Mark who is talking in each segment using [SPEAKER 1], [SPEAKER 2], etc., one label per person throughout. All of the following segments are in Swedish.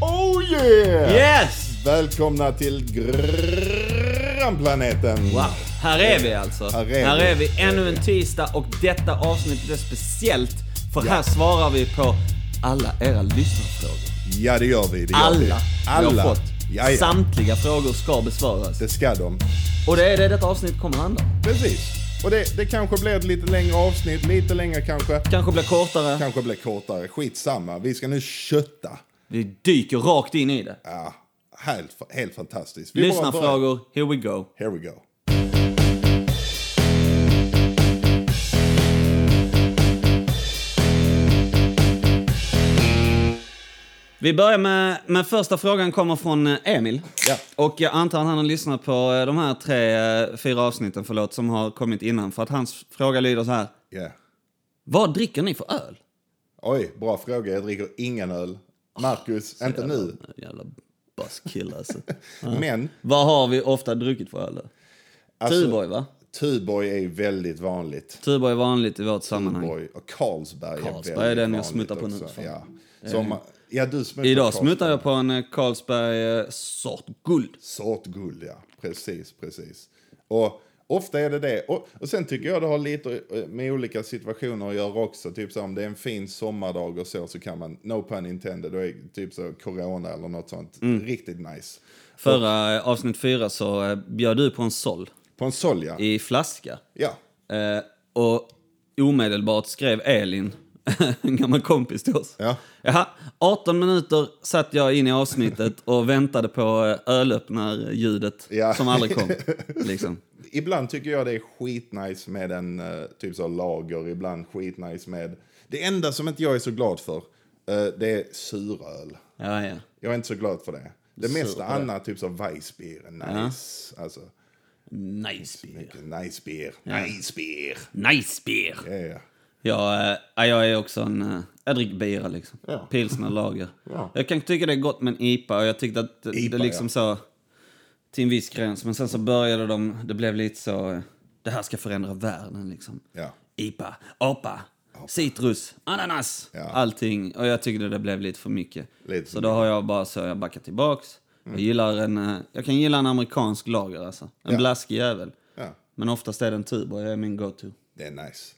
[SPEAKER 1] Oh yeah!
[SPEAKER 2] Yes!
[SPEAKER 1] Välkomna till grannplaneten.
[SPEAKER 2] Wow, här är vi alltså.
[SPEAKER 1] Här är vi.
[SPEAKER 2] här är vi
[SPEAKER 1] Här är
[SPEAKER 2] ännu
[SPEAKER 1] vi.
[SPEAKER 2] en tisdag och detta avsnittet är speciellt för här svarar vi på alla era lyssnarfrågor.
[SPEAKER 1] Ja, det gör vi. Det gör Vi.
[SPEAKER 2] Alla, vi
[SPEAKER 1] Alla.
[SPEAKER 2] har fått.
[SPEAKER 1] Ja, ja.
[SPEAKER 2] Samtliga frågor ska besvaras.
[SPEAKER 1] Det ska de.
[SPEAKER 2] Och det är det detta avsnitt kommer handla om.
[SPEAKER 1] Precis. Och det, det kanske blir ett lite längre avsnitt, lite längre kanske.
[SPEAKER 2] Kanske blir kortare.
[SPEAKER 1] Kanske blir kortare. Skitsamma. Vi ska nu kötta.
[SPEAKER 2] Vi dyker rakt in i det.
[SPEAKER 1] Ja, helt, helt fantastiskt. Vi bara börjar.
[SPEAKER 2] Lyssnarfrågor, here we go.
[SPEAKER 1] Here we go.
[SPEAKER 2] Vi börjar med, med första frågan kommer från eh, Emil.
[SPEAKER 1] Ja.
[SPEAKER 2] Och jag antar att han har lyssnat på eh, de här tre, eh, fyra avsnitten förlåt, som har kommit innan. För att hans fråga lyder så här.
[SPEAKER 1] Yeah.
[SPEAKER 2] Vad dricker ni för öl?
[SPEAKER 1] Oj, bra fråga. Jag dricker ingen öl. Marcus, inte nu.
[SPEAKER 2] Jävla buzzkill alltså.
[SPEAKER 1] Men
[SPEAKER 2] Vad har vi ofta druckit för öl då?
[SPEAKER 1] Alltså-
[SPEAKER 2] Tuborg va?
[SPEAKER 1] Tuborg är ju väldigt vanligt.
[SPEAKER 2] Tuborg är vanligt i vårt sammanhang.
[SPEAKER 1] Göteborg och Carlsberg.
[SPEAKER 2] Carlsberg
[SPEAKER 1] väldigt
[SPEAKER 2] är den jag
[SPEAKER 1] vanligt
[SPEAKER 2] smuttar på nu,
[SPEAKER 1] också.
[SPEAKER 2] fan.
[SPEAKER 1] Ja. Som, ja, du smuttar
[SPEAKER 2] Idag
[SPEAKER 1] på
[SPEAKER 2] smuttar
[SPEAKER 1] Carlsberg.
[SPEAKER 2] jag på en eh, Carlsberg eh, sort guld.
[SPEAKER 1] Sort guld, ja. Precis, precis. Och ofta är det det. Och, och sen tycker jag det har lite eh, med olika situationer att göra också. Typ så om det är en fin sommardag och så, så kan man, no pun intended, då är typ så corona eller något sånt.
[SPEAKER 2] Mm.
[SPEAKER 1] Riktigt nice.
[SPEAKER 2] Förra eh, avsnitt fyra så eh, bjöd du på en sol
[SPEAKER 1] På en solja.
[SPEAKER 2] i flaska.
[SPEAKER 1] Ja.
[SPEAKER 2] Eh, och omedelbart skrev Elin, en gammal kompis till oss.
[SPEAKER 1] Ja.
[SPEAKER 2] Jaha, 18 minuter satt jag in i avsnittet och väntade på eh, ölöppnarljudet
[SPEAKER 1] Ja.
[SPEAKER 2] som aldrig kom. Liksom.
[SPEAKER 1] Ibland tycker jag det är skitnice med en eh, typ så lager, ibland skitnice med... Det enda som inte jag är så glad för, eh, det är suröl.
[SPEAKER 2] Ja, ja.
[SPEAKER 1] Jag är inte så glad för det. Det mesta annat, typ så Weissbier, är nice. Alltså,
[SPEAKER 2] Nice beer.
[SPEAKER 1] mycket nice beer. Nice beer.
[SPEAKER 2] Nice beer.
[SPEAKER 1] Ja, ja.
[SPEAKER 2] Ja, eh, ja, jag är också en... eh, Jag dricker bira liksom.
[SPEAKER 1] Ja.
[SPEAKER 2] Pilsner, lager.
[SPEAKER 1] Ja.
[SPEAKER 2] Jag kan tycka det är gott med en IPA och jag tyckte att det,
[SPEAKER 1] IPA,
[SPEAKER 2] det liksom så... Till en viss gräns, men sen så började de... Det blev lite så... eh, Det här ska förändra världen liksom.
[SPEAKER 1] ja.
[SPEAKER 2] IPA, apa, citrus, ananas.
[SPEAKER 1] Ja.
[SPEAKER 2] Allting. Och jag tyckte det blev lite för mycket.
[SPEAKER 1] Lite
[SPEAKER 2] så
[SPEAKER 1] för Mm.
[SPEAKER 2] då har jag bara så, jag backar tillbaks. Jag gillar en... eh, Jag kan gilla en amerikansk lager alltså. En blaskig jävel.
[SPEAKER 1] ja.
[SPEAKER 2] Men oftast är det en Tuborg, det är min go-to.
[SPEAKER 1] Det är nice.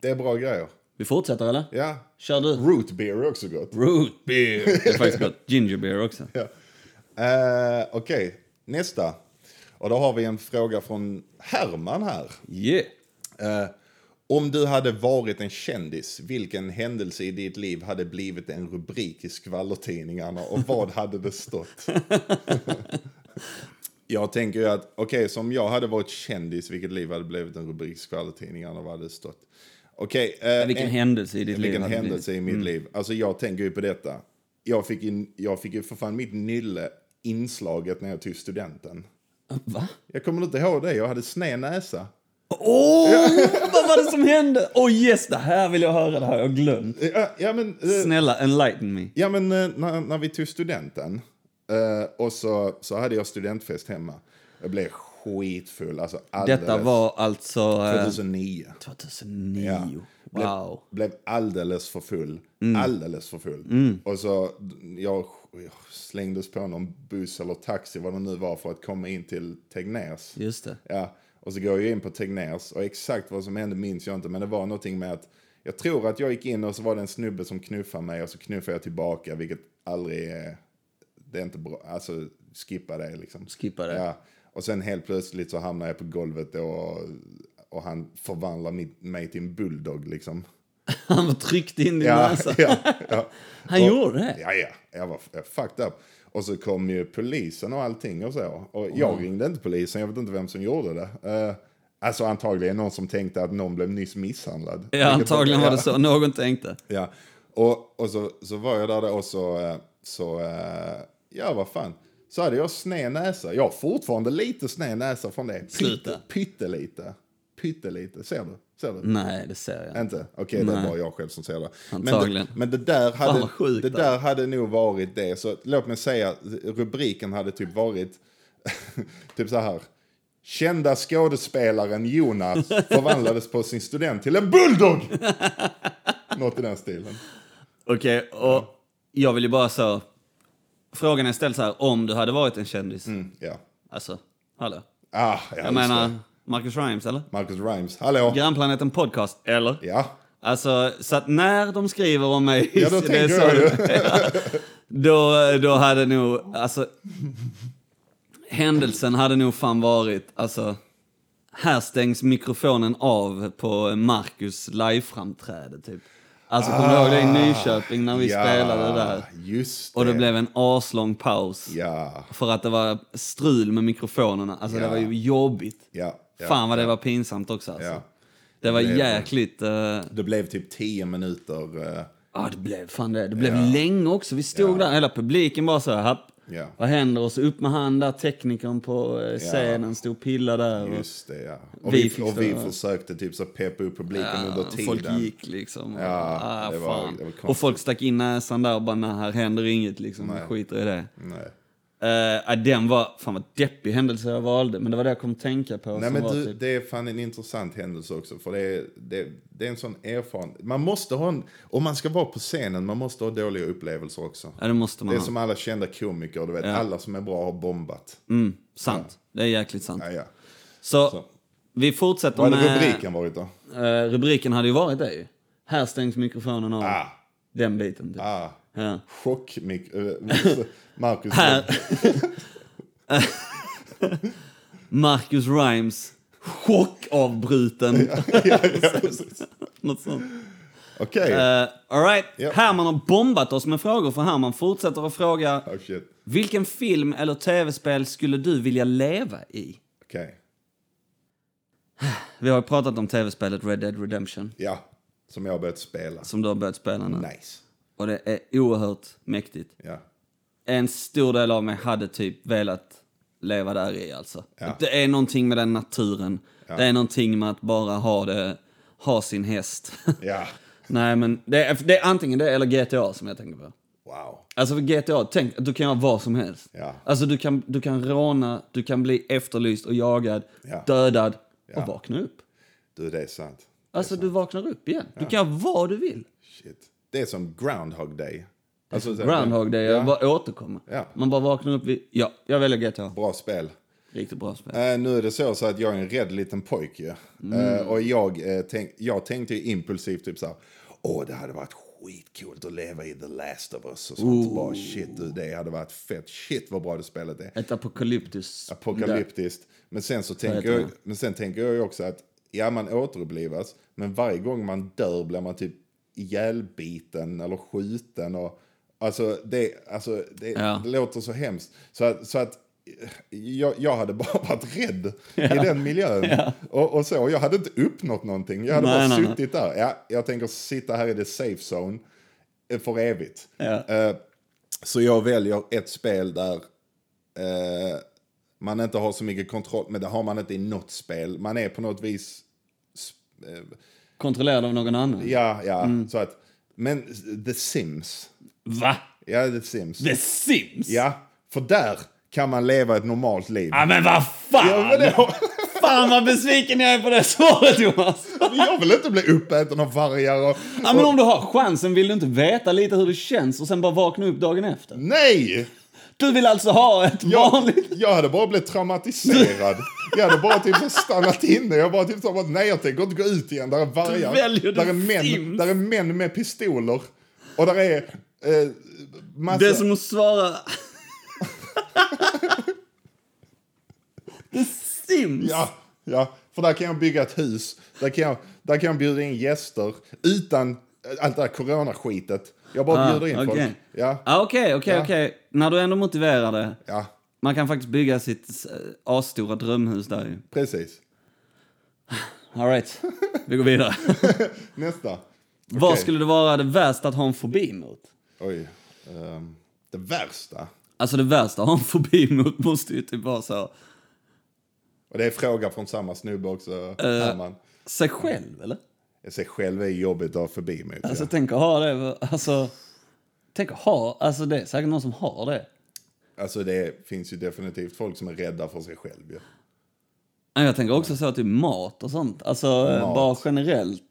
[SPEAKER 1] Det är bra grejer.
[SPEAKER 2] Vi fortsätter eller?
[SPEAKER 1] Ja.
[SPEAKER 2] Kör du.
[SPEAKER 1] Root beer är också gott.
[SPEAKER 2] Root beer. Det är faktiskt gott. Ginger beer också.
[SPEAKER 1] Ja. Eh, Okej, nästa. Och då har vi en fråga från Herman här.
[SPEAKER 2] Yeah.
[SPEAKER 1] Eh, om du hade varit en kändis, vilken händelse i ditt liv hade blivit en rubrik i skvallertidningarna och vad hade det stått? jag tänker ju att, okej, som jag hade varit kändis, vilket liv hade blivit en rubrik i skvallertidningarna och vad hade det stått? Okej, eh,
[SPEAKER 2] Vilken
[SPEAKER 1] en-
[SPEAKER 2] händelse i ditt liv
[SPEAKER 1] vilken
[SPEAKER 2] hade det blivit?
[SPEAKER 1] händelse i mitt liv. Alltså jag tänker ju på detta. Jag fick ju, jag fick ju för fan mitt nylle inslaget när jag tog studenten.
[SPEAKER 2] Ah, Va?
[SPEAKER 1] Jag kommer inte ihåg det, jag hade sned näsa.
[SPEAKER 2] Åh! vad var det som hände? Åh oh, yes, det här vill jag höra. Det här har jag glömt.
[SPEAKER 1] Ja, ja, men, eh,
[SPEAKER 2] Snälla, enlighten me.
[SPEAKER 1] Ja, men eh, när, när vi tog studenten eh, och så, så hade jag studentfest hemma. Jag blev skitfull, alltså alldeles.
[SPEAKER 2] Detta var alltså... eh,
[SPEAKER 1] 2009.
[SPEAKER 2] 2009.
[SPEAKER 1] Ja. Blev,
[SPEAKER 2] Wow.
[SPEAKER 1] blev alldeles för full.
[SPEAKER 2] Mm.
[SPEAKER 1] Alldeles för full. Och så jag, jag slängdes på någon buss eller taxi, vad det nu var, för att komma in till Tegners.
[SPEAKER 2] Just det.
[SPEAKER 1] Ja, och så går jag in på Tegners och exakt vad som hände minns jag inte, men det var någonting med att jag tror att jag gick in och så var det en snubbe som knuffade mig och så knuffade jag tillbaka, vilket aldrig är... Det är inte bra. Alltså, skippa det liksom.
[SPEAKER 2] Skippa det.
[SPEAKER 1] Ja. Och sen helt plötsligt så hamnar jag på golvet och, och han förvandlar mitt, mig till en bulldog liksom.
[SPEAKER 2] Han tryckte in din
[SPEAKER 1] Ja,
[SPEAKER 2] näsa.
[SPEAKER 1] ja, ja.
[SPEAKER 2] Han
[SPEAKER 1] Och-
[SPEAKER 2] gjorde det?
[SPEAKER 1] Ja, ja. Jag var jag fucked up. Och så kom ju polisen och allting och så. Och jag ringde inte polisen, jag vet inte vem som gjorde det. Eh, alltså antagligen någon som tänkte att någon blev nyss misshandlad.
[SPEAKER 2] Ja,
[SPEAKER 1] Vilket-
[SPEAKER 2] antagligen var
[SPEAKER 1] ja,
[SPEAKER 2] det så. Någon tänkte.
[SPEAKER 1] Ja. Och, och så, så var jag där då och så, eh, så eh, ja vad fan. Så hade jag sned näsa. Jag har fortfarande lite sned näsa från det.
[SPEAKER 2] Sluta.
[SPEAKER 1] Pyttelite. Pyttelite. Ser du? Ser du?
[SPEAKER 2] Nej, det ser jag inte.
[SPEAKER 1] Inte? Okej, det är bara jag själv som säger det.
[SPEAKER 2] Antagligen.
[SPEAKER 1] Men det, men det, där,
[SPEAKER 2] Fan,
[SPEAKER 1] hade,
[SPEAKER 2] vad sjukt
[SPEAKER 1] det
[SPEAKER 2] alltså.
[SPEAKER 1] där hade nog varit det. Så låt mig säga, rubriken hade typ varit typ så här. Kända skådespelaren Jonas förvandlades på sin student till en bulldog! Något i den stilen.
[SPEAKER 2] Okej, och jag vill ju bara så... Frågan är ställd så här, om du hade varit en kändis.
[SPEAKER 1] Mm, ja.
[SPEAKER 2] Alltså, hallå?
[SPEAKER 1] Ah, ja,
[SPEAKER 2] Jag menar, Marcus Rhymes, eller?
[SPEAKER 1] Marcus Rhymes, hallå? Ja.
[SPEAKER 2] Grannplaneten Podcast, eller?
[SPEAKER 1] Ja,
[SPEAKER 2] Alltså, så att när de skriver om mig...
[SPEAKER 1] Ja, då
[SPEAKER 2] det
[SPEAKER 1] tänker
[SPEAKER 2] är så-
[SPEAKER 1] jag ju.
[SPEAKER 2] Ja. då, då hade nog, alltså... Händelsen hade nog fan varit, alltså... Här stängs mikrofonen av på Marcus liveframträde, typ. Alltså, kommer du ihåg det i Nyköping när vi spelade där?
[SPEAKER 1] just Ah, det.
[SPEAKER 2] Och det blev en aslång paus.
[SPEAKER 1] Ja,
[SPEAKER 2] För att det var strul med mikrofonerna. Alltså,
[SPEAKER 1] Ja.
[SPEAKER 2] det var ju jobbigt.
[SPEAKER 1] ja, ja.
[SPEAKER 2] fan vad det var pinsamt också, alltså.
[SPEAKER 1] Ja.
[SPEAKER 2] Det var
[SPEAKER 1] Det är det.
[SPEAKER 2] jäkligt... eh,
[SPEAKER 1] Det blev typ tio minuter. eh,
[SPEAKER 2] Ja, det blev fan det. Det blev länge också. Vi stod
[SPEAKER 1] Ja.
[SPEAKER 2] där, hela publiken bara så här, happ.
[SPEAKER 1] Ja.
[SPEAKER 2] Vad händer? Och så upp med han där, teknikern på eh, scenen, stod och pillade där. Och
[SPEAKER 1] Just det, ja. Och
[SPEAKER 2] Mm. Vi
[SPEAKER 1] vi,
[SPEAKER 2] fick
[SPEAKER 1] och vi
[SPEAKER 2] då-
[SPEAKER 1] försökte typ så peppa upp publiken under tiden.
[SPEAKER 2] folk gick liksom. Och,
[SPEAKER 1] Ja,
[SPEAKER 2] ah,
[SPEAKER 1] det var-
[SPEAKER 2] fan.
[SPEAKER 1] det var konstigt.
[SPEAKER 2] och folk stack in näsan där och bara, nej, här händer inget liksom.
[SPEAKER 1] Nej.
[SPEAKER 2] Jag skiter i det.
[SPEAKER 1] Nej.
[SPEAKER 2] Uh, den var, fan vad deppig händelse jag valde. Men det var det jag kom att tänka på.
[SPEAKER 1] Nej
[SPEAKER 2] som
[SPEAKER 1] men
[SPEAKER 2] var
[SPEAKER 1] du,
[SPEAKER 2] typ-
[SPEAKER 1] det är fan en intressant händelse också. För det är, det, det är en sån erfarenhet. Man måste ha en, om man ska vara på scenen, man måste ha dåliga upplevelser också.
[SPEAKER 2] Ja, det måste man
[SPEAKER 1] Det är
[SPEAKER 2] ha.
[SPEAKER 1] som alla kända komiker, du vet. Alla som är bra har bombat.
[SPEAKER 2] Mm, sant. Det är jäkligt sant.
[SPEAKER 1] Ja, ja.
[SPEAKER 2] Så,
[SPEAKER 1] Så.
[SPEAKER 2] vi fortsätter
[SPEAKER 1] Vad hade
[SPEAKER 2] med...
[SPEAKER 1] rubriken varit då?
[SPEAKER 2] Eh, rubriken hade ju varit det ju. Här stängs mikrofonen av.
[SPEAKER 1] Ah,
[SPEAKER 2] Den biten. Typ.
[SPEAKER 1] ah.
[SPEAKER 2] Ja.
[SPEAKER 1] Chockmik... Uh, Marcus.
[SPEAKER 2] Här. Marcus Rhymes chockavbruten. Något sånt.
[SPEAKER 1] Okej.
[SPEAKER 2] Eh, all right.
[SPEAKER 1] Ja.
[SPEAKER 2] Herman har bombat oss med frågor för Herman fortsätter att fråga
[SPEAKER 1] Oh shit.
[SPEAKER 2] Vilken film eller tv-spel skulle du vilja leva i?
[SPEAKER 1] Okej.
[SPEAKER 2] Vi har ju pratat om tv-spelet Red Dead Redemption
[SPEAKER 1] Ja. Som jag har börjat spela.
[SPEAKER 2] som du har börjat spela nu.
[SPEAKER 1] Nice.
[SPEAKER 2] Och det är oerhört mäktigt.
[SPEAKER 1] Ja.
[SPEAKER 2] en stor del av mig hade typ velat leva där i alltså. Att Det är någonting med den naturen. Det är någonting med att bara ha det, ha sin häst.
[SPEAKER 1] Ja.
[SPEAKER 2] Nej men det är, det är antingen det eller GTA som jag tänker på.
[SPEAKER 1] Wow.
[SPEAKER 2] Alltså för GTA, tänk att du kan göra vad som helst.
[SPEAKER 1] Ja.
[SPEAKER 2] Alltså du kan, du kan råna, du kan bli efterlyst och jagad,
[SPEAKER 1] Ja.
[SPEAKER 2] dödad
[SPEAKER 1] Ja.
[SPEAKER 2] och vakna upp.
[SPEAKER 1] Du, det är sant.
[SPEAKER 2] Alltså du vaknar upp igen. Du kan göra vad du vill.
[SPEAKER 1] Shit. Det är som Groundhog Day. Alltså, så-
[SPEAKER 2] Groundhog Day, jag
[SPEAKER 1] Ja.
[SPEAKER 2] bara återkommer.
[SPEAKER 1] Ja.
[SPEAKER 2] Man bara vaknar upp vid, ja, jag väljer GTA.
[SPEAKER 1] Bra spel.
[SPEAKER 2] Riktigt bra spel.
[SPEAKER 1] Eh, nu är det så, så att jag är en rädd liten pojke. ju. Eh, och jag, eh, tänk, jag tänkte ju impulsivt typ så här. Åh, det hade varit skitcoolt att leva i The Last of Us och sånt. Bara, shit, du, det hade varit fett. Shit vad bra det spelet är.
[SPEAKER 2] Ett apokalyptiskt...
[SPEAKER 1] apokalyptiskt. Men sen så tänker
[SPEAKER 2] heter
[SPEAKER 1] jag,
[SPEAKER 2] det.
[SPEAKER 1] men sen tänker jag ju också att ja, man återupplivas, men varje gång man dör blir man typ ihjälbiten eller skjuten och alltså det, alltså det,
[SPEAKER 2] Ja.
[SPEAKER 1] det låter så hemskt. Så att, så att jag, jag hade bara varit rädd i den miljön. Och, och så, jag hade inte uppnått någonting. Jag hade
[SPEAKER 2] Nej,
[SPEAKER 1] bara
[SPEAKER 2] nej, nej.
[SPEAKER 1] suttit där. Ja, jag tänker sitta här i the safe zone eh, för evigt.
[SPEAKER 2] Ja.
[SPEAKER 1] Eh, så jag väljer ett spel där eh, man inte har så mycket kontroll, men det har man inte i något spel. Man är på något vis, eh,
[SPEAKER 2] Kontrollerad av någon annan?
[SPEAKER 1] ja, ja,
[SPEAKER 2] Mm.
[SPEAKER 1] så att, men The Sims,
[SPEAKER 2] Va?
[SPEAKER 1] ja, The Sims,
[SPEAKER 2] The Sims?
[SPEAKER 1] ja, för där kan man leva ett normalt liv.
[SPEAKER 2] Ja, men vad fan!
[SPEAKER 1] Ja, men det-
[SPEAKER 2] Fan vad besviken jag är på det svaret Jonas!
[SPEAKER 1] Jag vill inte bli uppäten av vargar och...
[SPEAKER 2] Ja, men om du har chansen vill du inte veta lite hur det känns och sen bara vakna upp dagen efter?
[SPEAKER 1] Nej!
[SPEAKER 2] Du vill alltså ha ett
[SPEAKER 1] Jag,
[SPEAKER 2] vanligt...
[SPEAKER 1] jag hade bara blivit traumatiserad. Jag hade bara typ så stannat inne. Jag bara typ så bara, nej jag tänker inte gå ut igen. Där är vargar.
[SPEAKER 2] Du väljer
[SPEAKER 1] där,
[SPEAKER 2] The
[SPEAKER 1] är män,
[SPEAKER 2] Sims.
[SPEAKER 1] där är män med pistoler. Och där är eh, massa...
[SPEAKER 2] Det är som att svara... The Sims?
[SPEAKER 1] Ja, ja. För där kan jag bygga ett hus. Där kan jag, där kan jag bjuda in gäster utan eh, allt det här coronaskitet. Jag bara bjuder in folk.
[SPEAKER 2] Ah, okej.
[SPEAKER 1] Ja,
[SPEAKER 2] Ah, Okej, okej,
[SPEAKER 1] Ja.
[SPEAKER 2] okej. När du ändå motiverar det.
[SPEAKER 1] ja,
[SPEAKER 2] Man kan faktiskt bygga sitt eh, asstora drömhus där ju.
[SPEAKER 1] precis.
[SPEAKER 2] All right, vi går vidare.
[SPEAKER 1] Nästa.
[SPEAKER 2] Vad
[SPEAKER 1] Okej.
[SPEAKER 2] skulle det vara det värsta att ha en fobi mot?
[SPEAKER 1] Oj. ehm, det värsta.
[SPEAKER 2] Alltså det värsta att ha en fobi mot måste ju typ vara så...
[SPEAKER 1] Och det är fråga från samma snubbe också,
[SPEAKER 2] Eh,
[SPEAKER 1] Herman.
[SPEAKER 2] Sig själv, eller?
[SPEAKER 1] sig själv är jobbigt att ha förbi mig.
[SPEAKER 2] Alltså tänk att ha det, alltså... Tänk att ha, alltså det är säkert någon som har det.
[SPEAKER 1] ja. alltså det finns ju definitivt folk som är rädda för sig själv ju.
[SPEAKER 2] Nej, Jag tänker också så typ mat och sånt, alltså eh, bara generellt.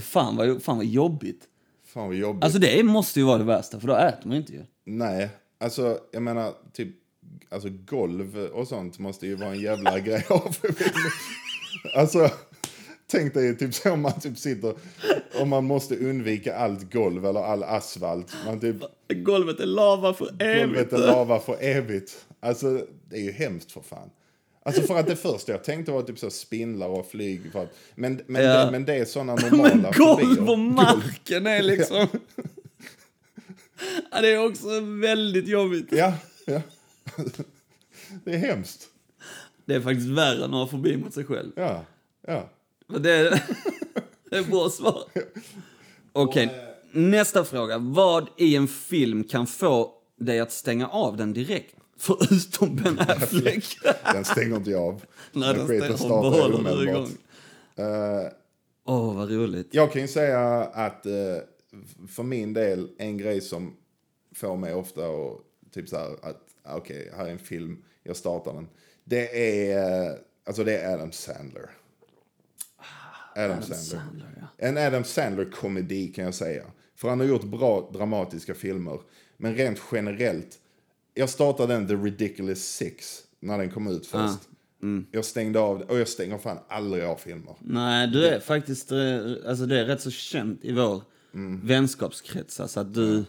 [SPEAKER 2] Fan vad, fan vad jobbigt.
[SPEAKER 1] Fan vad jobbigt.
[SPEAKER 2] Alltså det måste ju vara det värsta, för då äter man ju inte ju.
[SPEAKER 1] Nej, Alltså, jag menar, typ, alltså golv och sånt måste ju vara en jävla grej av. Alltså, tänk dig typ så om man typ sitter, om man måste undvika allt golv eller all asfalt. Man typ,
[SPEAKER 2] Golvet är lava för evigt.
[SPEAKER 1] golvet är lava för evigt. Alltså, det är ju hemskt för fan. Alltså för att det första jag tänkte var typ så spindlar och flyg. För att, men, men,
[SPEAKER 2] Ja.
[SPEAKER 1] det, men det är sådana
[SPEAKER 2] Men
[SPEAKER 1] normala
[SPEAKER 2] golv och
[SPEAKER 1] fobier.
[SPEAKER 2] marken är liksom... Ja, det är också väldigt jobbigt.
[SPEAKER 1] Ja, ja. Det är hemskt.
[SPEAKER 2] Det är faktiskt värre än att ha fobi mot sig själv.
[SPEAKER 1] Ja, ja.
[SPEAKER 2] Men det är, det är ett bra svar. Okej, nästa fråga. Vad i en film kan få dig att stänga av den direkt? Förutom Ben Affleck.
[SPEAKER 1] Den stänger inte jag av.
[SPEAKER 2] När den
[SPEAKER 1] skiten
[SPEAKER 2] stänger
[SPEAKER 1] startar
[SPEAKER 2] och behåller den
[SPEAKER 1] omedelbart.
[SPEAKER 2] igång.
[SPEAKER 1] Eh,
[SPEAKER 2] Åh, vad roligt.
[SPEAKER 1] jag kan ju säga att eh, f- för min del, en grej som får mig ofta och typ så här att ah, okej, här är en film, jag startar den. Det är, eh, alltså det är Adam Sandler. Adam, Sandler.
[SPEAKER 2] Sandler, ja.
[SPEAKER 1] En Adam Sandler-komedi kan jag säga. För han har gjort bra dramatiska filmer. Men rent generellt. Jag startade den The Ridiculous Six när den kom ut först. Jag stängde av och jag stänger fan aldrig av filmer.
[SPEAKER 2] Nej, du är faktiskt... eh, Alltså det är rätt så känt i vår
[SPEAKER 1] Mm.
[SPEAKER 2] vänskapskrets. Alltså att du,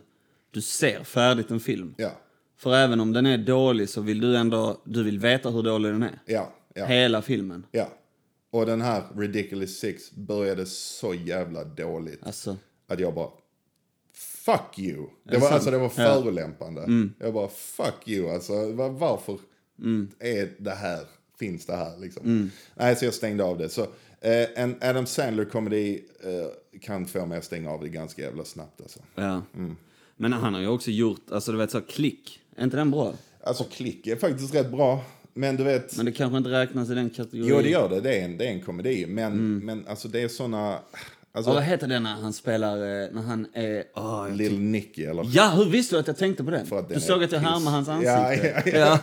[SPEAKER 2] du ser färdigt en film.
[SPEAKER 1] Ja,
[SPEAKER 2] För även om den är dålig så vill du ändå... Du vill veta hur dålig den är.
[SPEAKER 1] ja, ja,
[SPEAKER 2] Hela filmen.
[SPEAKER 1] ja. Och den här Ridiculous Six började så jävla dåligt.
[SPEAKER 2] Alltså...
[SPEAKER 1] Att jag bara, fuck you. Det
[SPEAKER 2] det
[SPEAKER 1] var,
[SPEAKER 2] sant?
[SPEAKER 1] alltså, det var
[SPEAKER 2] Ja. Mm.
[SPEAKER 1] förolämpande. Jag bara, fuck you. Alltså, var, varför är det här, finns det här? Liksom.
[SPEAKER 2] Mm.
[SPEAKER 1] Nej, så jag stängde av det. Så, eh, en Adam Sandler-komedi eh, kan få mig att stänga av det ganska jävla snabbt. Alltså,
[SPEAKER 2] Ja. Men han har ju också gjort, alltså du vet så här, klick. Är inte den bra?
[SPEAKER 1] alltså klick är faktiskt rätt bra. Men du vet,
[SPEAKER 2] Men det kanske inte räknas i den kategorin.
[SPEAKER 1] jo det gör det. Det är en, det är en komedi. Men,
[SPEAKER 2] Mm.
[SPEAKER 1] men alltså det är såna... Alltså,
[SPEAKER 2] Ja, vad heter den när han spelar, eh, när han är... åh, jag-
[SPEAKER 1] Lil Nicky eller...
[SPEAKER 2] Ja, hur visste du att jag tänkte på den?
[SPEAKER 1] Ah, att den
[SPEAKER 2] du såg
[SPEAKER 1] är
[SPEAKER 2] att jag
[SPEAKER 1] piss.
[SPEAKER 2] härmar hans
[SPEAKER 1] Ja,
[SPEAKER 2] ansikte. Ja,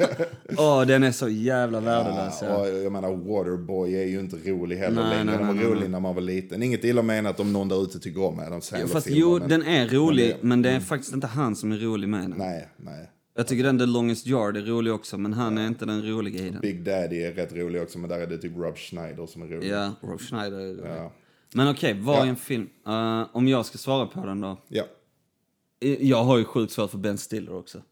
[SPEAKER 2] Åh, den är så jävla värdelös. Ja.
[SPEAKER 1] Ja, och jag menar, Waterboy är ju inte rolig heller
[SPEAKER 2] Nej,
[SPEAKER 1] längre.
[SPEAKER 2] nej,
[SPEAKER 1] Den var
[SPEAKER 2] nej, nej,
[SPEAKER 1] rolig när man var liten. Inget illa menat om någon där ute tycker om Adam Sandler
[SPEAKER 2] Fast
[SPEAKER 1] filmer,
[SPEAKER 2] jo,
[SPEAKER 1] men-
[SPEAKER 2] den är rolig, men
[SPEAKER 1] men
[SPEAKER 2] det, är faktiskt inte han som är rolig med den.
[SPEAKER 1] Mm. Nej, nej.
[SPEAKER 2] Jag tycker den The Longest Yard är rolig också, men han är inte den roliga i den.
[SPEAKER 1] Big Daddy är rätt rolig också, men där är det typ Rob Schneider som är rolig.
[SPEAKER 2] Ja, Rob Schneider är rolig.
[SPEAKER 1] Ja.
[SPEAKER 2] Men okej, vad
[SPEAKER 1] Ja.
[SPEAKER 2] är en film? Eh, om jag ska svara på den då? Eh,
[SPEAKER 1] Ja.
[SPEAKER 2] Jag har ju sjukt svårt för Ben Stiller också.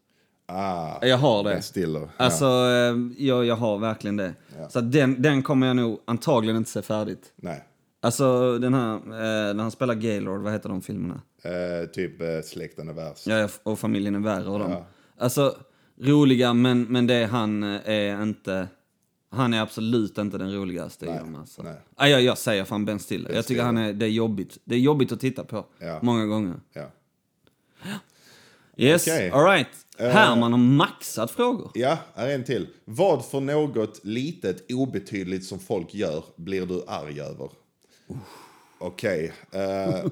[SPEAKER 1] Ah,
[SPEAKER 2] Jag har
[SPEAKER 1] Ben
[SPEAKER 2] det.
[SPEAKER 1] Stiller.
[SPEAKER 2] Alltså, eh, jag, jag har verkligen det. Så att den, den kommer jag nog antagligen inte se färdigt.
[SPEAKER 1] Nej.
[SPEAKER 2] Alltså den här, eh, när han spelar Gaylord, vad heter de filmerna?
[SPEAKER 1] Eh, typ eh, Släkten är värst.
[SPEAKER 2] Ja, jag- och Familjen är värre och dem. Alltså, roliga, men, men det han eh, är inte... Han är absolut inte den roligaste i dem alltså.
[SPEAKER 1] nej.
[SPEAKER 2] Nej, jag, jag säger fan Ben Stiller. jag tycker han är, det är jobbigt. Det är jobbigt att titta på.
[SPEAKER 1] Ja.
[SPEAKER 2] Många gånger.
[SPEAKER 1] Ja.
[SPEAKER 2] Yes,
[SPEAKER 1] Okej. Eh.
[SPEAKER 2] alright. Herman har maxat frågor.
[SPEAKER 1] ja, här är en till. Vad för något litet obetydligt som folk gör blir du arg över? Okej. eh,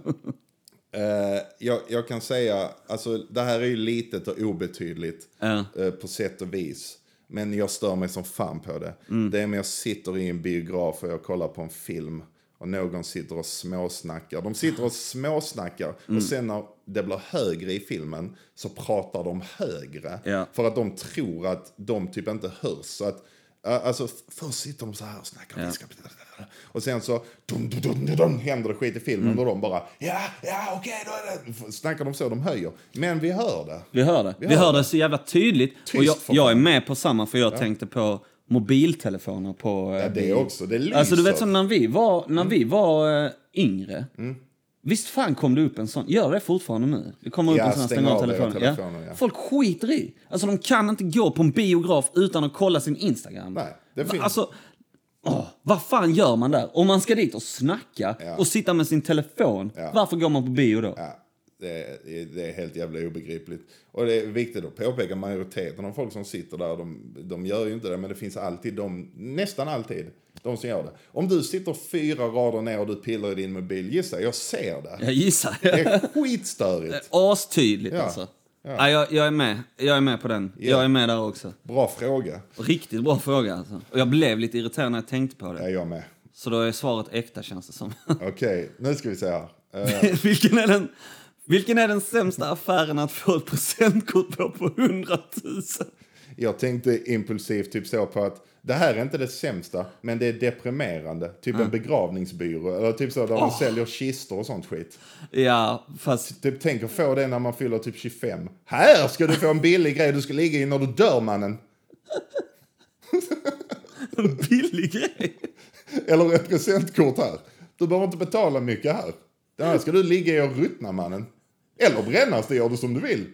[SPEAKER 1] Eh, jag, jag kan säga, alltså det här är ju litet och obetydligt
[SPEAKER 2] Ja.
[SPEAKER 1] eh, på sätt och vis. Men jag stör mig som fan på det.
[SPEAKER 2] Mm.
[SPEAKER 1] Det är när jag sitter i en biograf och jag kollar på en film och någon sitter och småsnackar. De sitter och småsnackar
[SPEAKER 2] Mm.
[SPEAKER 1] och sen när det blir högre i filmen så pratar de högre.
[SPEAKER 2] Ja.
[SPEAKER 1] För att de tror att de typ inte hörs. Så att, eh, alltså, f- först sitter de så här och snackar. och viskar. Och sen så dum, dum, dum, dum, dum, händer det skit i filmen
[SPEAKER 2] Mm.
[SPEAKER 1] och de bara ja, ja, okej, då är det... Snackar de så, de höjer. Men vi hör det.
[SPEAKER 2] Vi hör det. Vi, hör, det så jävla tydligt. och jag,
[SPEAKER 1] för
[SPEAKER 2] jag är
[SPEAKER 1] fan.
[SPEAKER 2] med på samma, för jag tänkte på mobiltelefoner på... eh, Ja,
[SPEAKER 1] Det också, det lyser.
[SPEAKER 2] Alltså du vet som när vi var, när vi var eh, yngre.
[SPEAKER 1] Mm.
[SPEAKER 2] Visst fan kom det upp en sån? Gör det fortfarande nu? Det kommer upp
[SPEAKER 1] Ja,
[SPEAKER 2] en sån här
[SPEAKER 1] stäng
[SPEAKER 2] stäng av
[SPEAKER 1] av era
[SPEAKER 2] telefonen.
[SPEAKER 1] telefoner, ja.
[SPEAKER 2] Folk skiter i. Alltså de kan inte gå på en biograf utan att kolla sin Instagram.
[SPEAKER 1] Nej, det finns.
[SPEAKER 2] Alltså, åh, vad fan gör man där? Om man ska dit och snacka
[SPEAKER 1] Ja.
[SPEAKER 2] och sitta med sin telefon, varför går man på bio då?
[SPEAKER 1] Ja, det, är- det är helt jävla obegripligt. Och det är viktigt att påpeka majoriteten av folk som sitter där, de, de gör ju inte det, men det finns alltid de, nästan alltid, de som gör det. Om du sitter fyra rader ner och du pillar i din mobil, gissa, jag ser det.
[SPEAKER 2] Jag gissar.
[SPEAKER 1] Det är skitstörigt.
[SPEAKER 2] Astydligt
[SPEAKER 1] Ja,
[SPEAKER 2] alltså. Ja. jag, jag är med. Jag är med på den. Jag är med där också.
[SPEAKER 1] Bra fråga.
[SPEAKER 2] Riktigt bra fråga alltså. Och jag blev lite irriterad när jag tänkte på det.
[SPEAKER 1] Ja, jag med.
[SPEAKER 2] Så då är svaret äkta känns det som.
[SPEAKER 1] Okej, nu ska vi se här. Eh,
[SPEAKER 2] Vilken är den Vilken är den sämsta affären att få ett presentkort på på 100 000?
[SPEAKER 1] Jag tänkte impulsivt typ så på att det här är inte det sämsta, men det är deprimerande. Typ en begravningsbyrå eller typ så där man säljer kistor och sånt skit.
[SPEAKER 2] Ja, fast
[SPEAKER 1] Typ tänk att få det när man fyller typ 25. Här ska du få en billig grej du ska ligga i när du dör mannen.
[SPEAKER 2] en billig grej.
[SPEAKER 1] Eller ett presentkort här. Du behöver inte betala mycket här. Den här ska du ligga i och ruttna mannen. Eller brännas, det gör du som du vill.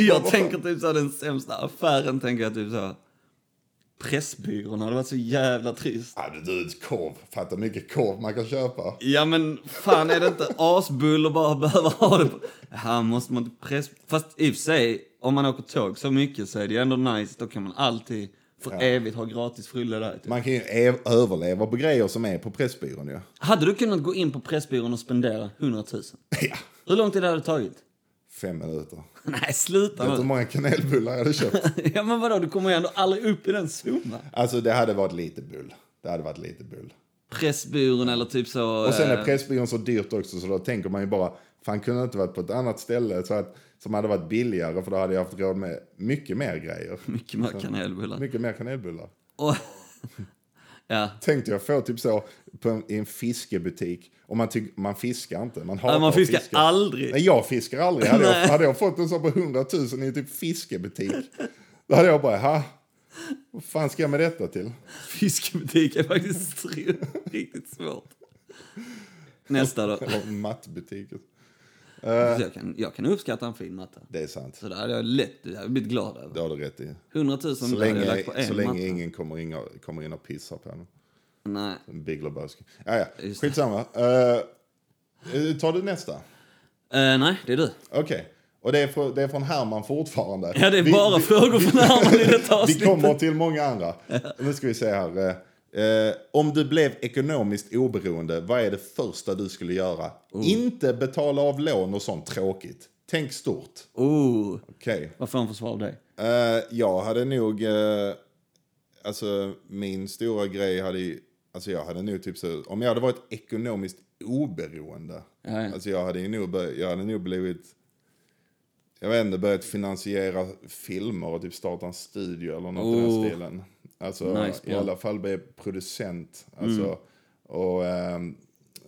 [SPEAKER 2] Jag tänker typ så den sämsta affären tänker jag typ så. Pressbyrån hade varit så jävla trist.
[SPEAKER 1] Ja, Ah, du, du, korv. Fattar mycket korv man kan köpa.
[SPEAKER 2] Ja men fan är det inte asbull och bara behöva ha det på... Här måste man inte press... Fast i och för sig, om man åker tåg så mycket så är det ju ändå nice. Då kan man alltid för evigt ha gratis frulle där. Typ.
[SPEAKER 1] Man kan ju ev- överleva på grejer som är på Pressbyrån ju.
[SPEAKER 2] Hade du kunnat gå in på Pressbyrån och spendera 100 000?
[SPEAKER 1] Ja.
[SPEAKER 2] Hur lång tid hade det tagit?
[SPEAKER 1] Fem minuter.
[SPEAKER 2] Nej,
[SPEAKER 1] Vet du
[SPEAKER 2] sluta
[SPEAKER 1] hur
[SPEAKER 2] nu.
[SPEAKER 1] många kanelbullar jag hade köpt?
[SPEAKER 2] Ja men vadå, du kommer ju ändå aldrig upp i den summan.
[SPEAKER 1] Alltså det hade varit lite bull. Det hade varit lite bull.
[SPEAKER 2] Pressbyrån eller typ så...
[SPEAKER 1] Och sen
[SPEAKER 2] eh,
[SPEAKER 1] är Pressbyrån så dyrt också så då tänker man ju bara fan kunde det inte varit på ett annat ställe så att, som hade varit billigare för då hade jag haft råd med mycket mer grejer.
[SPEAKER 2] Mycket mer kanelbullar.
[SPEAKER 1] Mycket mer kanelbullar.
[SPEAKER 2] Och... Ja.
[SPEAKER 1] Tänkte jag få typ så på en, i en fiskebutik. Och man, tyck, man fiskar inte. Man, hatar
[SPEAKER 2] Nej, man
[SPEAKER 1] att
[SPEAKER 2] fiskar
[SPEAKER 1] fiska.
[SPEAKER 2] aldrig.
[SPEAKER 1] Nej, jag fiskar aldrig. Hade jag,
[SPEAKER 2] Nej.
[SPEAKER 1] hade jag fått en sån på 100 000 i en typ fiskebutik. Då hade jag bara, ha, vad fan ska jag med detta till?
[SPEAKER 2] Fiskebutik är faktiskt str- riktigt svårt. Nästa då.
[SPEAKER 1] Eller en mattbutik.
[SPEAKER 2] Så Jag kan, jag kan uppskatta en fin matta.
[SPEAKER 1] Det är sant.
[SPEAKER 2] Så det hade jag lätt det hade jag blivit glad över.
[SPEAKER 1] Det har du rätt i.
[SPEAKER 2] 100 000
[SPEAKER 1] Så
[SPEAKER 2] hade Mm. jag
[SPEAKER 1] länge,
[SPEAKER 2] lagt på en
[SPEAKER 1] så länge
[SPEAKER 2] matta.
[SPEAKER 1] ingen kommer in, och, kommer in och pissar på honom.
[SPEAKER 2] Nej.
[SPEAKER 1] En Big Lebowski. Ja, ja.
[SPEAKER 2] Just det.
[SPEAKER 1] Skitsamma. Uh, tar du nästa?
[SPEAKER 2] Eh, nej, det är du.
[SPEAKER 1] Okej. Och det är, från, det är från Herman fortfarande.
[SPEAKER 2] Ja, det är
[SPEAKER 1] Vi-
[SPEAKER 2] bara
[SPEAKER 1] vi-
[SPEAKER 2] frågor från Herman i detta
[SPEAKER 1] Vi
[SPEAKER 2] avsnitt.
[SPEAKER 1] kommer till många andra. Nu ska vi se här. Eh, eh, om du blev ekonomiskt oberoende, vad är det första du skulle göra? Inte betala av lån och sånt tråkigt. Tänk stort.
[SPEAKER 2] Oh,
[SPEAKER 1] Okej.
[SPEAKER 2] vad får han för svar av dig?
[SPEAKER 1] Eh, jag hade nog... eh, alltså, min stora grej hade ju... Alltså, jag hade nog typ så... Om jag hade varit ekonomiskt oberoende.
[SPEAKER 2] Ja, ja.
[SPEAKER 1] Alltså, jag hade ju nog, bör- jag hade nog blivit... Jag vet inte, börjat finansiera filmer och typ starta en studio eller något i den
[SPEAKER 2] Oh.
[SPEAKER 1] stilen. Alltså,
[SPEAKER 2] Nice,
[SPEAKER 1] i
[SPEAKER 2] bra. Mm.
[SPEAKER 1] alla fall bli producent. Alltså, och... ehm,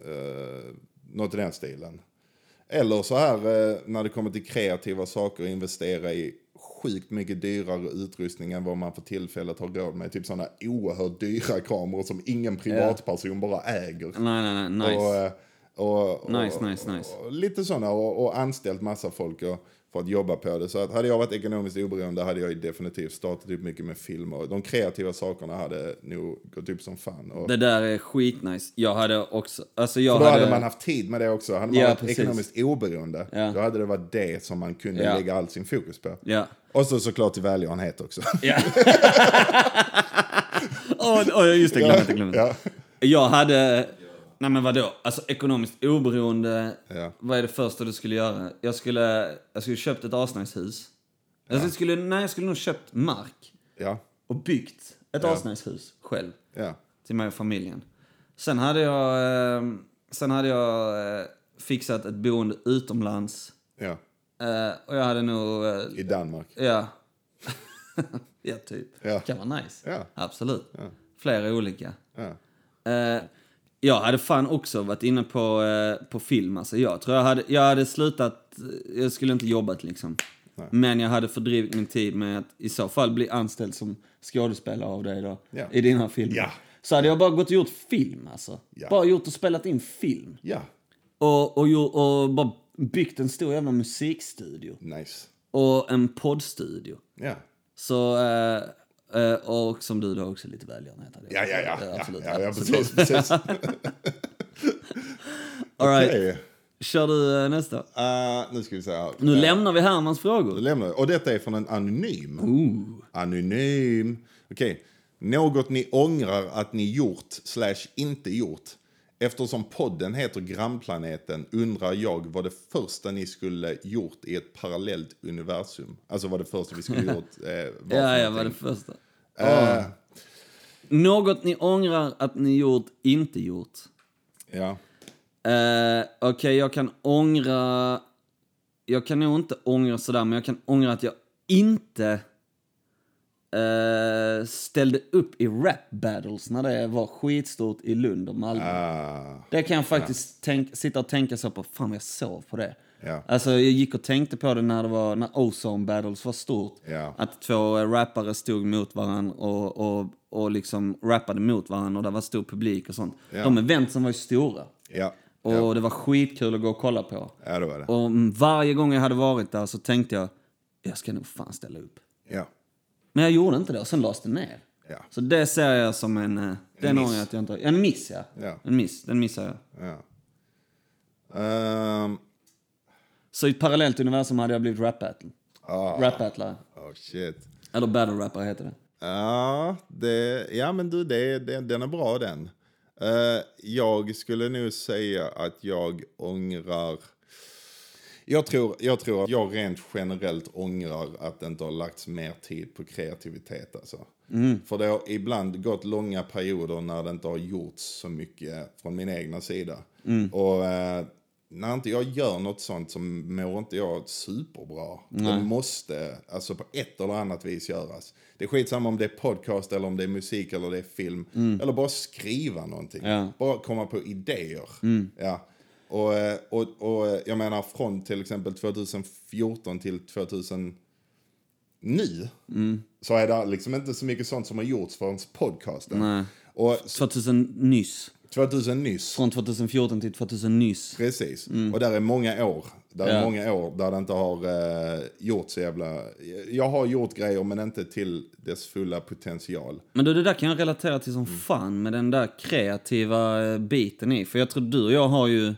[SPEAKER 1] eh, något i den stilen. Eller så här eh, när det kommer till kreativa saker, investera i sjukt mycket dyrare utrustning än vad man för tillfället har råd med. Typ sådana oerhört dyra kameror som ingen privatperson bara äger.
[SPEAKER 2] Nej, nej, nej. Nice.
[SPEAKER 1] Och, eh, och, och,
[SPEAKER 2] Nice, nice, nice.
[SPEAKER 1] Och, lite sådana och, och anställt massa folk och, för att jobba på det. Så att hade jag varit ekonomiskt oberoende hade jag ju definitivt startat upp mycket med filmer. De kreativa sakerna hade nog gått upp som fan. Och,
[SPEAKER 2] Det där är skitnice. Jag hade också... Alltså jag
[SPEAKER 1] då hade
[SPEAKER 2] hade...
[SPEAKER 1] man haft tid med det också. Hade man
[SPEAKER 2] Ja,
[SPEAKER 1] varit
[SPEAKER 2] precis.
[SPEAKER 1] ekonomiskt oberoende,
[SPEAKER 2] Ja.
[SPEAKER 1] då hade det varit det som man kunde
[SPEAKER 2] Ja.
[SPEAKER 1] lägga all sin fokus på.
[SPEAKER 2] Ja.
[SPEAKER 1] Och så såklart till välgörenhet också.
[SPEAKER 2] Ja. Åh, åh, just det. Glöm inte, glöm inte.
[SPEAKER 1] ja.
[SPEAKER 2] Jag hade... Nej men vadå? Alltså ekonomiskt oberoende.
[SPEAKER 1] Ja.
[SPEAKER 2] Vad är det första du skulle göra? Jag skulle, jag skulle köpt ett asnice hus. Alltså, jag skulle, nej, jag skulle nog köpt mark
[SPEAKER 1] Ja.
[SPEAKER 2] och byggt ett asnice hus själv.
[SPEAKER 1] ja.
[SPEAKER 2] Till mig och familjen. Sen hade jag, eh, sen hade jag eh, fixat ett boende utomlands.
[SPEAKER 1] Ja.
[SPEAKER 2] Eh, och jag hade nog... Eh,
[SPEAKER 1] I Danmark.
[SPEAKER 2] Ja. ja, typ.
[SPEAKER 1] Ja.
[SPEAKER 2] Kan vara nice.
[SPEAKER 1] Ja.
[SPEAKER 2] Absolut. Flera olika.
[SPEAKER 1] Ja.
[SPEAKER 2] Eh, jag hade fan också varit inne på, eh, på film. Alltså, jag tror jag hade, jag hade slutat... eh, Jag skulle inte jobbat liksom. Men jag hade fördrivit min tid med att i så fall bli anställd som skådespelare av dig då.
[SPEAKER 1] Ja.
[SPEAKER 2] I dina filmer.
[SPEAKER 1] Ja.
[SPEAKER 2] Så hade jag bara gått och gjort film alltså.
[SPEAKER 1] Ja.
[SPEAKER 2] Bara gjort och spelat in film.
[SPEAKER 1] ja.
[SPEAKER 2] Och, och, gjort- och bara byggt en stor jävla musikstudio.
[SPEAKER 1] Nice.
[SPEAKER 2] Och en poddstudio.
[SPEAKER 1] Ja.
[SPEAKER 2] Så, eh, eh, och som du då också lite välgörenhet hade.
[SPEAKER 1] Ja, ja, ja.
[SPEAKER 2] absolut.
[SPEAKER 1] ja, ja, ja precis. precis.
[SPEAKER 2] All right.
[SPEAKER 1] Okej.
[SPEAKER 2] Kör du eh, nästa?
[SPEAKER 1] Eh, nu ska vi se här.
[SPEAKER 2] Nu lämnar vi Hermans frågor.
[SPEAKER 1] lämnar Och detta är från en anonym. Anonym. Okej. Något ni ångrar att ni gjort slash inte gjort. Eftersom podden heter Grannplaneten undrar jag vad det första ni skulle gjort i ett parallellt universum. Alltså vad det första vi skulle gjort eh, var
[SPEAKER 2] Ja,
[SPEAKER 1] för
[SPEAKER 2] ja, var det
[SPEAKER 1] någonting.
[SPEAKER 2] första.
[SPEAKER 1] Eh,
[SPEAKER 2] Något ni ångrar att ni gjort, inte gjort.
[SPEAKER 1] ja.
[SPEAKER 2] Eh, Okej, jag kan ångra jag kan nog inte ångra sådär, men jag kan ångra att jag inte eh, ställde upp i rap battles när det var skitstort i Lund och Malmö.
[SPEAKER 1] Ah,
[SPEAKER 2] Det kan jag faktiskt tänk, sitta och tänka så på. Fan, jag sov på det.
[SPEAKER 1] Ja.
[SPEAKER 2] Alltså, jag gick och tänkte på det när, det var, när Ozone Battles var stort.
[SPEAKER 1] Ja.
[SPEAKER 2] Att två eh, rappare stod mot varandra och, och, och liksom rappade mot varandra och det var stor publik och sånt.
[SPEAKER 1] Ja.
[SPEAKER 2] De eventen var ju stora.
[SPEAKER 1] ja.
[SPEAKER 2] Och
[SPEAKER 1] ja.
[SPEAKER 2] det var skitkul att gå och kolla på.
[SPEAKER 1] Ja, det var det.
[SPEAKER 2] Och mm, varje gång jag hade varit där så tänkte jag, jag ska nog fan ställa upp.
[SPEAKER 1] Ja.
[SPEAKER 2] Men jag gjorde inte det och sen lades det ner.
[SPEAKER 1] Ja.
[SPEAKER 2] Så det ser jag som en... eh, Det är en ånger att jag inte... En miss, ja.
[SPEAKER 1] Ja.
[SPEAKER 2] En miss, den missar jag.
[SPEAKER 1] ja. Ehm,
[SPEAKER 2] Så i ett parallellt universum hade jag blivit rap-battle.
[SPEAKER 1] ah,
[SPEAKER 2] Rap-battlare.
[SPEAKER 1] oh shit.
[SPEAKER 2] Eller battle-rappare heter det.
[SPEAKER 1] Ja, det, ja men du, det, det, den är bra den. Eh, jag skulle nog säga att jag ångrar... Jag tror, jag tror att jag rent generellt ångrar att det inte har lagts mer tid på kreativitet. Alltså. För det har ibland gått långa perioder när det inte har gjorts så mycket från min egna sida. Och eh, när inte jag gör något sånt så mår inte jag superbra. Det måste alltså på ett eller annat vis göras. Det är skitsamma om det är podcast eller om det är musik eller det är film. Eller bara skriva någonting.
[SPEAKER 2] Ja.
[SPEAKER 1] Bara komma på idéer. Ja. Och, eh, och, och eh, jag menar från till exempel 2014 till 2000 nu så är det liksom inte så mycket sånt som har gjorts förrän podcasten.
[SPEAKER 2] Nej.
[SPEAKER 1] Och s-
[SPEAKER 2] 2000 nyss.
[SPEAKER 1] 2000 nyss,
[SPEAKER 2] Från 2014 till 2000 nyss.
[SPEAKER 1] precis. Och där är många år. Där är
[SPEAKER 2] Mm. Ja.
[SPEAKER 1] många år där det inte har eh, gjort så jävla... Jag har gjort grejer men inte till dess fulla potential.
[SPEAKER 2] Men du, det där kan jag relatera till som fan med den där kreativa eh, biten i. För jag tror du och jag har ju...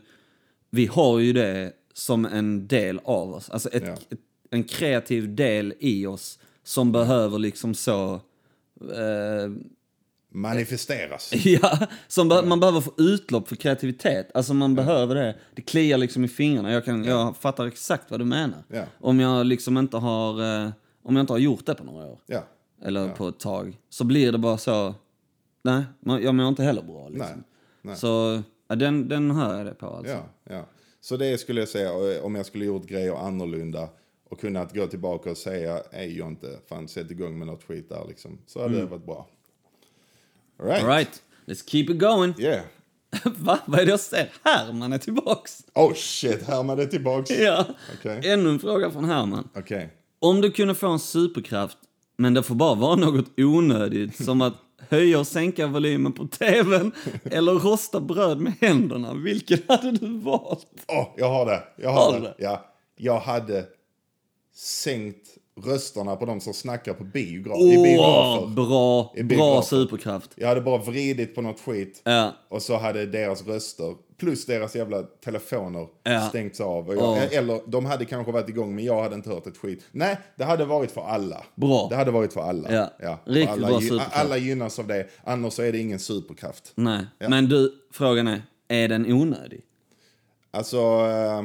[SPEAKER 2] Vi har ju det som en del av oss. Alltså ett,
[SPEAKER 1] Ja.
[SPEAKER 2] ett, en kreativ del i oss som behöver liksom så... Eh,
[SPEAKER 1] Manifesteras.
[SPEAKER 2] Ja, som be- man behöver få utlopp för kreativitet. Alltså man behöver det. Det kliar liksom i fingrarna. Jag, kan, jag fattar exakt vad du menar.
[SPEAKER 1] Ja.
[SPEAKER 2] Om jag liksom inte har... eh, Om jag inte har gjort det på några år.
[SPEAKER 1] Ja.
[SPEAKER 2] Eller på ett tag. Så blir det bara så... Nej, man, jag mår inte heller bra liksom.
[SPEAKER 1] Nej. Nej.
[SPEAKER 2] Så ja, den, den hör jag det på alltså.
[SPEAKER 1] Ja, ja. Så det skulle jag säga och eh, om jag skulle gjort grejer annorlunda och kunnat gå tillbaka och säga hej Jonte, fan sätt igång med något skit där liksom. Så hade det varit bra. All right.
[SPEAKER 2] Mm. All right, let's keep it going.
[SPEAKER 1] Yeah.
[SPEAKER 2] Va? Vad är det jag ser? Herman är tillbaks.
[SPEAKER 1] Oh shit, Herman är tillbaks.
[SPEAKER 2] Ja.
[SPEAKER 1] Okej.
[SPEAKER 2] Ännu en fråga från Herman.
[SPEAKER 1] Okej.
[SPEAKER 2] Om du kunde få en superkraft, men det får bara vara något onödigt som att höja och sänka volymen på tvn eller rosta bröd med händerna, vilken hade du valt?
[SPEAKER 1] Åh, jag har det. Jag
[SPEAKER 2] Har
[SPEAKER 1] har
[SPEAKER 2] du
[SPEAKER 1] det.
[SPEAKER 2] det?
[SPEAKER 1] Ja. Jag hade sänkt rösterna på de som snackar på biograf, i
[SPEAKER 2] Åh,
[SPEAKER 1] biografer.
[SPEAKER 2] bra,
[SPEAKER 1] I
[SPEAKER 2] bra
[SPEAKER 1] biografer.
[SPEAKER 2] superkraft.
[SPEAKER 1] Jag hade bara vridit på något skit
[SPEAKER 2] Ja,
[SPEAKER 1] Och så hade deras röster, plus deras jävla telefoner,
[SPEAKER 2] Ja.
[SPEAKER 1] stängts av. Och jag,
[SPEAKER 2] Åh.
[SPEAKER 1] Eller de hade kanske varit igång, men jag hade inte hört ett skit. Nej, det hade varit för alla.
[SPEAKER 2] Bra.
[SPEAKER 1] Det hade varit för alla.
[SPEAKER 2] Ja.
[SPEAKER 1] För
[SPEAKER 2] Riktigt
[SPEAKER 1] alla,
[SPEAKER 2] bra
[SPEAKER 1] gy-
[SPEAKER 2] superkraft.
[SPEAKER 1] alla gynnas av det, annars så är det ingen superkraft.
[SPEAKER 2] nej. Men du, frågan är, är den onödig?
[SPEAKER 1] Alltså, eh,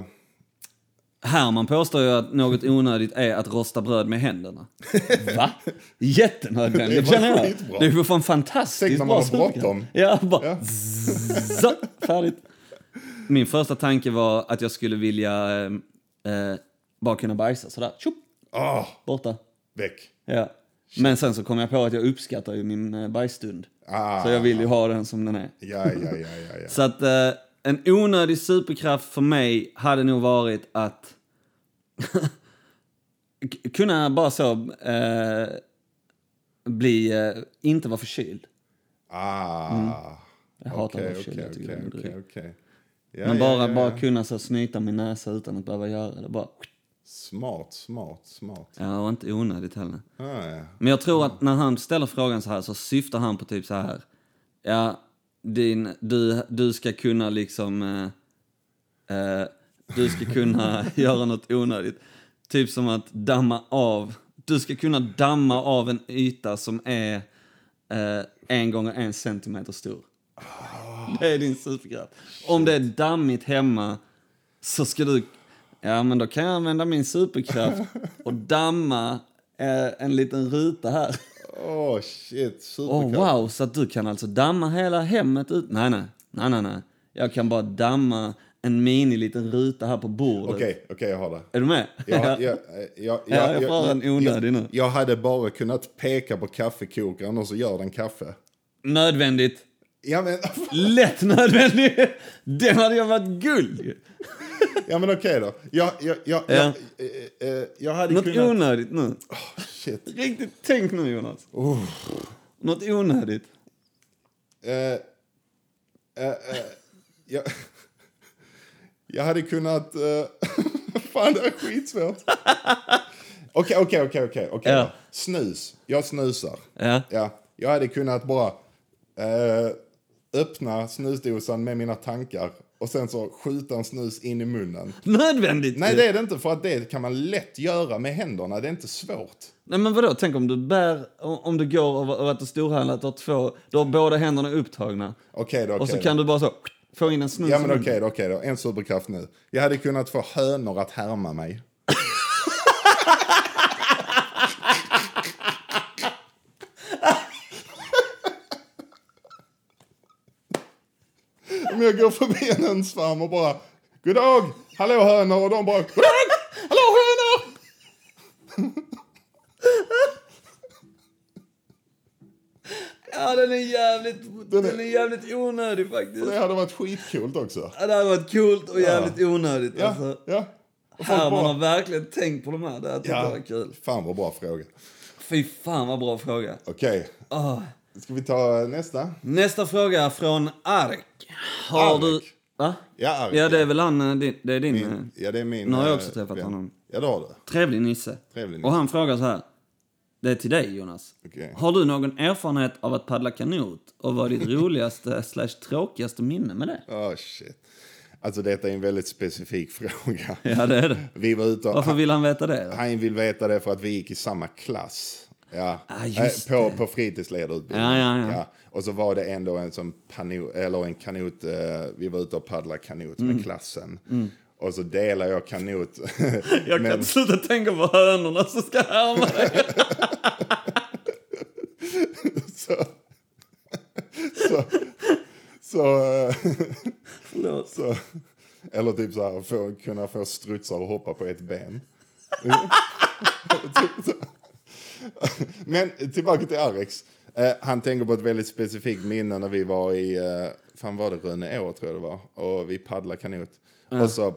[SPEAKER 2] Herman påstår ju att något onödigt är att rosta bröd med händerna. Va? Jättenödvändigt
[SPEAKER 1] Det var
[SPEAKER 2] känner jag.
[SPEAKER 1] skitbra.
[SPEAKER 2] Det är ju för fan
[SPEAKER 1] Tänk
[SPEAKER 2] fantastiskt
[SPEAKER 1] när man
[SPEAKER 2] bra
[SPEAKER 1] har
[SPEAKER 2] superkraft.
[SPEAKER 1] bråttom.
[SPEAKER 2] Ja, bara
[SPEAKER 1] Ja.
[SPEAKER 2] zzz, färdigt. Min första tanke var att jag skulle vilja eh, eh, bara kunna bajsa sådär. Tjopp,
[SPEAKER 1] ah,
[SPEAKER 2] borta.
[SPEAKER 1] väck.
[SPEAKER 2] Ja. Men sen så kom jag på att jag uppskattar ju min eh, bajsstund.
[SPEAKER 1] Ah.
[SPEAKER 2] Så jag vill ju ha den som den är.
[SPEAKER 1] Ja, ja, ja, ja, ja.
[SPEAKER 2] Så att eh, en onödig superkraft för mig hade nog varit att k- kunna bara så eh, bli, eh, inte vara förkyld.
[SPEAKER 1] Ah.
[SPEAKER 2] Mm. Jag hatar att
[SPEAKER 1] Okej,
[SPEAKER 2] vara förkyld,
[SPEAKER 1] okej,
[SPEAKER 2] jag tycker det är
[SPEAKER 1] okej,
[SPEAKER 2] en dryg.
[SPEAKER 1] okej, okej. Ja,
[SPEAKER 2] Men
[SPEAKER 1] ja,
[SPEAKER 2] bara,
[SPEAKER 1] ja,
[SPEAKER 2] bara
[SPEAKER 1] ja.
[SPEAKER 2] kunna så snyta min näsa utan att behöva göra det. Bara,
[SPEAKER 1] Smart, smart, smart.
[SPEAKER 2] ja, och inte onödigt heller.
[SPEAKER 1] Ah, ja.
[SPEAKER 2] Men jag tror att när han ställer frågan så här så syftar han på typ så här. Ja, din, du, du ska kunna liksom... Eh, eh, du ska kunna göra något onödigt. Typ som att damma av. Du ska kunna damma av en yta som är eh, en gånger en centimeter stor. Det är din superkraft. Om det är dammigt hemma så ska du... Ja, men då kan jag använda min superkraft och damma eh, en liten ruta här.
[SPEAKER 1] Åh, shit,
[SPEAKER 2] Åh,
[SPEAKER 1] superkraft.
[SPEAKER 2] wow, så att du kan alltså damma hela hemmet ut? Nej, nej, nej, nej, nej. Jag kan bara damma en mini liten ruta här på bordet.
[SPEAKER 1] Okej, okej, jag har det.
[SPEAKER 2] Är du med?
[SPEAKER 1] Jag, jag, jag, jag,
[SPEAKER 2] Ja, jag får en onödig nu.
[SPEAKER 1] jag, jag hade bara kunnat peka på kaffekokaren och så gör den kaffe.
[SPEAKER 2] Nödvändigt.
[SPEAKER 1] Ja men,
[SPEAKER 2] Lätt nödvändigt. Den hade jag varit guld ju.
[SPEAKER 1] ja, men okej då. Jag, jag, jag,
[SPEAKER 2] Ja.
[SPEAKER 1] jag, eh, eh, jag hade
[SPEAKER 2] Något
[SPEAKER 1] kunnat...
[SPEAKER 2] onödigt nu.
[SPEAKER 1] Shit.
[SPEAKER 2] Riktigt tänk nu Jonas. Något onödigt.
[SPEAKER 1] Eh, eh, eh, jag, jag hade kunnat... eh, fan, det är skitsvårt. Okej, okej, okej. okej, okej
[SPEAKER 2] Ja.
[SPEAKER 1] då. Snus. Jag snusar.
[SPEAKER 2] Ja.
[SPEAKER 1] Ja, jag hade kunnat bara eh, öppna snusdosan med mina tankar och sen så skjuta en snus in i munnen.
[SPEAKER 2] Nödvändigt
[SPEAKER 1] Nej,
[SPEAKER 2] ju.
[SPEAKER 1] det är det inte, för att det kan man lätt göra med händerna. Det är inte svårt.
[SPEAKER 2] Nej men vadå, tänk om du bär, om om du går och, och att du storhandlar, att du har två, du har båda händerna upptagna.
[SPEAKER 1] Okej då, okej
[SPEAKER 2] och så
[SPEAKER 1] då.
[SPEAKER 2] kan du bara så, få in en snus
[SPEAKER 1] Ja, men
[SPEAKER 2] i munnen.
[SPEAKER 1] okej då, okej då. En superkraft nu. Jag hade kunnat få hönor att härma mig. Om jag går förbi en hönsfarm och bara God dag, hallå hönor och de bara God dag, hallå hönor!
[SPEAKER 2] Ja den är jävligt, den
[SPEAKER 1] är-
[SPEAKER 2] är, jävligt onödig faktiskt.
[SPEAKER 1] Det hade varit skitcoolt också.
[SPEAKER 2] Ja, Det hade varit coolt och jävligt onödigt
[SPEAKER 1] Ja,
[SPEAKER 2] alltså.
[SPEAKER 1] ja. Och folk
[SPEAKER 2] Här man
[SPEAKER 1] bara-
[SPEAKER 2] har verkligen tänkt på de här, det hade ja. varit kul.
[SPEAKER 1] Fan vad bra fråga.
[SPEAKER 2] Fy fan vad bra fråga. Ah.
[SPEAKER 1] Okej,
[SPEAKER 2] Åh.
[SPEAKER 1] ska vi ta nästa?
[SPEAKER 2] Nästa fråga från Ark. Har
[SPEAKER 1] Ark?
[SPEAKER 2] du... Va?
[SPEAKER 1] Ja, Ark,
[SPEAKER 2] Ja det är väl han, eh, det, det är din... eh,
[SPEAKER 1] Ja, det är min...
[SPEAKER 2] Nu har jag
[SPEAKER 1] eh,
[SPEAKER 2] också träffat
[SPEAKER 1] vän.
[SPEAKER 2] honom.
[SPEAKER 1] Ja, det har du.
[SPEAKER 2] Trevlig nisse.
[SPEAKER 1] Trevlig
[SPEAKER 2] Och han frågar så här. Det är till dig Jonas.
[SPEAKER 1] Okej.
[SPEAKER 2] Har du någon erfarenhet av att paddla kanot? Och vad är ditt roligaste slash tråkigaste minne med det?
[SPEAKER 1] Oh, shit. Alltså detta är en väldigt specifik fråga.
[SPEAKER 2] Ja det är det.
[SPEAKER 1] Vi var ute och
[SPEAKER 2] Varför vill han veta det? då?
[SPEAKER 1] han vill veta det för att vi gick i samma klass. Ja.
[SPEAKER 2] Ah, just
[SPEAKER 1] Eh, på, på fritidsledarutbildningen.
[SPEAKER 2] Ja, ja, ja.
[SPEAKER 1] Och så var det ändå en, som pano, eller en kanot, eh, vi var ute och paddlade kanot
[SPEAKER 2] Mm.
[SPEAKER 1] med klassen. Och så delade jag kanot.
[SPEAKER 2] Jag kan
[SPEAKER 1] med-
[SPEAKER 2] inte sluta tänka på hönorna som ska härma dig.
[SPEAKER 1] så, så, så, eh,
[SPEAKER 2] Förlåt.
[SPEAKER 1] så, eller typ så här, få, kunna få strutsar att hoppa på ett ben. Typ så. Men tillbaka till Alex. Eh, han tänker på ett väldigt specifikt minne när vi var i, eh, fan var det Rönneå tror jag det var, och vi paddlade kanot.
[SPEAKER 2] Mm.
[SPEAKER 1] Och så,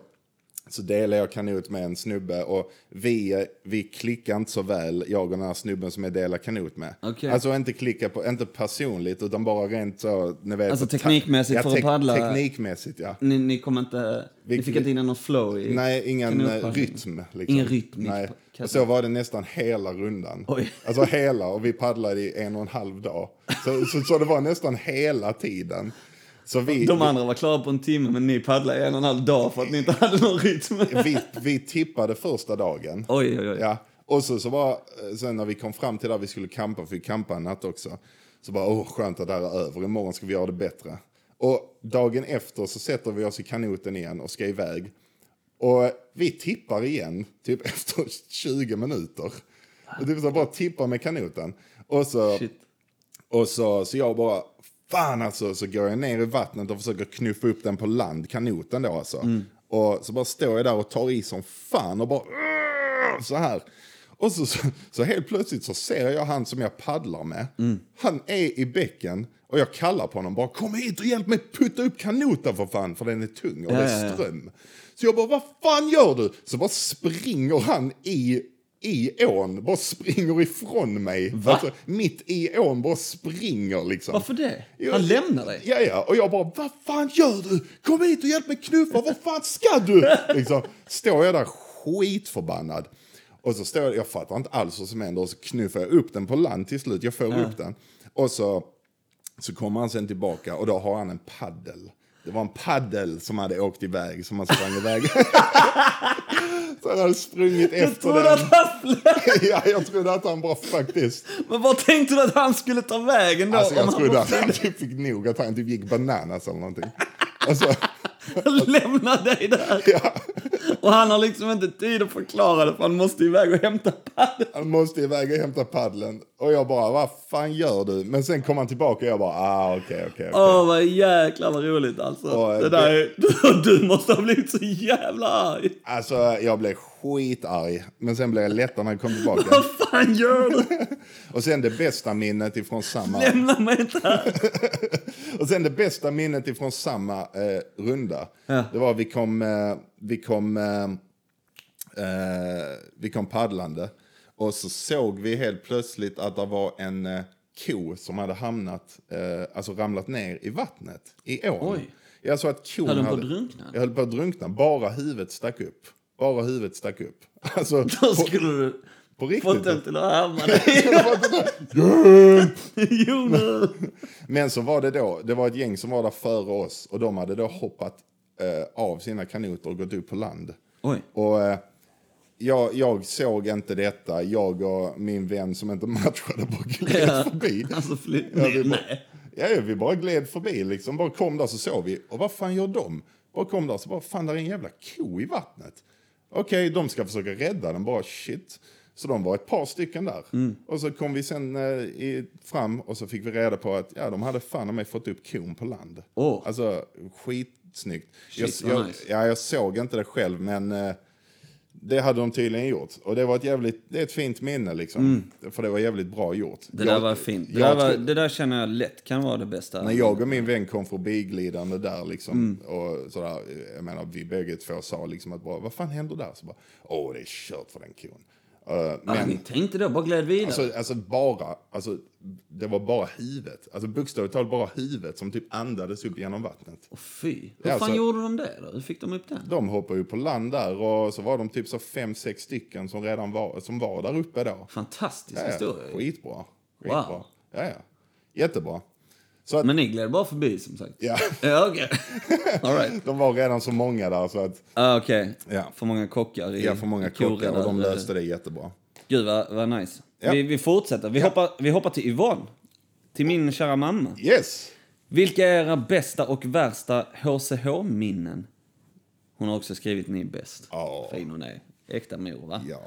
[SPEAKER 1] så delade jag kanot med en snubbe och vi, eh, vi klickar inte så väl, jag och den här snubben som jag delar kanot med.
[SPEAKER 2] Okej.
[SPEAKER 1] Alltså inte klicka på, inte personligt utan bara rent så, ni vet.
[SPEAKER 2] Alltså
[SPEAKER 1] ta-
[SPEAKER 2] teknikmässigt för att paddla.
[SPEAKER 1] Teknikmässigt ja.
[SPEAKER 2] Ni, ni kom inte... Ni fick inte in någon flow i...
[SPEAKER 1] Nej, ingen eh,
[SPEAKER 2] Kanotpaddling.
[SPEAKER 1] rytm. Liksom.
[SPEAKER 2] Ingen rytm i
[SPEAKER 1] Nej.
[SPEAKER 2] kanot.
[SPEAKER 1] Och så var det nästan hela rundan.
[SPEAKER 2] Oj.
[SPEAKER 1] Alltså hela, och vi paddlade i en och en halv dag. Så, så, så det var nästan hela tiden. Så vi,
[SPEAKER 2] De andra var klara på en timme men ni paddlade i en och en halv dag för att ni inte hade någon rytm.
[SPEAKER 1] vi, vi tippade första dagen.
[SPEAKER 2] Oj, oj, oj.
[SPEAKER 1] Ja. Och så, så var, eh, sen när vi kom fram till där vi skulle campa, för vi campade en natt också, så bara åh skönt att det här är över, imorgon ska vi göra det bättre. Och dagen efter så sätter vi oss i kanoten igen och ska iväg. Och vi tippar igen, typ efter 20 minuter. Och typ så bara tippar med kanoten. Och så,
[SPEAKER 2] Shit.
[SPEAKER 1] och så, så jag bara, fan alltså, så går jag ner i vattnet och försöker knuffa upp den på land, kanoten då alltså.
[SPEAKER 2] Mm.
[SPEAKER 1] Och så bara står jag där och tar i som fan och bara "Åh!" så här. Och så, så, så helt plötsligt så ser jag han som jag paddlar med.
[SPEAKER 2] Mm.
[SPEAKER 1] Han är i bäcken och jag kallar på honom bara kom hit och hjälp mig putta upp kanoten för fan för den är tung och det
[SPEAKER 2] Ja, ja,
[SPEAKER 1] är
[SPEAKER 2] ja.
[SPEAKER 1] ström. Så jag bara vad fan gör du? Så bara springer han i i ån, bara springer ifrån mig. Alltså, mitt i ån, bara springer liksom.
[SPEAKER 2] Varför det?
[SPEAKER 1] Ja,
[SPEAKER 2] Han lämnar dig.
[SPEAKER 1] Ja, ja. Och jag bara, vad fan gör du? Kom hit och hjälp mig knuffa, vad fan ska du? Liksom, står jag där skitförbannad. Och så står jag, jag fattar inte alls vad som händer och så knuffar jag upp den på land till slut. Jag får upp den. Och så, så kommer han sen tillbaka och då har han en paddel. Det var en paddel som hade åkt iväg, som han sprang iväg. så han hade sprungit
[SPEAKER 2] Jag
[SPEAKER 1] efter
[SPEAKER 2] trodde
[SPEAKER 1] den.
[SPEAKER 2] att han flög.
[SPEAKER 1] ja, jag trodde att han bara faktiskt...
[SPEAKER 2] Men vad tänkte du att han skulle ta vägen då?
[SPEAKER 1] Alltså
[SPEAKER 2] om
[SPEAKER 1] jag
[SPEAKER 2] han
[SPEAKER 1] trodde
[SPEAKER 2] var
[SPEAKER 1] att han typ fick nog, att han typ gick bananas eller någonting. Alltså,
[SPEAKER 2] lämna dig där. Och han har liksom inte tid att förklara det för han måste iväg och hämta paddeln.
[SPEAKER 1] han måste iväg och hämta paddeln. Och jag bara, vad fan gör du? Men sen kom han tillbaka och jag bara, ah okej, okej, okej.
[SPEAKER 2] Åh, vad jäklar vad roligt alltså.
[SPEAKER 1] Ja,
[SPEAKER 2] det
[SPEAKER 1] det-
[SPEAKER 2] där är... du, du måste ha blivit så jävla arg.
[SPEAKER 1] Alltså jag blev skitarg. Men sen blev jag lättare när jag kom tillbaka.
[SPEAKER 2] Vad fan gör du?
[SPEAKER 1] Och sen det bästa minnet ifrån samma...
[SPEAKER 2] Lämna mig inte här.
[SPEAKER 1] Och sen det bästa minnet ifrån samma eh, runda, det var vi kom, eh, vi kom, eh, eh, vi kom paddlande och så såg vi helt plötsligt att det var en eh, ko som hade hamnat, eh, alltså ramlat ner i vattnet i ån.
[SPEAKER 2] Oj.
[SPEAKER 1] Jag såg att kon
[SPEAKER 2] Höll hon på
[SPEAKER 1] hade,
[SPEAKER 2] att drunkna?
[SPEAKER 1] Jag höll på att drunkna, bara huvudet stack upp. Bara huvudet stack upp. Alltså,
[SPEAKER 2] Då
[SPEAKER 1] på,
[SPEAKER 2] skulle du
[SPEAKER 1] på riktigt.
[SPEAKER 2] fått den till att härma dig. Jo nu.
[SPEAKER 1] Men så var det då, det var ett gäng som var där före oss och de hade då hoppat eh, av sina kanoter och gått upp på land.
[SPEAKER 2] Oj.
[SPEAKER 1] Och eh, jag, jag såg inte detta, jag och min vän som inte matchade bara gled
[SPEAKER 2] Ja.
[SPEAKER 1] förbi.
[SPEAKER 2] Alltså fly...
[SPEAKER 1] Ja,
[SPEAKER 2] Nej,
[SPEAKER 1] vi, bara,
[SPEAKER 2] nej.
[SPEAKER 1] ja, vi bara gled förbi liksom, bara kom där så såg vi. Och vad fan gör de? Bara kom där så bara, fan där är en jävla ko i vattnet. Okej, de ska försöka rädda den, bara shit. Så de var ett par stycken där.
[SPEAKER 2] Mm.
[SPEAKER 1] Och så kom vi sen eh, i, fram och så fick vi reda på att ja, de hade fan om mig fått upp kon på land.
[SPEAKER 2] Åh.
[SPEAKER 1] Alltså skitsnyggt.
[SPEAKER 2] Shit,
[SPEAKER 1] jag,
[SPEAKER 2] vad
[SPEAKER 1] jag,
[SPEAKER 2] nice.
[SPEAKER 1] ja, jag såg inte det själv men eh, det hade de tydligen gjort. Och det var ett jävligt, det är ett fint minne liksom. För det var jävligt bra gjort.
[SPEAKER 2] Mm. Det där var fint. Det,
[SPEAKER 1] jag
[SPEAKER 2] där, var,
[SPEAKER 1] tror-
[SPEAKER 2] det där känner jag lätt kan vara det bästa.
[SPEAKER 1] när jag och min vän kom förbiglidande där liksom,
[SPEAKER 2] Mm.
[SPEAKER 1] och sådär, jag menar vi bägge två sa liksom att bara, vad fan händer där? Så bara, åh det är kört för den kon. Eh,
[SPEAKER 2] Ja,
[SPEAKER 1] men
[SPEAKER 2] ni tänkte Alltså, då, bara gled vidare.
[SPEAKER 1] alltså, alltså bara, alltså det var bara huvudet, alltså bokstavligt talat bara huvudet som typ andades upp genom vattnet.
[SPEAKER 2] Åh, fy. Hur
[SPEAKER 1] Ja,
[SPEAKER 2] fan
[SPEAKER 1] alltså-
[SPEAKER 2] gjorde de det då? Hur fick de upp den?
[SPEAKER 1] De hoppade ju på land där och så var de typ så fem, sex stycken som redan var, som var där uppe då.
[SPEAKER 2] Fantastisk
[SPEAKER 1] Ja, ja,
[SPEAKER 2] historia.
[SPEAKER 1] skitbra. skitbra.
[SPEAKER 2] Wow.
[SPEAKER 1] Ja, ja. Jättebra. Så att,
[SPEAKER 2] Men ni gled bara förbi som sagt.
[SPEAKER 1] ja,
[SPEAKER 2] Ja, okej. All right.
[SPEAKER 1] de var redan så många där så att
[SPEAKER 2] Ah, okej.
[SPEAKER 1] Ja.
[SPEAKER 2] För många kockar i
[SPEAKER 1] Ja, för många
[SPEAKER 2] i koräddar.
[SPEAKER 1] kockar och de löste det jättebra.
[SPEAKER 2] Gud, vad, vad nice.
[SPEAKER 1] Ja.
[SPEAKER 2] Vi, vi fortsätter. Vi, hoppar, vi hoppar till Yvonne. Till min kära mamma.
[SPEAKER 1] Yes!
[SPEAKER 2] Vilka är era bästa och värsta HCH-minnen? Hon har också skrivit ni är bäst.
[SPEAKER 1] Ja.
[SPEAKER 2] Fin hon är. Äkta mor, va?
[SPEAKER 1] Ja.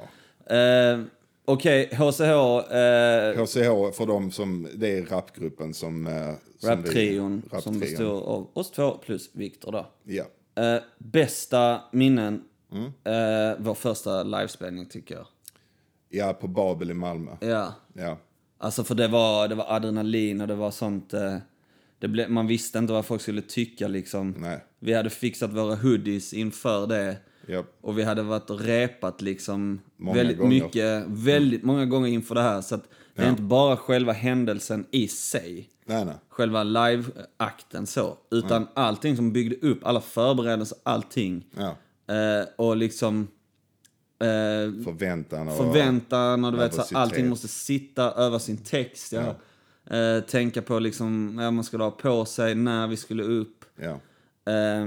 [SPEAKER 2] Eh, Okej, HCH... Eh,
[SPEAKER 1] HCH, för dem som, det är rapgruppen som... eh, som
[SPEAKER 2] Raptrion
[SPEAKER 1] vi-
[SPEAKER 2] som består av oss två plus Viktor då.
[SPEAKER 1] Ja.
[SPEAKER 2] Eh, bästa minnen,
[SPEAKER 1] Mm.
[SPEAKER 2] eh, vår första livespelning tycker jag.
[SPEAKER 1] ja, på Babel i Malmö.
[SPEAKER 2] Ja,
[SPEAKER 1] Ja.
[SPEAKER 2] alltså för det var, det var adrenalin och det var sånt, eh, det ble, man visste inte vad folk skulle tycka liksom.
[SPEAKER 1] Nej.
[SPEAKER 2] Vi hade fixat våra hoodies inför det.
[SPEAKER 1] Ja.
[SPEAKER 2] Och vi hade varit och repat liksom
[SPEAKER 1] Många
[SPEAKER 2] väldigt
[SPEAKER 1] gånger.
[SPEAKER 2] mycket, väldigt många gånger inför det här. Så att det är inte bara själva händelsen i sig.
[SPEAKER 1] Nej, nej.
[SPEAKER 2] själva live-akten så. Utan allting som byggde upp, alla förberedelser, allting.
[SPEAKER 1] Ja.
[SPEAKER 2] Eh, och liksom eh,
[SPEAKER 1] Förväntan och...
[SPEAKER 2] förväntan och du vet så här,
[SPEAKER 1] nervositet.
[SPEAKER 2] allting måste sitta, öva sin text. Ja. Eh, tänka på liksom vad man skulle ha på sig, när vi skulle upp.
[SPEAKER 1] Ja.
[SPEAKER 2] Eh,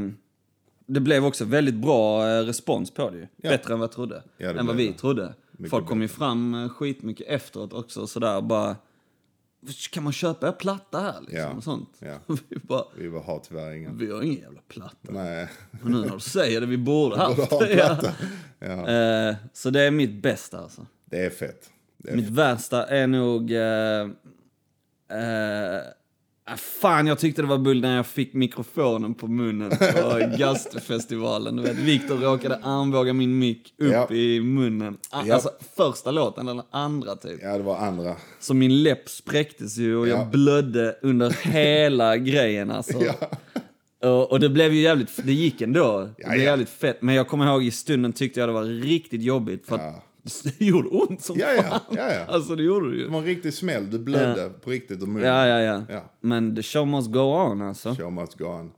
[SPEAKER 2] det blev också väldigt bra eh, respons på det ju.
[SPEAKER 1] Ja.
[SPEAKER 2] Bättre än vad jag trodde.
[SPEAKER 1] Ja, det
[SPEAKER 2] än vad
[SPEAKER 1] blev
[SPEAKER 2] vi
[SPEAKER 1] det.
[SPEAKER 2] trodde. Folk kom ju fram eh, skitmycket efteråt också och sådär bara... Kan man köpa er platta här liksom?
[SPEAKER 1] Ja.
[SPEAKER 2] Och sånt.
[SPEAKER 1] Ja.
[SPEAKER 2] Vi bara...
[SPEAKER 1] Vi var- har tyvärr ingen.
[SPEAKER 2] Vi har ingen jävla platta.
[SPEAKER 1] Nej.
[SPEAKER 2] Och nu när du säger det, vi borde haft
[SPEAKER 1] ha en
[SPEAKER 2] det. Ja. Eh, så det är mitt bästa alltså.
[SPEAKER 1] Det är fett. Det är
[SPEAKER 2] Mitt värsta är nog... eh, eh, ah, fan, jag tyckte det var bull när jag fick mikrofonen på munnen på Gastfestivalen. Du vet, Viktor råkade armbåga min mick upp
[SPEAKER 1] Ja.
[SPEAKER 2] i munnen. A-
[SPEAKER 1] Ja.
[SPEAKER 2] Alltså första låten, eller andra typ.
[SPEAKER 1] Ja, det var andra.
[SPEAKER 2] Så min läpp spräcktes ju och jag
[SPEAKER 1] Ja.
[SPEAKER 2] blödde under hela grejen alltså.
[SPEAKER 1] Ja.
[SPEAKER 2] Och, och det blev ju jävligt, det gick ändå. Det blev
[SPEAKER 1] ja.
[SPEAKER 2] jävligt fett. Men jag kommer ihåg i stunden tyckte jag det var riktigt jobbigt för att det gjorde ont som
[SPEAKER 1] Ja, ja, ja, ja.
[SPEAKER 2] Alltså det gjorde det
[SPEAKER 1] Det
[SPEAKER 2] ju.
[SPEAKER 1] var en riktig smäll. Du blödde på riktigt och munnen.
[SPEAKER 2] Ja, ja, ja,
[SPEAKER 1] Ja.
[SPEAKER 2] Men the show must go on alltså.
[SPEAKER 1] Show must go on.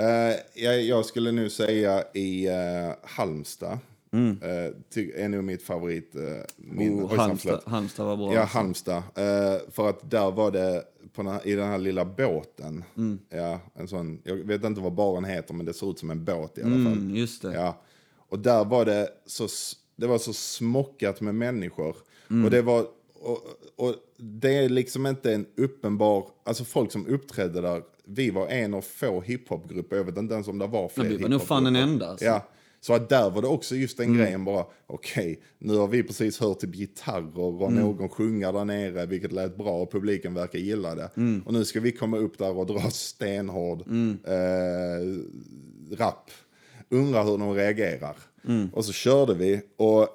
[SPEAKER 1] Eh, jag, jag skulle nu säga i eh, Halmstad. Eh, ty- är nog mitt favorit. Uh, min,
[SPEAKER 2] Mm. Oh, Halmstad, Halmstad var bra.
[SPEAKER 1] Ja, Halmstad. Eh, för att där var det på den här, i den här lilla båten.
[SPEAKER 2] Mm.
[SPEAKER 1] Ja, en sån, jag vet inte vad baren heter, men det ser ut som en båt i alla fall.
[SPEAKER 2] Mm, just det.
[SPEAKER 1] Ja. Och där var det så, s- det var så smockat med människor.
[SPEAKER 2] Mm.
[SPEAKER 1] Och det var... Och, och det är liksom inte en uppenbar... Alltså folk som uppträdde där, vi var en av få hiphopgrupper, jag vet inte ens om det var fler
[SPEAKER 2] vi var nog fan den
[SPEAKER 1] hiphopgrupper.
[SPEAKER 2] enda, alltså.
[SPEAKER 1] Ja. Så att där var det också just
[SPEAKER 2] Mm.
[SPEAKER 1] den grejen bara, okej, nu har vi precis hört typ gitarrer och
[SPEAKER 2] Mm.
[SPEAKER 1] någon sjunga där nere, vilket lät bra och publiken verkar gilla det.
[SPEAKER 2] Mm.
[SPEAKER 1] Och nu ska vi komma upp där och dra stenhård eh, rap. Undrar hur de reagerar.
[SPEAKER 2] Mm.
[SPEAKER 1] Och så körde vi och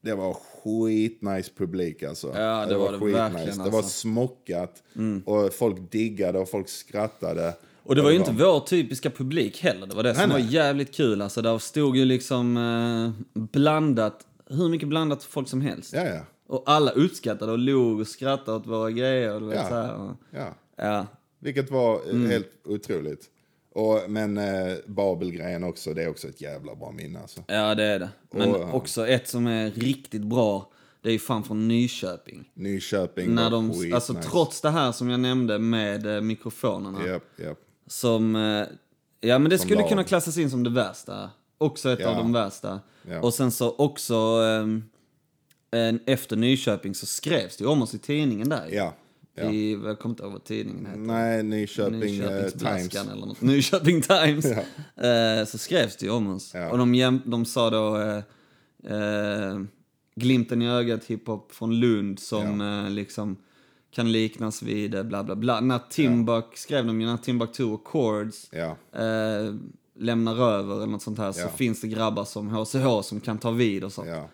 [SPEAKER 1] det var skitnice publik alltså.
[SPEAKER 2] Ja, det var det verkligen,
[SPEAKER 1] Det var
[SPEAKER 2] alltså. Mm.
[SPEAKER 1] smockat och folk diggade och folk skrattade.
[SPEAKER 2] Och det var ju inte vår typiska publik heller. Det var det som var jävligt kul. Alltså, där stod ju liksom eh, blandat, hur mycket blandat folk som helst.
[SPEAKER 1] Ja, ja.
[SPEAKER 2] Och alla uppskattade och log och skrattade åt våra grejer. Och du vet,
[SPEAKER 1] Ja.
[SPEAKER 2] så här. Och,
[SPEAKER 1] ja.
[SPEAKER 2] ja.
[SPEAKER 1] Vilket var eh,
[SPEAKER 2] Mm.
[SPEAKER 1] helt otroligt. Och, men eh, Babelgrejen också, det är också ett jävla bra minne alltså.
[SPEAKER 2] ja, det är det. Men
[SPEAKER 1] Och, ja.
[SPEAKER 2] också ett som är riktigt bra, det är ju fan från Nyköping.
[SPEAKER 1] Nyköping
[SPEAKER 2] När
[SPEAKER 1] var
[SPEAKER 2] de,
[SPEAKER 1] skitnice.
[SPEAKER 2] alltså, trots det här som jag nämnde med eh, mikrofonerna.
[SPEAKER 1] Japp, japp.
[SPEAKER 2] Som, eh, ja men det skulle
[SPEAKER 1] lag.
[SPEAKER 2] kunna klassas in som det värsta. Också ett
[SPEAKER 1] Ja.
[SPEAKER 2] av de värsta.
[SPEAKER 1] Ja.
[SPEAKER 2] Och sen så också, ehm, en, efter Nyköping så skrevs det ju om oss i tidningen där. ju.
[SPEAKER 1] Ja. ja.
[SPEAKER 2] I, jag kommer inte ihåg vad tidningen hette.
[SPEAKER 1] Nej, Nyköping eh,
[SPEAKER 2] Nyköpingsblaskan
[SPEAKER 1] Times.
[SPEAKER 2] eller något. Nyköping Times. Eh, så skrevs det ju om oss.
[SPEAKER 1] Ja.
[SPEAKER 2] Och de, jäm, de sa då eh, eh, glimten i ögat hiphop från Lund som eh, liksom kan liknas vid eh, bla bla bla. När Timbuk, skrev de ju, när Timbuktu och Chords
[SPEAKER 1] Ja.
[SPEAKER 2] eh, lämnar över eller något sånt här så
[SPEAKER 1] Ja.
[SPEAKER 2] finns det grabbar som HCH som kan ta vid och sånt.
[SPEAKER 1] ja.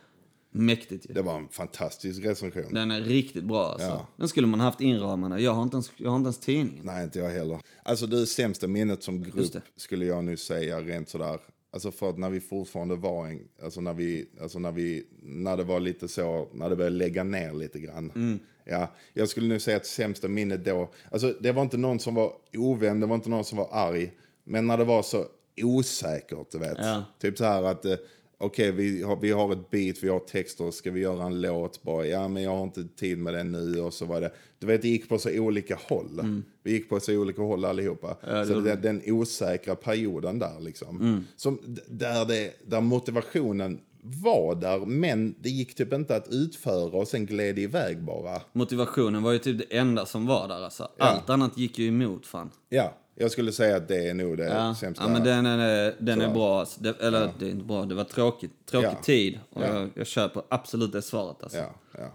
[SPEAKER 2] Mäktigt ju.
[SPEAKER 1] Det var en fantastisk recension.
[SPEAKER 2] Den är riktigt bra alltså.
[SPEAKER 1] Ja.
[SPEAKER 2] Den skulle man haft inramande. Jag har inte ens, jag har inte ens tidningen.
[SPEAKER 1] Nej, inte jag heller. Alltså det sämsta minnet som
[SPEAKER 2] Just
[SPEAKER 1] grupp
[SPEAKER 2] det.
[SPEAKER 1] skulle jag nu säga rent sådär. Alltså för att när vi fortfarande var en, alltså när vi, alltså när vi, när det var lite så, när det började lägga ner lite grann.
[SPEAKER 2] Mm.
[SPEAKER 1] Ja, jag skulle nu säga att sämsta minnet då, alltså det var inte någon som var ovän, det var inte någon som var arg. Men när det var så osäkert, du vet.
[SPEAKER 2] Ja.
[SPEAKER 1] Typ så här att, eh, okej vi, har, vi har ett beat, vi har texter, ska vi göra en låt bara? Ja men jag har inte tid med det nu och så var det. Du vet det gick på så olika håll.
[SPEAKER 2] Mm.
[SPEAKER 1] Vi gick på så olika håll allihopa. så den, den osäkra perioden där liksom.
[SPEAKER 2] Mm.
[SPEAKER 1] Som, d- där, det, där motivationen var där men det gick typ inte att utföra och sen gled det iväg bara.
[SPEAKER 2] Motivationen var ju typ det enda som var där alltså. Allt annat gick ju emot fan.
[SPEAKER 1] Ja, jag skulle säga att det är nog det
[SPEAKER 2] Ja,
[SPEAKER 1] sämsta.
[SPEAKER 2] ja men den är, den är bra alltså. det, Eller det är inte bra, det var tråkigt. Tråkig
[SPEAKER 1] Ja.
[SPEAKER 2] tid. Och
[SPEAKER 1] Ja.
[SPEAKER 2] jag, jag köper absolut det svaret alltså.
[SPEAKER 1] ja, ja.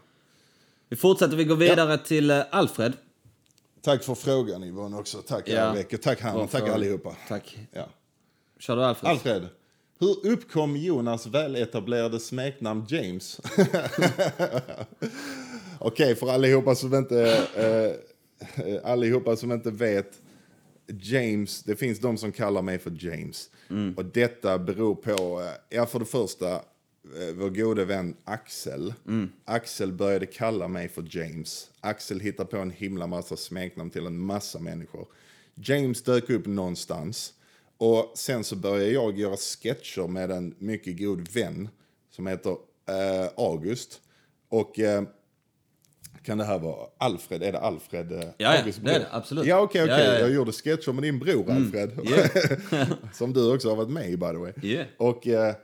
[SPEAKER 2] Vi fortsätter, vi går vidare till eh, Alfred.
[SPEAKER 1] Tack för frågan Yvonne också. Tack
[SPEAKER 2] Ja.
[SPEAKER 1] Erik och tack Herman.
[SPEAKER 2] Och
[SPEAKER 1] Tack
[SPEAKER 2] för-
[SPEAKER 1] allihopa.
[SPEAKER 2] Tack.
[SPEAKER 1] Ja.
[SPEAKER 2] Kör du Alfred?
[SPEAKER 1] Alfred, hur uppkom Jonas väletablerade smeknamn James? Okej, för allihopa som inte eh, allihopa som inte vet James, det finns de som kallar mig för James. Och detta beror på, eh, ja för det första, eh, vår gode vän Axel. Axel började kalla mig för James. Axel hittade på en himla massa smeknamn till en massa människor. James dök upp någonstans. Och sen så började jag göra sketcher med en mycket god vän som heter eh, August. Och eh, kan det här vara Alfred? Är det Alfred? eh,
[SPEAKER 2] ja,
[SPEAKER 1] Augusts
[SPEAKER 2] det är
[SPEAKER 1] bror?
[SPEAKER 2] det, absolut.
[SPEAKER 1] Ja, okej, okej.
[SPEAKER 2] Ja, Mm. ja, ja.
[SPEAKER 1] Jag gjorde sketcher med din bror Alfred. som du också har varit med i by the way.
[SPEAKER 2] Yeah.
[SPEAKER 1] Och, eh,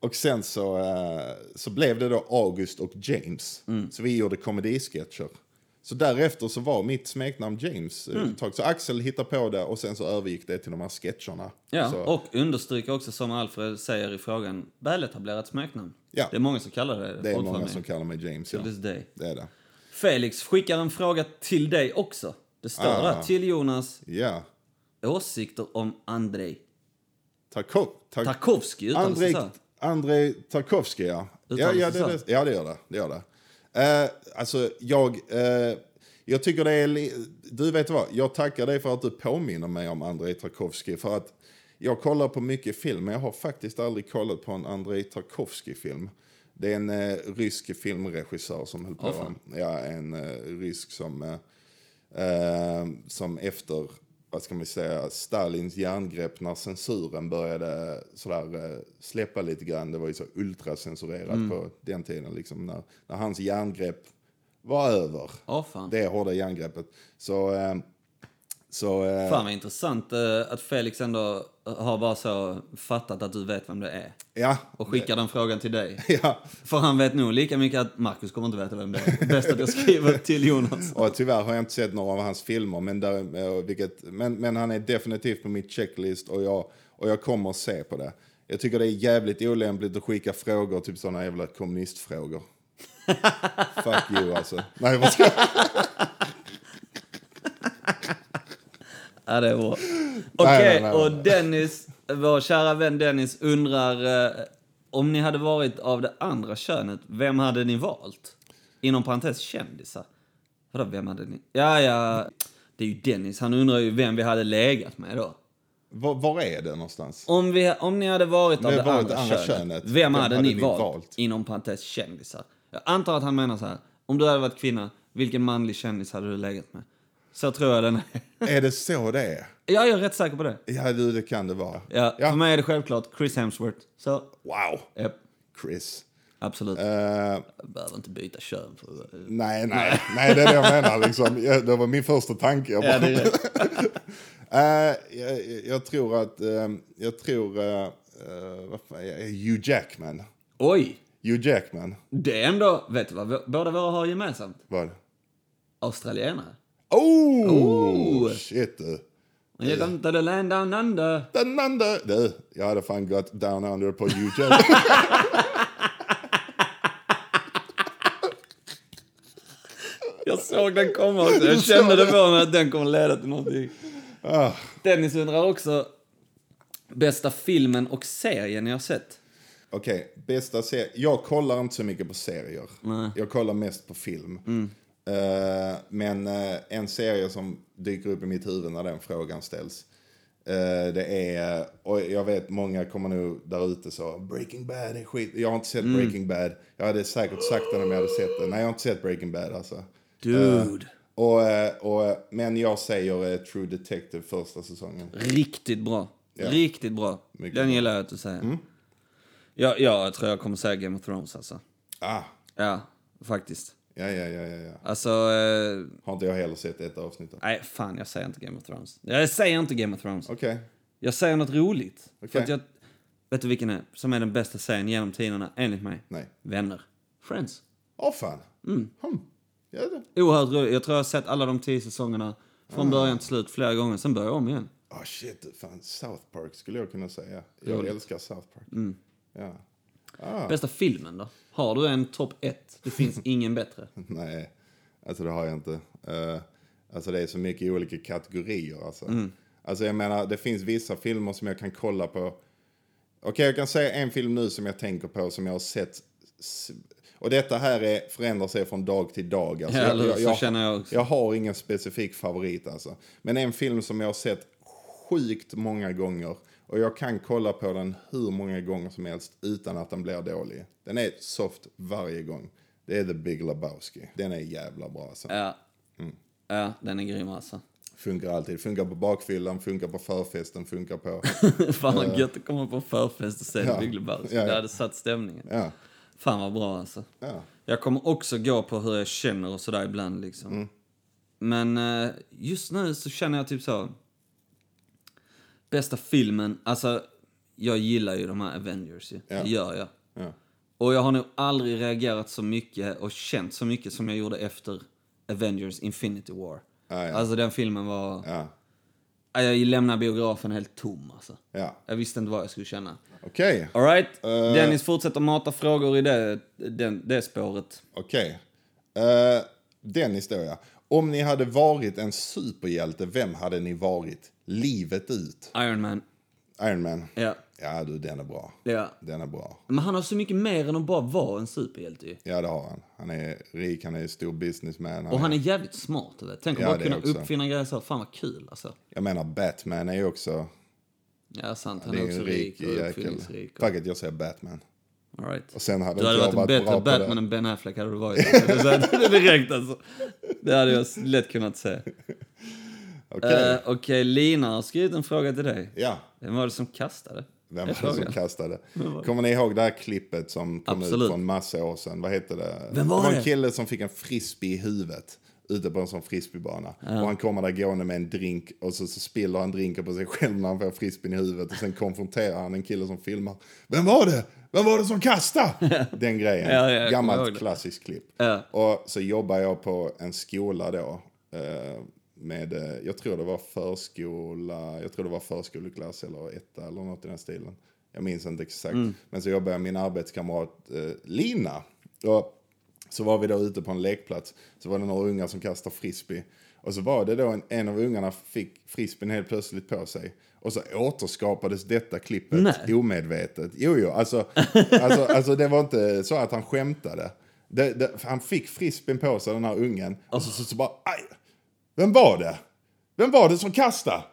[SPEAKER 1] och sen så, eh, så blev det då August och James.
[SPEAKER 2] Mm.
[SPEAKER 1] Så vi gjorde komedisketcher. Så därefter så var mitt smeknamn James mm. ett tag. Så Axel hittade på det och sen så övergick det till de här sketcherna.
[SPEAKER 2] Ja,
[SPEAKER 1] så,
[SPEAKER 2] och understryker också som Alfred säger i frågan, väletablerat smeknamn.
[SPEAKER 1] Ja.
[SPEAKER 2] Det är många som kallar det
[SPEAKER 1] det är
[SPEAKER 2] fortfarande.
[SPEAKER 1] många som kallar mig James. Ja.
[SPEAKER 2] Till this day.
[SPEAKER 1] Det är det.
[SPEAKER 2] Felix skickar en fråga till dig också. Det står
[SPEAKER 1] Ah.
[SPEAKER 2] där, till Jonas
[SPEAKER 1] Ja.
[SPEAKER 2] åsikter om Andrei
[SPEAKER 1] Tarkov, tar,
[SPEAKER 2] Tarkovsky utan
[SPEAKER 1] Andrei,
[SPEAKER 2] att säga.
[SPEAKER 1] Andrei Tarkovsky, ja. Ja,
[SPEAKER 2] Uttalas
[SPEAKER 1] ja,
[SPEAKER 2] det
[SPEAKER 1] det, det,
[SPEAKER 2] så?
[SPEAKER 1] ja, det gör det. det, gör det. Eh, alltså, jag, eh, jag tycker det är... Li- du vet vad, jag tackar dig för att du påminner mig om Andrei Tarkovsky. För att jag kollar på mycket film, men jag har faktiskt aldrig kollat på en Andrei Tarkovsky-film. Det är en eh, rysk filmregissör som höll på. ja, en eh, rysk som... Eh, Eh, som efter, vad ska man säga, Stalins järngrepp när censuren började sådär, eh, släppa lite grann. Det var ju så ultracensurerat
[SPEAKER 2] Mm.
[SPEAKER 1] på den tiden, liksom, när, när hans järngrepp var över.
[SPEAKER 2] Ja, fan.
[SPEAKER 1] Det hårda järngreppet. Så, eh, så eh,
[SPEAKER 2] Fan vad intressant eh, att Felix ändå har bara så fattat att du vet vem det är.
[SPEAKER 1] ja.
[SPEAKER 2] Och skickar den frågan till dig.
[SPEAKER 1] ja.
[SPEAKER 2] För han vet nog lika mycket att Marcus kommer inte veta vem det är. Bäst att jag skriver till Jonas.
[SPEAKER 1] Och tyvärr har jag inte sett några av hans filmer, men, där, eh, vilket, men, men han är definitivt på mitt checklist och jag, och jag kommer att se på det. Jag tycker det är jävligt olämpligt att skicka frågor, typ sådana jävla kommunistfrågor. Fuck you alltså. Nej, vad ska jag?
[SPEAKER 2] Ja, det är bra.
[SPEAKER 1] nej, nej,
[SPEAKER 2] Okej,
[SPEAKER 1] nej,
[SPEAKER 2] och
[SPEAKER 1] nej.
[SPEAKER 2] Dennis, vår kära vän Dennis undrar eh, om ni hade varit av det andra könet, vem hade ni valt? Inom parentes kändisar. Vadå, vem hade ni? Ja, ja, det är ju Dennis. Han undrar ju vem vi hade legat med då.
[SPEAKER 1] Var, var är det någonstans?
[SPEAKER 2] Om, vi, om ni hade varit av
[SPEAKER 1] hade
[SPEAKER 2] det
[SPEAKER 1] varit
[SPEAKER 2] andra,
[SPEAKER 1] det andra
[SPEAKER 2] könet,
[SPEAKER 1] könet,
[SPEAKER 2] vem, hade, ni, valt?
[SPEAKER 1] valt?
[SPEAKER 2] Inom parentes kändisar. Jag antar att han menar så här. Om du hade varit kvinna, vilken manlig kändis hade du legat med? Så tror jag den är.
[SPEAKER 1] Är det så det är?
[SPEAKER 2] Ja, jag är rätt säker på det.
[SPEAKER 1] Ja, du, det kan det vara.
[SPEAKER 2] Ja,
[SPEAKER 1] Ja.
[SPEAKER 2] För mig är det självklart Chris Hemsworth. Så,
[SPEAKER 1] Wow,
[SPEAKER 2] japp,
[SPEAKER 1] Chris.
[SPEAKER 2] absolut.
[SPEAKER 1] Eh,
[SPEAKER 2] Jag behöver inte byta kön. För...
[SPEAKER 1] nej, nej, nej, det är det jag menar liksom. Ja, Det var min första tanke. Jag, bara,
[SPEAKER 2] Ja, det är rätt.
[SPEAKER 1] Eh, jag, jag tror att, eh, jag tror, eh, eh, vad fan, är- Hugh Jackman.
[SPEAKER 2] Oj!
[SPEAKER 1] Hugh Jackman,
[SPEAKER 2] Det är ändå... Vet du vad vi- båda våra har gemensamt?
[SPEAKER 1] vad?
[SPEAKER 2] Australienare.
[SPEAKER 1] Oh,
[SPEAKER 2] Oh.
[SPEAKER 1] shit du.
[SPEAKER 2] Men jag inte the land down under.
[SPEAKER 1] Den andra, du, jag hade fan gått down under på Hugh Jackman.
[SPEAKER 2] Jag såg den komma också. Jag kände det på mig att den kommer leda till någonting.
[SPEAKER 1] Ah,
[SPEAKER 2] Dennis undrar också... Bästa filmen och serien jag har sett?
[SPEAKER 1] Okej, bästa serie. Jag kollar inte så mycket på serier. Jag kollar mest på film. Eh, men eh, en serie som dyker upp i mitt huvud när den frågan ställs. eh, det är, och jag vet många kommer nu där ute så, Breaking Bad är skit. Jag har inte sett Breaking Bad. Jag hade säkert sagt den om jag hade sett den. Nej, jag har inte sett Breaking Bad alltså.
[SPEAKER 2] Dude!
[SPEAKER 1] Och, eh, och, eh, men jag säger eh, True Detective första säsongen.
[SPEAKER 2] Riktigt bra.
[SPEAKER 1] Ja.
[SPEAKER 2] Riktigt bra. Mm.
[SPEAKER 1] Mycket
[SPEAKER 2] den
[SPEAKER 1] bra.
[SPEAKER 2] gillar jag att du säger. Ja, ja, jag tror jag kommer säga Game of Thrones alltså.
[SPEAKER 1] Ah,
[SPEAKER 2] Ja, faktiskt.
[SPEAKER 1] ja, ja, ja, ja, ja.
[SPEAKER 2] Alltså, eh,
[SPEAKER 1] Har inte jag heller sett ett avsnitt av.
[SPEAKER 2] nej fan jag säger inte Game of Thrones. Jag säger inte Game of Thrones.
[SPEAKER 1] Okej.
[SPEAKER 2] Jag säger något roligt. För
[SPEAKER 1] Okej.
[SPEAKER 2] att jag, vet du vilken är, som är den bästa serien genom tiderna, enligt mig?
[SPEAKER 1] Nej.
[SPEAKER 2] Vänner. Friends.
[SPEAKER 1] Åh fan.
[SPEAKER 2] Mm.
[SPEAKER 1] Hmm. Ja, det.
[SPEAKER 2] Oerhört roligt. Jag tror jag har sett alla de tio säsongerna från början till slut flera gånger, sen börjar jag om igen.
[SPEAKER 1] Ah shit, fan. South Park skulle jag kunna säga. Jag älskar South Park.
[SPEAKER 2] Mm.
[SPEAKER 1] Ja. Ah,
[SPEAKER 2] Bästa filmen då? Har du en topp ett? Det finns ingen bättre.
[SPEAKER 1] nej, alltså det har jag inte. Eh, alltså det är så mycket olika kategorier. Alltså.
[SPEAKER 2] Mm.
[SPEAKER 1] alltså jag menar, det finns vissa filmer som jag kan kolla på. Okej, jag kan säga en film nu som jag tänker på som jag har sett. s- Och detta här är, förändrar sig från dag till dag. Alltså,
[SPEAKER 2] Ja, eller hur? Så känner jag också.
[SPEAKER 1] Jag har ingen specifik favorit alltså. Men en film som jag har sett sjukt många gånger. Och jag kan kolla på den hur många gånger som helst utan att den blir dålig. Den är soft varje gång. Det är The Big Lebowski. Den är jävla bra alltså.
[SPEAKER 2] Ja. Ja, den är grym alltså.
[SPEAKER 1] Funkar alltid. Funkar på bakfyllan, funkar på förfesten, funkar på...
[SPEAKER 2] Fan vad gött att komma på förfest och se ja.
[SPEAKER 1] Ja.
[SPEAKER 2] Big Lebowski.
[SPEAKER 1] Ja, ja.
[SPEAKER 2] Det hade satt stämningen.
[SPEAKER 1] Ja.
[SPEAKER 2] Fan vad bra alltså.
[SPEAKER 1] Ja.
[SPEAKER 2] Jag kommer också gå på hur jag känner och sådär ibland liksom.
[SPEAKER 1] Mm.
[SPEAKER 2] Men eh, just nu så känner jag typ så... Bästa filmen, alltså jag gillar ju de här Avengers ju.
[SPEAKER 1] Ja.
[SPEAKER 2] Det gör jag.
[SPEAKER 1] Ja.
[SPEAKER 2] Och jag har nog aldrig reagerat så mycket och känt så mycket som jag gjorde efter Avengers Infinity War.
[SPEAKER 1] Ja, ja.
[SPEAKER 2] Alltså den filmen var...
[SPEAKER 1] Ja.
[SPEAKER 2] Ja, Jag lämnar biografen helt tom alltså.
[SPEAKER 1] Ja.
[SPEAKER 2] Jag visste inte vad jag skulle känna.
[SPEAKER 1] Okej.
[SPEAKER 2] Alright,
[SPEAKER 1] Eh.
[SPEAKER 2] Dennis fortsätter mata frågor i det, den, det spåret.
[SPEAKER 1] Okej. Okay. den historia. Om ni hade varit en superhjälte, vem hade ni varit livet ut?
[SPEAKER 2] Iron Man.
[SPEAKER 1] Iron Man.
[SPEAKER 2] Ja,
[SPEAKER 1] Ja, du, den är bra.
[SPEAKER 2] ja.
[SPEAKER 1] Den är bra.
[SPEAKER 2] Men han har så mycket mer än att bara vara en superhjälte ju.
[SPEAKER 1] Ja, det har han. Han är rik, han är stor businessman. Han
[SPEAKER 2] Och han
[SPEAKER 1] är...
[SPEAKER 2] är jävligt smart. Vet. du. Tänk att
[SPEAKER 1] Ja,
[SPEAKER 2] bara
[SPEAKER 1] det
[SPEAKER 2] kunna
[SPEAKER 1] också.
[SPEAKER 2] uppfinna grejer så. Fan vad kul alltså.
[SPEAKER 1] Jag menar, Batman är ju också...
[SPEAKER 2] Ja, sant. Han
[SPEAKER 1] Det
[SPEAKER 2] är,
[SPEAKER 1] är ju
[SPEAKER 2] också
[SPEAKER 1] en
[SPEAKER 2] rik
[SPEAKER 1] rik
[SPEAKER 2] och
[SPEAKER 1] jäkel.
[SPEAKER 2] uppfinningsrik. Och...
[SPEAKER 1] Fuck it, jag säger Batman.
[SPEAKER 2] Alright.
[SPEAKER 1] Och sen hade
[SPEAKER 2] Du hade
[SPEAKER 1] inte jag
[SPEAKER 2] varit
[SPEAKER 1] varit
[SPEAKER 2] en bättre
[SPEAKER 1] bra på
[SPEAKER 2] Batman
[SPEAKER 1] det.
[SPEAKER 2] än Ben Affleck hade du varit. Det är så här, Direkt alltså. Det hade jag lätt kunnat se. Eh,
[SPEAKER 1] Okej.
[SPEAKER 2] Okej, Lina har skrivit en fråga till dig.
[SPEAKER 1] Ja,
[SPEAKER 2] Vem var det som kastade?
[SPEAKER 1] vem
[SPEAKER 2] Det är
[SPEAKER 1] var det
[SPEAKER 2] frågan.
[SPEAKER 1] som kastade? Kommer ni ihåg det här klippet som kom
[SPEAKER 2] Absolut.
[SPEAKER 1] ut för en massa år sedan? Vad hette det?
[SPEAKER 2] Vem var
[SPEAKER 1] det var
[SPEAKER 2] det?
[SPEAKER 1] en kille som fick en frisbee i huvudet ute på en sån frisbeebana. Och han kommer där gående med en drink och så, så spiller han drinken på sig själv när han får frisbeen i huvudet. Och sen konfronterar han en kille som filmar. Vem var det? Vem var det som kastade? Den grejen.
[SPEAKER 2] Ja, ja, jag kommer ihåg
[SPEAKER 1] Gammalt
[SPEAKER 2] det.
[SPEAKER 1] klassiskt klipp.
[SPEAKER 2] Ja.
[SPEAKER 1] Och så jobbar jag på en skola då. eh, Med, eh, jag tror det var förskola, jag tror det var förskoleklass eller etta eller något i den stilen. Jag minns inte exakt.
[SPEAKER 2] Mm.
[SPEAKER 1] Men så jobbade jag med min arbetskamrat eh, Lina. Och så var vi då ute på en lekplats. Så var det några ungar som kastade frisbee. Och så var det då en, en av ungarna fick frisbeen helt plötsligt på sig. Och så återskapades detta klippet
[SPEAKER 2] Nej.
[SPEAKER 1] omedvetet. Jo, jo, alltså, alltså, alltså det var inte så att han skämtade. Det, det, för han fick frisbeen på sig, den här ungen. Och så, så, så bara, aj! Vem var det? Vem var det som kastade?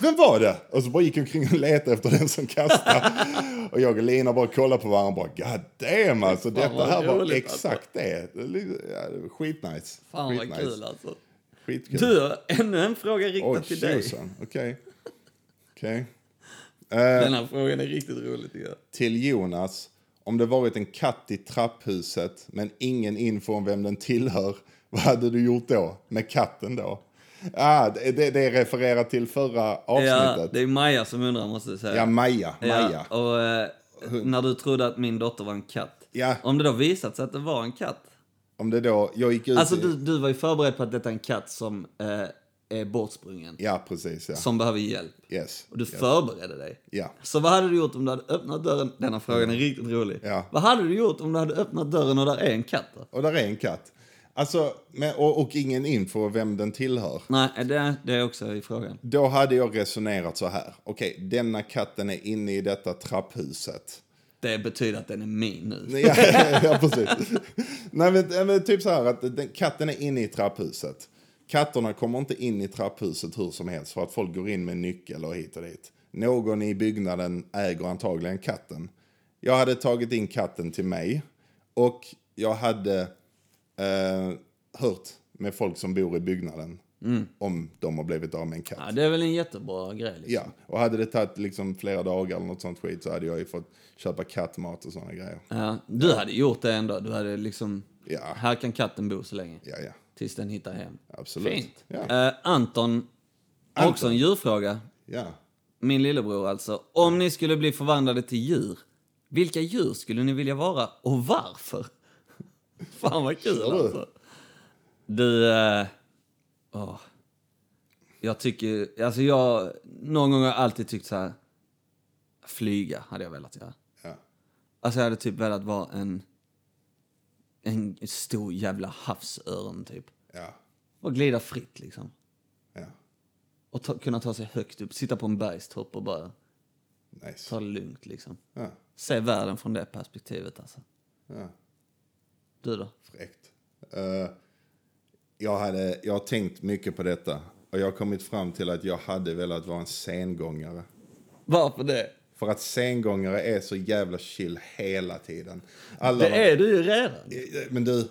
[SPEAKER 1] Vem var det? Och så bara gick jag omkring och letade efter den som kastade. och jag och Lina bara kollade på varandra och bara God damn alltså, detta
[SPEAKER 2] vad
[SPEAKER 1] här var
[SPEAKER 2] roligt, alltså.
[SPEAKER 1] exakt det. Det är lite- ja, det var Skitnice.
[SPEAKER 2] Fan vad
[SPEAKER 1] Skitnice.
[SPEAKER 2] kul alltså.
[SPEAKER 1] Skitkul.
[SPEAKER 2] Du, ännu en fråga riktad
[SPEAKER 1] Oj,
[SPEAKER 2] till dig.
[SPEAKER 1] tjosan. Okej. Okej. Eh,
[SPEAKER 2] Den här frågan är riktigt rolig tycker jag.
[SPEAKER 1] Till Jonas. Om det varit en katt i trapphuset men ingen info om vem den tillhör, vad hade du gjort då med katten då? Ah, det, det, det är refererat till förra
[SPEAKER 2] Ja,
[SPEAKER 1] avsnittet.
[SPEAKER 2] det är Maja som undrar måste jag säga.
[SPEAKER 1] Ja, Maja. Maja.
[SPEAKER 2] Ja, och eh, när du trodde att min dotter var en katt.
[SPEAKER 1] Ja.
[SPEAKER 2] Om det då visat sig att det var en katt.
[SPEAKER 1] Om det då, jag gick ut
[SPEAKER 2] Alltså
[SPEAKER 1] i-
[SPEAKER 2] du, du var ju förberedd på att detta är en katt som eh, är bortsprungen.
[SPEAKER 1] Ja, precis. Ja.
[SPEAKER 2] Som behöver hjälp.
[SPEAKER 1] Yes.
[SPEAKER 2] Och du förberedde dig.
[SPEAKER 1] Ja.
[SPEAKER 2] Så vad hade du gjort om du hade öppnat dörren? Denna frågan är riktigt rolig.
[SPEAKER 1] Ja.
[SPEAKER 2] Vad hade du gjort om du hade öppnat dörren och där är en katt då?
[SPEAKER 1] Och där är en katt. Alltså, men, och, och ingen info om vem den tillhör.
[SPEAKER 2] Nej, det, det är också i frågan.
[SPEAKER 1] Då hade jag resonerat så här. Okej, denna katten är inne i detta trapphuset.
[SPEAKER 2] Det betyder att den är min nu.
[SPEAKER 1] Ja, ja precis. Nej, men, nej, men typ så här att den, katten är inne i trapphuset. Katterna kommer inte in i trapphuset hur som helst för att folk går in med nyckel och hit och dit. Någon i byggnaden äger antagligen katten. Jag hade tagit in katten till mig och jag hade eh, hört med folk som bor i byggnaden om de har blivit av med en katt.
[SPEAKER 2] Ja, det är väl en jättebra grej liksom.
[SPEAKER 1] Ja, och hade det tagit liksom flera dagar eller något sånt skit så hade jag ju fått köpa kattmat och sådana grejer.
[SPEAKER 2] Ja, du hade gjort det ändå. Du hade liksom...
[SPEAKER 1] Ja.
[SPEAKER 2] Här kan katten bo så länge.
[SPEAKER 1] Ja, ja.
[SPEAKER 2] Tills den hittar hem.
[SPEAKER 1] Absolut.
[SPEAKER 2] Fint.
[SPEAKER 1] Ja.
[SPEAKER 2] Eh, Anton, har också en djurfråga.
[SPEAKER 1] Ja.
[SPEAKER 2] Min lillebror alltså. Om ni skulle bli förvandlade till djur, vilka djur skulle ni vilja vara och varför? Fan vad kul
[SPEAKER 1] Kör du?
[SPEAKER 2] alltså. Du, eh, åh. Jag tycker, alltså jag, någon gång har jag alltid tyckt så här. Flyga hade jag velat göra.
[SPEAKER 1] Ja.
[SPEAKER 2] Alltså jag hade typ velat vara en, en stor jävla havsörn typ.
[SPEAKER 1] Ja.
[SPEAKER 2] Och glida fritt liksom.
[SPEAKER 1] Ja.
[SPEAKER 2] Och ta, kunna ta sig högt upp, sitta på en bergstopp och bara
[SPEAKER 1] Nice.
[SPEAKER 2] ta det lugnt liksom.
[SPEAKER 1] Ja.
[SPEAKER 2] Se världen från det perspektivet alltså.
[SPEAKER 1] Ja.
[SPEAKER 2] Du då?
[SPEAKER 1] Fräckt. Eh, jag, hade, jag har tänkt mycket på detta och jag har kommit fram till att jag hade velat vara en sengångare.
[SPEAKER 2] Varför det?
[SPEAKER 1] För att sengångare är så jävla chill hela tiden. Alla de-
[SPEAKER 2] Det är du ju redan.
[SPEAKER 1] Eh, Men du,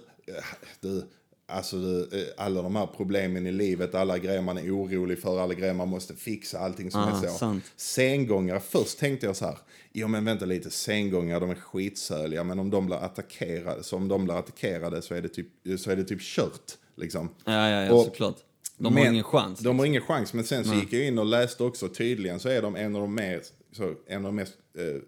[SPEAKER 1] du, alltså du, alla de här problemen i livet, alla grejer man är orolig för, alla grejer man måste fixa, allting som
[SPEAKER 2] Ah,
[SPEAKER 1] är så.
[SPEAKER 2] sant.
[SPEAKER 1] Sengångare, först tänkte jag så här, jo men vänta lite, sengångare de är skitsöliga, men om de blir attackerade, så om de blir attackerade så är det typ, så är det typ kört. Liksom.
[SPEAKER 2] Ja, ja, ja
[SPEAKER 1] Och-
[SPEAKER 2] såklart. De har
[SPEAKER 1] men-
[SPEAKER 2] ingen chans. liksom.
[SPEAKER 1] De har ingen chans, men sen så gick jag in och läste också tydligen så är de en av de mest, så, en av de mest, eh,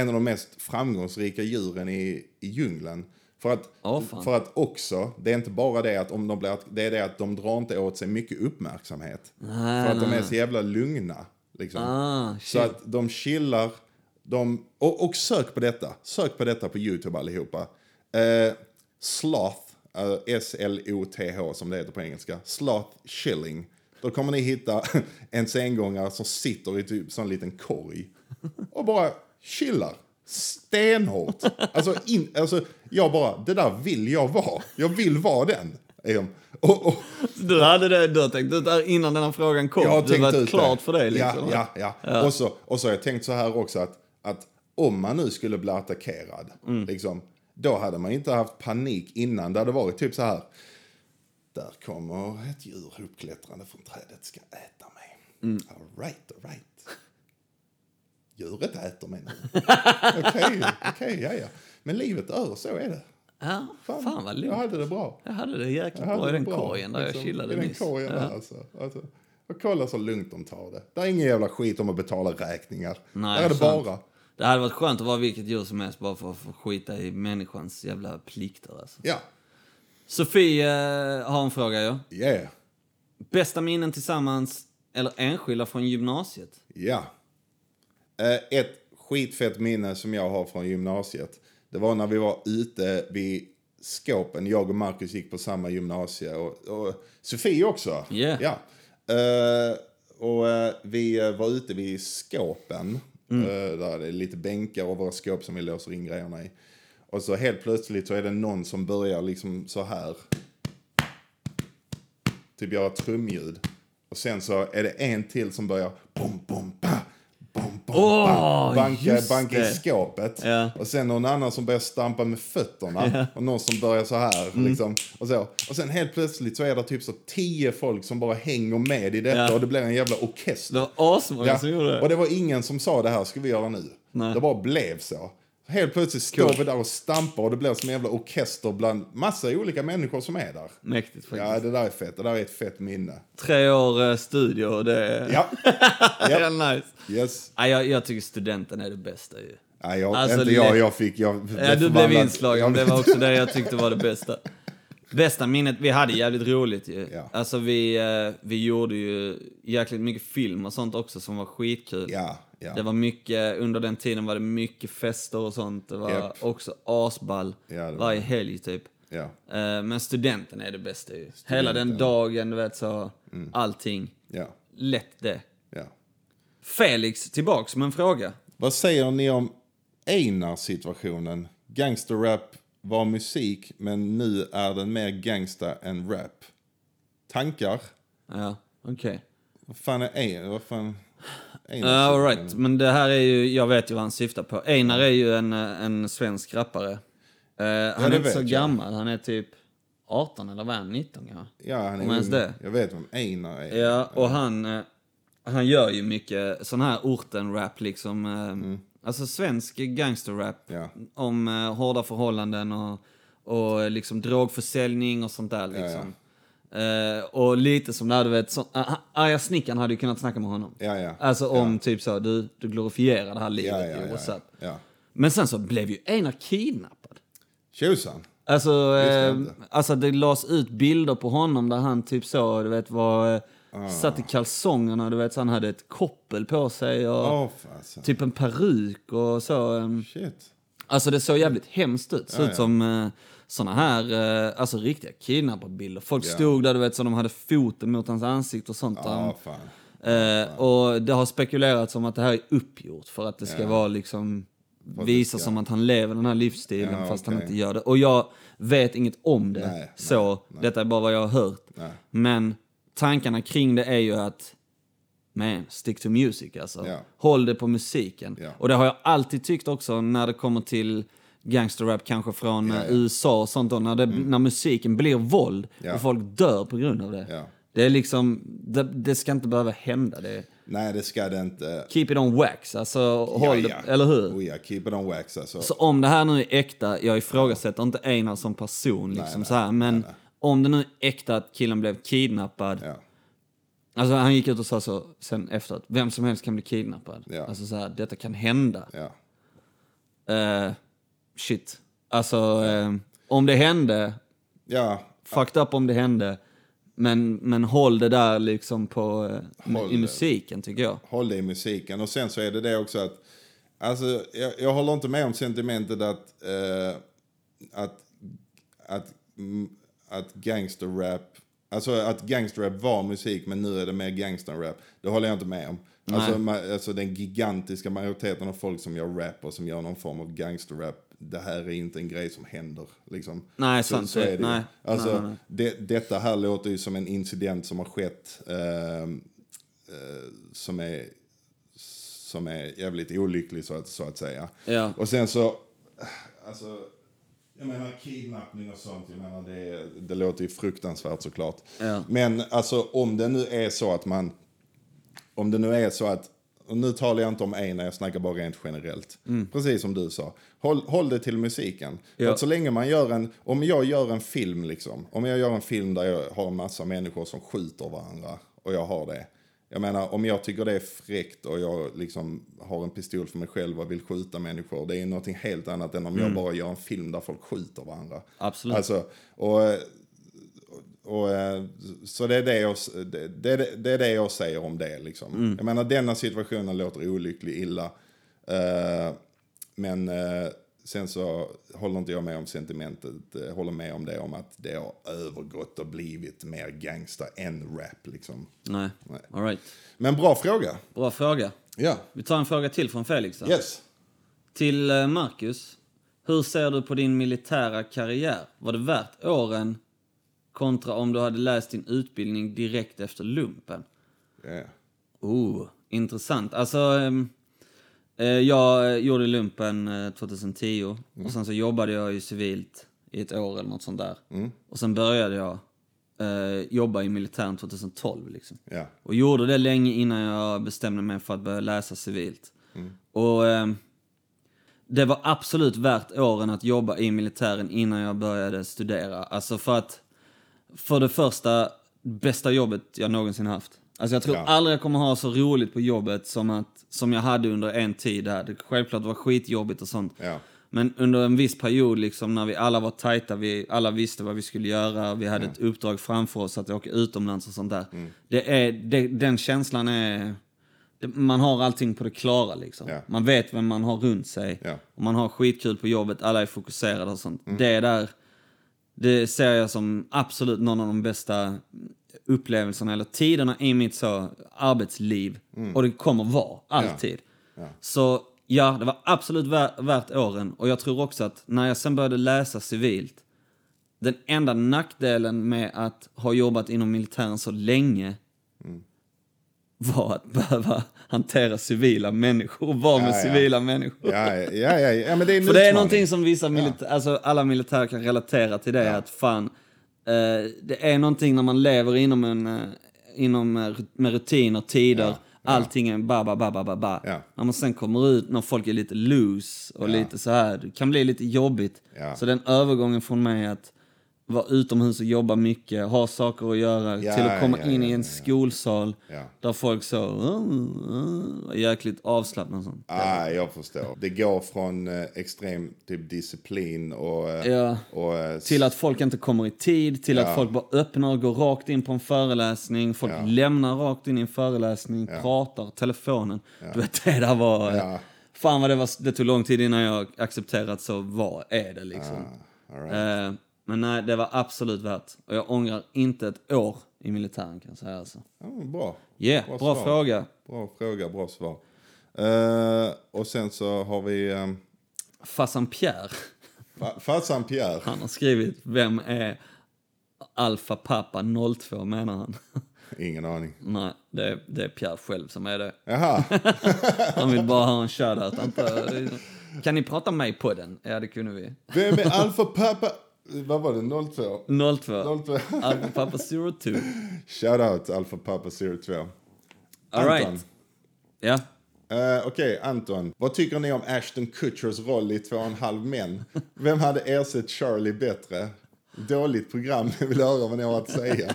[SPEAKER 1] en av de mest framgångsrika djuren i, i djungeln. För att,
[SPEAKER 2] Åh, fan.
[SPEAKER 1] för att också, det är inte bara det att om de blir, att- det är det att de drar inte åt sig mycket uppmärksamhet. för att de är så jävla lugna. Liksom.
[SPEAKER 2] Ah,
[SPEAKER 1] Så att de chillar. De, och, och sök på detta. Sök på detta på YouTube allihopa. Eh, sloth, eh, S-L-O-T-H som det heter på engelska. Sloth chilling. Då kommer ni hitta en sengångare som sitter i typ sån liten korg och bara chillar. Stenhårt. Alltså, in, alltså, jag bara, det där vill jag vara. Jag vill vara den. Eh, Och, och,
[SPEAKER 2] Du hade det, du har tänkt ut det här innan den här frågan kom.
[SPEAKER 1] jag har
[SPEAKER 2] du
[SPEAKER 1] tänkt
[SPEAKER 2] var
[SPEAKER 1] ut
[SPEAKER 2] klart
[SPEAKER 1] det.
[SPEAKER 2] för dig liksom.
[SPEAKER 1] Ja, ja, ja. Och, så, och så har jag tänkt så här också att, att om man nu skulle bli attackerad,
[SPEAKER 2] Mm.
[SPEAKER 1] liksom, då hade man inte haft panik innan. Det hade varit typ så här. Där kommer ett djur uppklättrande från trädet ska äta mig. Mm. All right, all right. Djuret äter mig nu. Okej, okej, ja, ja. Men livet är, så är det.
[SPEAKER 2] Ja, fan, vad
[SPEAKER 1] jag
[SPEAKER 2] lugnt.
[SPEAKER 1] hade det bra.
[SPEAKER 2] Jag hade det jäkligt
[SPEAKER 1] Ja,
[SPEAKER 2] bra i
[SPEAKER 1] det
[SPEAKER 2] den
[SPEAKER 1] var
[SPEAKER 2] korgen där jag
[SPEAKER 1] liksom.
[SPEAKER 2] chillade
[SPEAKER 1] I den
[SPEAKER 2] nyss.
[SPEAKER 1] korgen där alltså. alltså. Och kolla så lugnt de tar det. Det är ingen jävla skit om att betala räkningar.
[SPEAKER 2] Nej,
[SPEAKER 1] där är det
[SPEAKER 2] sant.
[SPEAKER 1] bara.
[SPEAKER 2] Det hade varit skönt att vara vilket djur som helst bara för att få skita i människans jävla plikter alltså.
[SPEAKER 1] Ja,
[SPEAKER 2] Sofie eh, har en fråga ju.
[SPEAKER 1] yeah,
[SPEAKER 2] Bästa minnen tillsammans eller enskilda från gymnasiet?
[SPEAKER 1] ja. Eh, ett skitfett minne som jag har från gymnasiet. Det var när vi var ute vid skåpen. Jag och Marcus gick på samma gymnasie. Och, och Sofie också.
[SPEAKER 2] Yeah.
[SPEAKER 1] Ja. Eh, och eh, vi eh, var ute vid skåpen. Eh, där det är lite bänkar och våra skåp som vi låser in grejerna i. Och så helt plötsligt så är det någon som börjar liksom så här. Typ göra trumljud. Och sen så är det en till som börjar bom, bom, pa, bom, bom,
[SPEAKER 2] Åh,
[SPEAKER 1] pa, banka,
[SPEAKER 2] just
[SPEAKER 1] banka i
[SPEAKER 2] det.
[SPEAKER 1] skåpet.
[SPEAKER 2] Ja.
[SPEAKER 1] Och sen någon annan som börjar stampa med fötterna. Och någon som börjar så här.
[SPEAKER 2] Mm.
[SPEAKER 1] Liksom, och, så. och sen helt plötsligt så är det typ så tio folk som bara hänger med i detta.
[SPEAKER 2] Ja.
[SPEAKER 1] Och det blir en jävla
[SPEAKER 2] Det
[SPEAKER 1] orkester.
[SPEAKER 2] var asmånga som gjorde det.
[SPEAKER 1] Och det var ingen som sa det här ska vi göra nu.
[SPEAKER 2] Nej.
[SPEAKER 1] Det bara blev så. Helt plötsligt står
[SPEAKER 2] Cool.
[SPEAKER 1] vi där och stampar och det blir som en jävla orkester bland massa olika människor som är där.
[SPEAKER 2] Mäktigt faktiskt.
[SPEAKER 1] Ja, det där är fett. Det där är ett fett minne.
[SPEAKER 2] Tre år eh, studier och det är...
[SPEAKER 1] Ja.
[SPEAKER 2] det
[SPEAKER 1] ja.
[SPEAKER 2] är nice.
[SPEAKER 1] Yes.
[SPEAKER 2] Nej, jag, jag tycker studenten är det bästa ju.
[SPEAKER 1] Nej, jag,
[SPEAKER 2] Alltså,
[SPEAKER 1] inte jag.
[SPEAKER 2] lätt.
[SPEAKER 1] Jag fick... Jag blev
[SPEAKER 2] Ja, du blev
[SPEAKER 1] förvandlad.
[SPEAKER 2] inslagen.
[SPEAKER 1] Jag
[SPEAKER 2] Det
[SPEAKER 1] blev-
[SPEAKER 2] var också det jag tyckte var det bästa. Bästa minnet, vi hade jävligt roligt ju.
[SPEAKER 1] Ja.
[SPEAKER 2] Alltså vi, eh, vi gjorde ju jäkligt mycket film och sånt också som var skitkul.
[SPEAKER 1] Ja, ja.
[SPEAKER 2] Det var mycket, under den tiden var det mycket fester och sånt. Det var
[SPEAKER 1] Japp.
[SPEAKER 2] också asball
[SPEAKER 1] Ja, det var
[SPEAKER 2] varje helg typ.
[SPEAKER 1] ja.
[SPEAKER 2] Eh, Men studenten är det bästa ju. Hela den dagen, du vet så,
[SPEAKER 1] Mm.
[SPEAKER 2] allting.
[SPEAKER 1] Ja,
[SPEAKER 2] Lätt det.
[SPEAKER 1] ja.
[SPEAKER 2] Felix, tillbaks med en fråga.
[SPEAKER 1] Vad säger ni om Einar-situationen? Gangsterrap var musik, men nu är den mer gangsta än rap. Tankar?
[SPEAKER 2] Ja, okej.
[SPEAKER 1] Vad fan är Einar? Vad fan... Einar
[SPEAKER 2] Ja, all right. Men det här är ju, jag vet ju vad han syftar på. Einar är ju en, eh, en svensk rappare. Eh,
[SPEAKER 1] det
[SPEAKER 2] han är inte så
[SPEAKER 1] vet jag.
[SPEAKER 2] gammal, han är typ 18 eller vad är han, 19 kanske?
[SPEAKER 1] Ja, han är
[SPEAKER 2] Om ens
[SPEAKER 1] ung.
[SPEAKER 2] det.
[SPEAKER 1] Jag vet vem Einar är.
[SPEAKER 2] Ja, och han, eh, han gör ju mycket sån här orten-rap liksom. eh, Alltså svensk gangsterrap
[SPEAKER 1] Mm. Ja.
[SPEAKER 2] om eh, hårda förhållanden och, och eh, liksom drogförsäljning och sånt där liksom. Eh, och lite som där, du vet, så, ah, ah, arga snickaren hade ju kunnat snacka med honom.
[SPEAKER 1] Ja, ja.
[SPEAKER 2] Alltså om typ så, du, du glorifierar det här livet
[SPEAKER 1] ja,
[SPEAKER 2] ju,
[SPEAKER 1] ja, ja,
[SPEAKER 2] what's
[SPEAKER 1] ja.
[SPEAKER 2] up.
[SPEAKER 1] ja.
[SPEAKER 2] Men sen så blev ju Einar kidnappad.
[SPEAKER 1] Tjosan!
[SPEAKER 2] Alltså,
[SPEAKER 1] Visste jag
[SPEAKER 2] eh,
[SPEAKER 1] inte.
[SPEAKER 2] alltså det lades ut bilder på honom där han typ så, du vet, var, eh,
[SPEAKER 1] Ah.
[SPEAKER 2] satt i kalsongerna, du vet, så han hade ett koppel på sig och
[SPEAKER 1] Åh, fasen.
[SPEAKER 2] typ en peruk och så. ehm.
[SPEAKER 1] Shit.
[SPEAKER 2] Alltså det såg jävligt hemskt ut. Såg
[SPEAKER 1] Ja,
[SPEAKER 2] ut
[SPEAKER 1] ja.
[SPEAKER 2] som eh, såna här, eh, alltså riktiga kidnapparbilder. Folk stod där, du vet, så de hade foten mot hans ansikte och sånt. där han
[SPEAKER 1] Ja, fan.
[SPEAKER 2] Eh, och det har spekulerats om att det här är uppgjort för att det ska vara liksom visa som att han lever den här livsstilen
[SPEAKER 1] Ja,
[SPEAKER 2] fast han
[SPEAKER 1] okej.
[SPEAKER 2] inte gör det. Och jag vet inget om det
[SPEAKER 1] Nej,
[SPEAKER 2] så, detta är bara vad jag har hört.
[SPEAKER 1] Nej.
[SPEAKER 2] Men tankarna kring det är ju att Man, stick to music alltså.
[SPEAKER 1] Ja.
[SPEAKER 2] Håll det på musiken.
[SPEAKER 1] Ja.
[SPEAKER 2] Och det har jag alltid tyckt också när det kommer till gangsterrap kanske från eh, USA och sånt då, när, det, när musiken blir våld
[SPEAKER 1] Mm. Ja.
[SPEAKER 2] och folk dör på grund av det.
[SPEAKER 1] Ja.
[SPEAKER 2] Det är liksom, det, det ska inte behöva hända. Det är,
[SPEAKER 1] Nej, det ska det inte.
[SPEAKER 2] keep it on wax, alltså håll
[SPEAKER 1] ja, ja.
[SPEAKER 2] det, eller hur?
[SPEAKER 1] Oh, ja, keep it on wax alltså.
[SPEAKER 2] Så om det här nu är äkta, jag ifrågasätter inte Einar som person liksom så här, men om det nu är äkta att killen blev kidnappad,
[SPEAKER 1] Ja.
[SPEAKER 2] alltså han gick ut och sa så sen efteråt, vem som helst kan bli kidnappad.
[SPEAKER 1] Ja.
[SPEAKER 2] Alltså så här, detta kan hända.
[SPEAKER 1] Ja.
[SPEAKER 2] Eh, shit. Alltså, eh, om det hände,
[SPEAKER 1] Ja.
[SPEAKER 2] fucked up om det hände, men, men håll det där liksom på, eh,
[SPEAKER 1] Håll
[SPEAKER 2] i
[SPEAKER 1] det.
[SPEAKER 2] musiken tycker jag.
[SPEAKER 1] håll dig i musiken. Och sen så är det det också att, alltså jag, jag håller inte med om sentimentet att, eh, att, att, mm, att gangsterrap, alltså att gangsterrap var musik men nu är det mer gangsterrap. Det håller jag inte med om. Alltså, ma- alltså den gigantiska majoriteten av folk som gör rap och som gör någon form av gangsterrap, det här är inte en grej som händer. Liksom.
[SPEAKER 2] Nej,
[SPEAKER 1] så,
[SPEAKER 2] sant.
[SPEAKER 1] så är det ju.
[SPEAKER 2] Nej.
[SPEAKER 1] Alltså, Det, detta här låter ju som en incident som har skett ehm, som är, som är jävligt olycklig så att, så att säga.
[SPEAKER 2] Ja.
[SPEAKER 1] Och sen så, alltså, jag menar kidnappning och sånt, jag menar det, det låter ju fruktansvärt såklart.
[SPEAKER 2] Ja.
[SPEAKER 1] Men alltså om det nu är så att man, om det nu är så att, och nu talar jag inte om en, jag snackar bara rent generellt. Precis som du sa, håll, håll det till musiken. För att så länge man gör en, om jag gör en film liksom, om jag gör en film där jag har en massa människor som skjuter varandra och jag har det. Jag menar, om jag tycker det är fräckt och jag liksom har en pistol för mig själv och vill skjuta människor, det är någonting helt annat än om jag bara gör en film där folk skjuter varandra.
[SPEAKER 2] Absolut.
[SPEAKER 1] Alltså, och eh, och, eh, så det är det, jag, det,
[SPEAKER 2] Mm.
[SPEAKER 1] det, det är det jag säger om det. Liksom. Jag menar, denna situationen låter olycklig illa. Eh, men eh, sen så håller inte jag med om sentimentet. eh, håller med om det om att det har övergått och blivit mer gangsta än rap liksom.
[SPEAKER 2] Nej.
[SPEAKER 1] Nej.
[SPEAKER 2] All right.
[SPEAKER 1] Men bra fråga.
[SPEAKER 2] Bra fråga.
[SPEAKER 1] Ja.
[SPEAKER 2] Vi tar en fråga till från Felix. då.
[SPEAKER 1] Yes.
[SPEAKER 2] Till eh, Marcus. Hur ser du på din militära karriär? Var det värt åren kontra om du hade läst din utbildning direkt efter lumpen?
[SPEAKER 1] Ja.
[SPEAKER 2] Oh, intressant. Alltså, ehm, eh, jag eh, gjorde lumpen eh, 2010 och sen så jobbade jag ju civilt i ett år eller något sånt där. Och sen började jag eh, jobba i militären 2012 liksom.
[SPEAKER 1] Ja.
[SPEAKER 2] Och gjorde det länge innan jag bestämde mig för att börja läsa civilt.
[SPEAKER 1] Mm.
[SPEAKER 2] Och ehm, det var absolut värt åren att jobba i militären innan jag började studera. Alltså för att, för det första, bästa jobbet jag någonsin haft. Alltså jag tror
[SPEAKER 1] Ja.
[SPEAKER 2] aldrig jag kommer ha så roligt på jobbet som, att, som jag hade under en tid där. Det självklart var skitjobbigt och sånt.
[SPEAKER 1] Ja.
[SPEAKER 2] Men under en viss period liksom när vi alla var tajta, vi alla visste vad vi skulle göra, vi hade ett uppdrag framför oss att åka utomlands och sånt där. Det är, det, den känslan är... det- Man har allting på det klara liksom.
[SPEAKER 1] Ja.
[SPEAKER 2] Man vet vem man har runt sig.
[SPEAKER 1] Ja.
[SPEAKER 2] Och man har skitkul på jobbet, alla är fokuserade och sånt. Det där, det ser jag som absolut någon av de bästa upplevelserna eller tiderna i mitt så arbetsliv.
[SPEAKER 1] Mm.
[SPEAKER 2] Och det kommer vara, alltid. Så ja, det var absolut vä- värt åren. Och jag tror också att när jag sen började läsa civilt, den enda nackdelen med att ha jobbat inom militären så länge
[SPEAKER 1] Mm.
[SPEAKER 2] var att behöva hantera civila människor och vara med
[SPEAKER 1] ja.
[SPEAKER 2] civila människor.
[SPEAKER 1] Ja, ja, ja, ja, men det är en
[SPEAKER 2] För det är
[SPEAKER 1] utmaning.
[SPEAKER 2] någonting som vissa milita- alltså alla militärer kan relatera till det, att fan, eh, det är någonting när man lever inom en, eh, inom, eh, rut- med rutiner, tider, allting är ba, ba, ba, ba, ba, ba.
[SPEAKER 1] Ja.
[SPEAKER 2] När man sen kommer ut, när folk är lite loose och lite så här, det kan bli lite jobbigt.
[SPEAKER 1] Ja.
[SPEAKER 2] Så den övergången från mig att vara utomhus och jobba mycket, ha saker att göra,
[SPEAKER 1] Ja,
[SPEAKER 2] till att komma
[SPEAKER 1] ja,
[SPEAKER 2] in
[SPEAKER 1] ja,
[SPEAKER 2] i en
[SPEAKER 1] ja.
[SPEAKER 2] skolsal
[SPEAKER 1] Ja.
[SPEAKER 2] där folk så, uh, uh, jäkligt avslappnade och sånt.
[SPEAKER 1] Ah, jag förstår. Det går från eh, extrem typ disciplin och... eh,
[SPEAKER 2] Ja.
[SPEAKER 1] och eh,
[SPEAKER 2] Till att folk inte kommer i tid, till att folk bara öppnar och går rakt in på en föreläsning. Folk lämnar rakt in i en föreläsning, pratar, telefonen. Du vet, det där var...
[SPEAKER 1] Ja.
[SPEAKER 2] Fan vad det, var, det tog lång tid innan jag accepterade att så vad är det liksom.
[SPEAKER 1] Ah, all right.
[SPEAKER 2] Eh, men nej, det var absolut värt. Och jag ångrar inte ett år i militären kan jag säga alltså.
[SPEAKER 1] Ja, men bra.
[SPEAKER 2] Yeah, bra,
[SPEAKER 1] svar.
[SPEAKER 2] fråga.
[SPEAKER 1] Bra fråga, bra svar. Eh, och sen så har vi um,
[SPEAKER 2] Fassan Pierre,
[SPEAKER 1] farsan Pierre.
[SPEAKER 2] han har skrivit vem är Alfa Papa 02 menar han.
[SPEAKER 1] Ingen aning.
[SPEAKER 2] Nej, det är, det är Pierre själv som är det.
[SPEAKER 1] Jaha,
[SPEAKER 2] Han vill bara ha en shoutout. Han tar- Kan ni prata mig på den? Ja, det kunde vi.
[SPEAKER 1] vem är Alfa Pappa? Vad var det? 02?
[SPEAKER 2] 02.
[SPEAKER 1] 02.
[SPEAKER 2] Alfa Papa 02.
[SPEAKER 1] Shoutout Alfa Pappa 02.
[SPEAKER 2] All
[SPEAKER 1] Anton.
[SPEAKER 2] right. Ja.
[SPEAKER 1] Eh, Okej, Anton. Vad tycker ni om Ashton Kutchers roll i Två och en halv män? Vem hade ersatt Charlie bättre? Dåligt program, jag vill höra vad ni har att säga.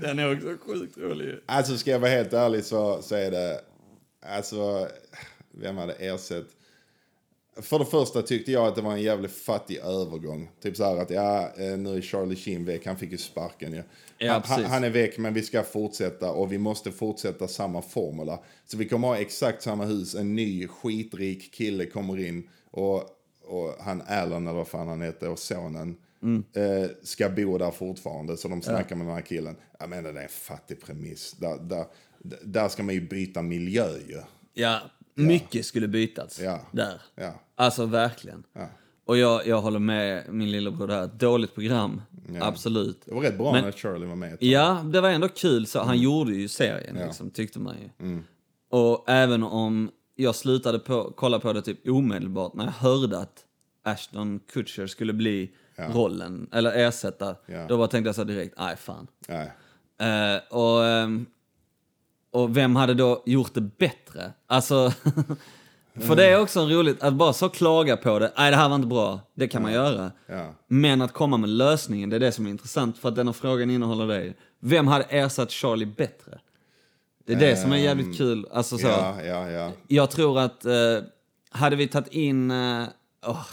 [SPEAKER 2] Den är också sjukt rolig.
[SPEAKER 1] Alltså ska jag vara helt ärlig så, så är det... Alltså, vem hade ersatt... För det första tyckte jag att det var en jävligt fattig övergång. Typ så här att, ja, eh, nu är Charlie Sheen väck, han fick ju sparken ju.
[SPEAKER 2] Ja,
[SPEAKER 1] han, han,
[SPEAKER 2] precis.
[SPEAKER 1] han är väck, men vi ska fortsätta och vi måste fortsätta samma formula. Så vi kommer ha exakt samma hus, en ny skitrik kille kommer in och, och han Alan, eller vad fan han heter, och sonen
[SPEAKER 2] Mm.
[SPEAKER 1] eh, ska bo där fortfarande. Så de snackar med den här killen. Jag menar, det är en fattig premiss. Där, där, där ska man ju byta miljö ju.
[SPEAKER 2] Ja, mycket skulle bytas
[SPEAKER 1] Ja.
[SPEAKER 2] där.
[SPEAKER 1] Ja,
[SPEAKER 2] Alltså verkligen. Och jag, jag håller med min lillebror där. Dåligt program, absolut.
[SPEAKER 1] det var rätt bra
[SPEAKER 2] Men-
[SPEAKER 1] när Charlie var med.
[SPEAKER 2] Ja, det var ändå kul. Så han gjorde ju serien, liksom, tyckte man ju. Och även om jag slutade på, kolla på det typ omedelbart när jag hörde att Ashton Kutcher skulle bli rollen, eller ersätta,
[SPEAKER 1] Ja.
[SPEAKER 2] då bara tänkte jag så här direkt, nej fan.
[SPEAKER 1] Nej.
[SPEAKER 2] Eh, och, ehm, och vem hade då gjort det bättre? Alltså, för det är också roligt att bara så klaga på det, nej det här var inte bra, det kan man göra.
[SPEAKER 1] Ja.
[SPEAKER 2] Men att komma med lösningen, det är det som är intressant för att denna frågan innehåller det. Vem hade ersatt Charlie bättre? Det är det som är jävligt kul. Alltså så.
[SPEAKER 1] Ehm, Ja, ja, ja.
[SPEAKER 2] Jag tror att eh, hade vi tagit in... eh, åh,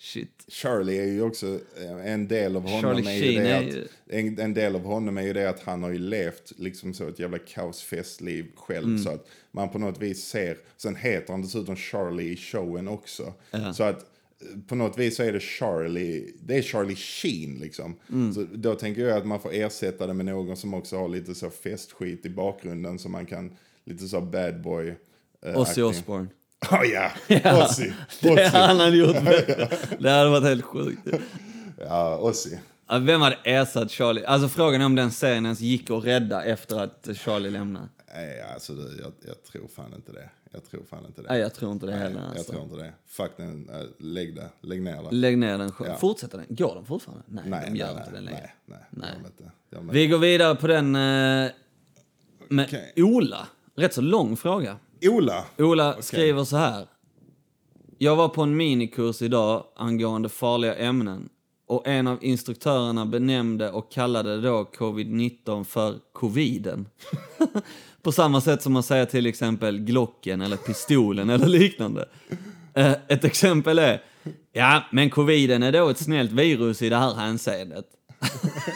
[SPEAKER 2] Shit.
[SPEAKER 1] Charlie är ju också, eh, en del av honom
[SPEAKER 2] Charlie
[SPEAKER 1] är ju
[SPEAKER 2] Sheen
[SPEAKER 1] det
[SPEAKER 2] är
[SPEAKER 1] att,
[SPEAKER 2] ju-
[SPEAKER 1] En, en del av honom är ju det att han har ju levt liksom så ett jävla kaosfestliv själv
[SPEAKER 2] Mm.
[SPEAKER 1] så att man på något vis ser, sen heter han dessutom Charlie i showen också. Så att eh, på något vis så är det Charlie, det är Charlie Sheen liksom.
[SPEAKER 2] Mm.
[SPEAKER 1] Så då tänker jag att man får ersätta det med någon som också har lite så festskit i bakgrunden som man kan, lite så bad boy. eh,
[SPEAKER 2] Ozzy
[SPEAKER 1] acting.
[SPEAKER 2] Osbourne.
[SPEAKER 1] Ja, ja. Ozzy.
[SPEAKER 2] Det
[SPEAKER 1] Ozzy.
[SPEAKER 2] han hade gjort. Det hade varit helt sjukt.
[SPEAKER 1] Ja, Ozzy.
[SPEAKER 2] Ja, Vem hade ersatt Charlie? Alltså frågan är om den serien ens gick att rädda efter att Charlie lämnade.
[SPEAKER 1] Nej, alltså du, jag, jag tror fan inte det. Jag tror fan inte det.
[SPEAKER 2] Nej, jag tror inte det heller.
[SPEAKER 1] jag
[SPEAKER 2] Alltså.
[SPEAKER 1] tror inte det. Fuck den, äh, lägg det. Lägg ner det.
[SPEAKER 2] Lägg ner den själv.
[SPEAKER 1] Ja.
[SPEAKER 2] Fortsätter den? Går den fortfarande? Nej,
[SPEAKER 1] nej,
[SPEAKER 2] de
[SPEAKER 1] nej,
[SPEAKER 2] gör
[SPEAKER 1] nej,
[SPEAKER 2] inte den längre.
[SPEAKER 1] nej, nej,
[SPEAKER 2] Nej.
[SPEAKER 1] gör de inte. Gör de inte.
[SPEAKER 2] Vi går vidare på den eh, med
[SPEAKER 1] Okej.
[SPEAKER 2] Ola. Rätt så lång fråga.
[SPEAKER 1] Ola!
[SPEAKER 2] Ola skriver så här. Jag var på en minikurs idag angående farliga ämnen och en av instruktörerna benämnde och kallade då covid-19 för coviden. på samma sätt som man säger till exempel glocken eller pistolen eller liknande. Eh, Ett exempel är, ja men coviden är då ett snällt virus i det här hänseendet.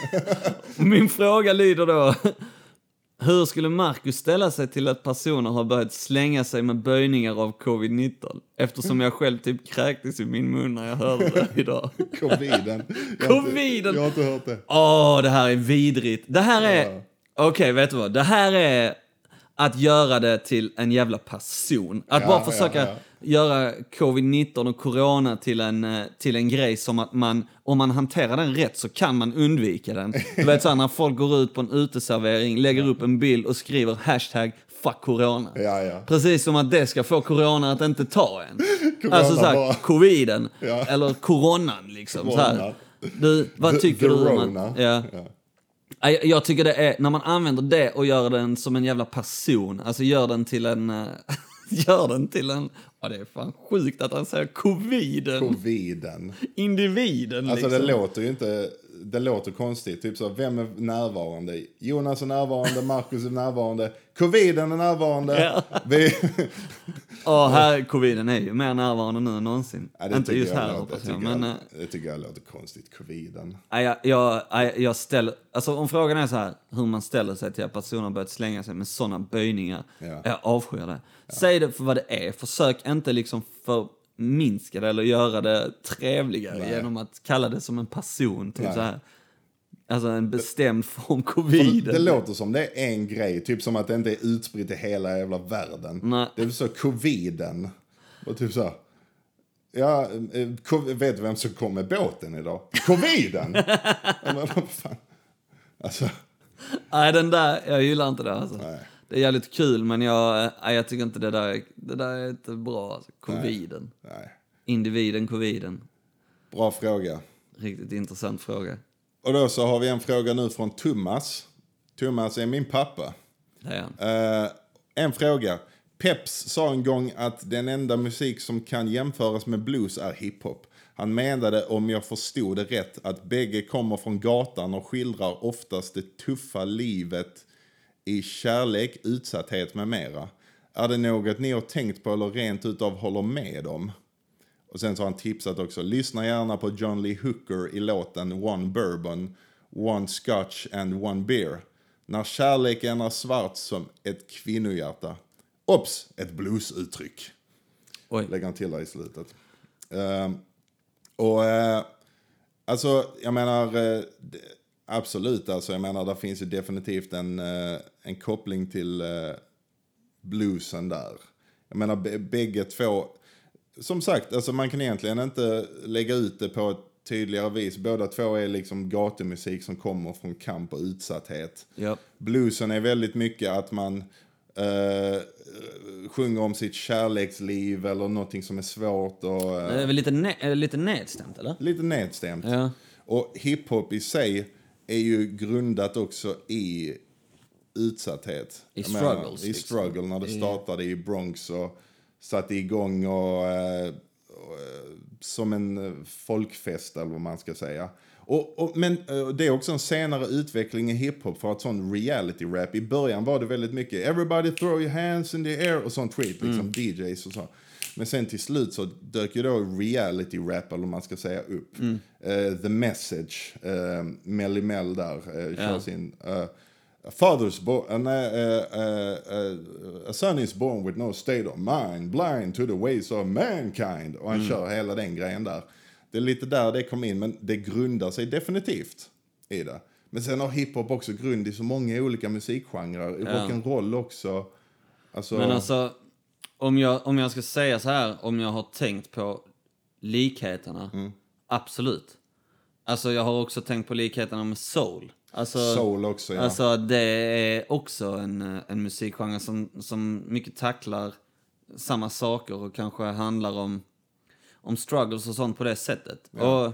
[SPEAKER 2] Min fråga lyder då, hur skulle Marcus ställa sig till att personer har börjat slänga sig med böjningar av covid-19? Eftersom jag själv typ kräktes i min mun när jag hörde det idag.
[SPEAKER 1] Coviden. Jag har inte-
[SPEAKER 2] Coviden.
[SPEAKER 1] Jag har inte hört det.
[SPEAKER 2] Åh, det här är vidrigt. Det här är...
[SPEAKER 1] Ja.
[SPEAKER 2] Okej, vet du vad? Det här är att göra det till en jävla person. Att
[SPEAKER 1] Ja,
[SPEAKER 2] bara försöka
[SPEAKER 1] ja,
[SPEAKER 2] göra covid-19 och corona till en, eh, till en grej som att man, om man hanterar den rätt så kan man undvika den. Du vet såhär när folk går ut på en uteservering, lägger upp en bild och skriver hashtag fuck corona.
[SPEAKER 1] Ja, ja.
[SPEAKER 2] Precis som att det ska få corona att inte ta en.
[SPEAKER 1] Corona
[SPEAKER 2] alltså såhär,
[SPEAKER 1] bara.
[SPEAKER 2] coviden.
[SPEAKER 1] Ja.
[SPEAKER 2] Eller coronan liksom.
[SPEAKER 1] Corona.
[SPEAKER 2] Såhär. Du, vad tycker
[SPEAKER 1] the
[SPEAKER 2] du om
[SPEAKER 1] Rona.
[SPEAKER 2] att... Ja.
[SPEAKER 1] Ja.
[SPEAKER 2] Nej, Jag, jag tycker det är, när man använder det och gör den som en jävla person, alltså gör den till en... eh, gör den till en... Ja, det är fan sjukt att han säger coviden.
[SPEAKER 1] Coviden.
[SPEAKER 2] Individen
[SPEAKER 1] Alltså
[SPEAKER 2] liksom.
[SPEAKER 1] det låter ju inte, det låter konstigt. Typ så, vem är närvarande? Jonas är närvarande, Marcus är närvarande, coviden är närvarande.
[SPEAKER 2] Ja.
[SPEAKER 1] Vi,
[SPEAKER 2] Ja, här, coviden är ju mer närvarande nu än någonsin.
[SPEAKER 1] Ja, det
[SPEAKER 2] inte
[SPEAKER 1] tycker
[SPEAKER 2] just
[SPEAKER 1] jag
[SPEAKER 2] här
[SPEAKER 1] låter-
[SPEAKER 2] hoppas
[SPEAKER 1] det
[SPEAKER 2] jag,
[SPEAKER 1] tycker
[SPEAKER 2] men... eh,
[SPEAKER 1] Det tycker jag låter konstigt, coviden.
[SPEAKER 2] Nej, jag, jag, nej, jag ställer... Alltså om frågan är så här, hur man ställer sig till att personer har börjat slänga sig med sådana böjningar.
[SPEAKER 1] Ja.
[SPEAKER 2] Jag avskyr det. Säg det för vad det är. Försök inte liksom förminska det eller göra det trevligare genom att kalla det som en person. Typ
[SPEAKER 1] Nej.
[SPEAKER 2] så här. Alltså en bestämd form
[SPEAKER 1] Det,
[SPEAKER 2] covid.
[SPEAKER 1] det låter som det är en grej, typ som att det inte är utspritt i hela jävla världen.
[SPEAKER 2] Nej.
[SPEAKER 1] Det är så coviden. Och typ så här, Ja, eh, co- vet du vem som kom med båten idag? Coviden! Jag menar, vad fan. Alltså,
[SPEAKER 2] Nej, den där, jag gillar inte det alltså.
[SPEAKER 1] Nej.
[SPEAKER 2] Det är jävligt kul men jag, eh, nej, jag tycker inte det där, är- det där är inte bra. Alltså. Coviden.
[SPEAKER 1] nej.
[SPEAKER 2] Individen, coviden.
[SPEAKER 1] Bra fråga.
[SPEAKER 2] Riktigt intressant fråga.
[SPEAKER 1] Och då så har vi en fråga nu från Thomas. Thomas är min pappa.
[SPEAKER 2] Det är han.
[SPEAKER 1] Eh, en fråga. Peps sa en gång att den enda musik som kan jämföras med blues är hiphop. Han menade, om jag förstod det rätt, att bägge kommer från gatan och skildrar oftast det tuffa livet i kärlek, utsatthet med mera. Är det något ni har tänkt på eller rent utav håller med om? Och sen så har han tipsat också. Lyssna gärna på John Lee Hooker i låten One Bourbon, One Scotch and One Beer. När kärleken är svart som ett kvinnohjärta. Ops! Ett bluesuttryck.
[SPEAKER 2] Oj.
[SPEAKER 1] Lägger han till där i slutet. Ehm, och eh, alltså, jag menar, eh, det- absolut alltså, jag menar, där finns ju definitivt en, eh, en koppling till eh, bluesen där. Jag menar, b- bägge två, som sagt, alltså man kan egentligen inte lägga ut det på ett tydligare vis. Båda två är liksom gatumusik som kommer från kamp och utsatthet.
[SPEAKER 2] Ja.
[SPEAKER 1] Bluesen är väldigt mycket att man eh, sjunger om sitt kärleksliv eller någonting som är svårt och eh,
[SPEAKER 2] Det är väl lite, ne- eh, lite nedstämt, eller?
[SPEAKER 1] lite nedstämt.
[SPEAKER 2] Ja.
[SPEAKER 1] Och hiphop i sig är ju grundat också i utsatthet.
[SPEAKER 2] I
[SPEAKER 1] Jag menar,
[SPEAKER 2] struggles,
[SPEAKER 1] I
[SPEAKER 2] liksom.
[SPEAKER 1] struggle, när det startade i Bronx och satte igång och, eh, och eh, som en eh, folkfest eller vad man ska säga. Och, och, men eh, det är också en senare utveckling i hiphop för att sån reality-rap, i
[SPEAKER 2] Mm.
[SPEAKER 1] början var det väldigt mycket everybody throw your hands in the air och sånt skit, liksom DJs och så. Men sen till slut så dök ju då reality rap, eller vad man ska säga, upp.
[SPEAKER 2] Mm.
[SPEAKER 1] Eh, The Message, uh, Melly Mel där, uh, kör sin... eh, a father's born, uh, a son is born with no state of mind, blind to the ways of mankind. Och han
[SPEAKER 2] Mm.
[SPEAKER 1] kör hela den grejen där. Det är lite där det kom in, men det grundar sig definitivt i det. Men sen har hiphop också grund i så många olika musikgenrer, i rock'n'roll också. Alltså,
[SPEAKER 2] Men alltså, om jag, om jag ska säga så här, om jag har tänkt på likheterna,
[SPEAKER 1] Mm.
[SPEAKER 2] absolut. Alltså jag har också tänkt på likheterna med soul. Alltså,
[SPEAKER 1] soul också, ja.
[SPEAKER 2] Alltså det är också en, eh, en musikgenre som, som mycket tacklar samma saker och kanske handlar om, om struggles och sånt på det sättet. Och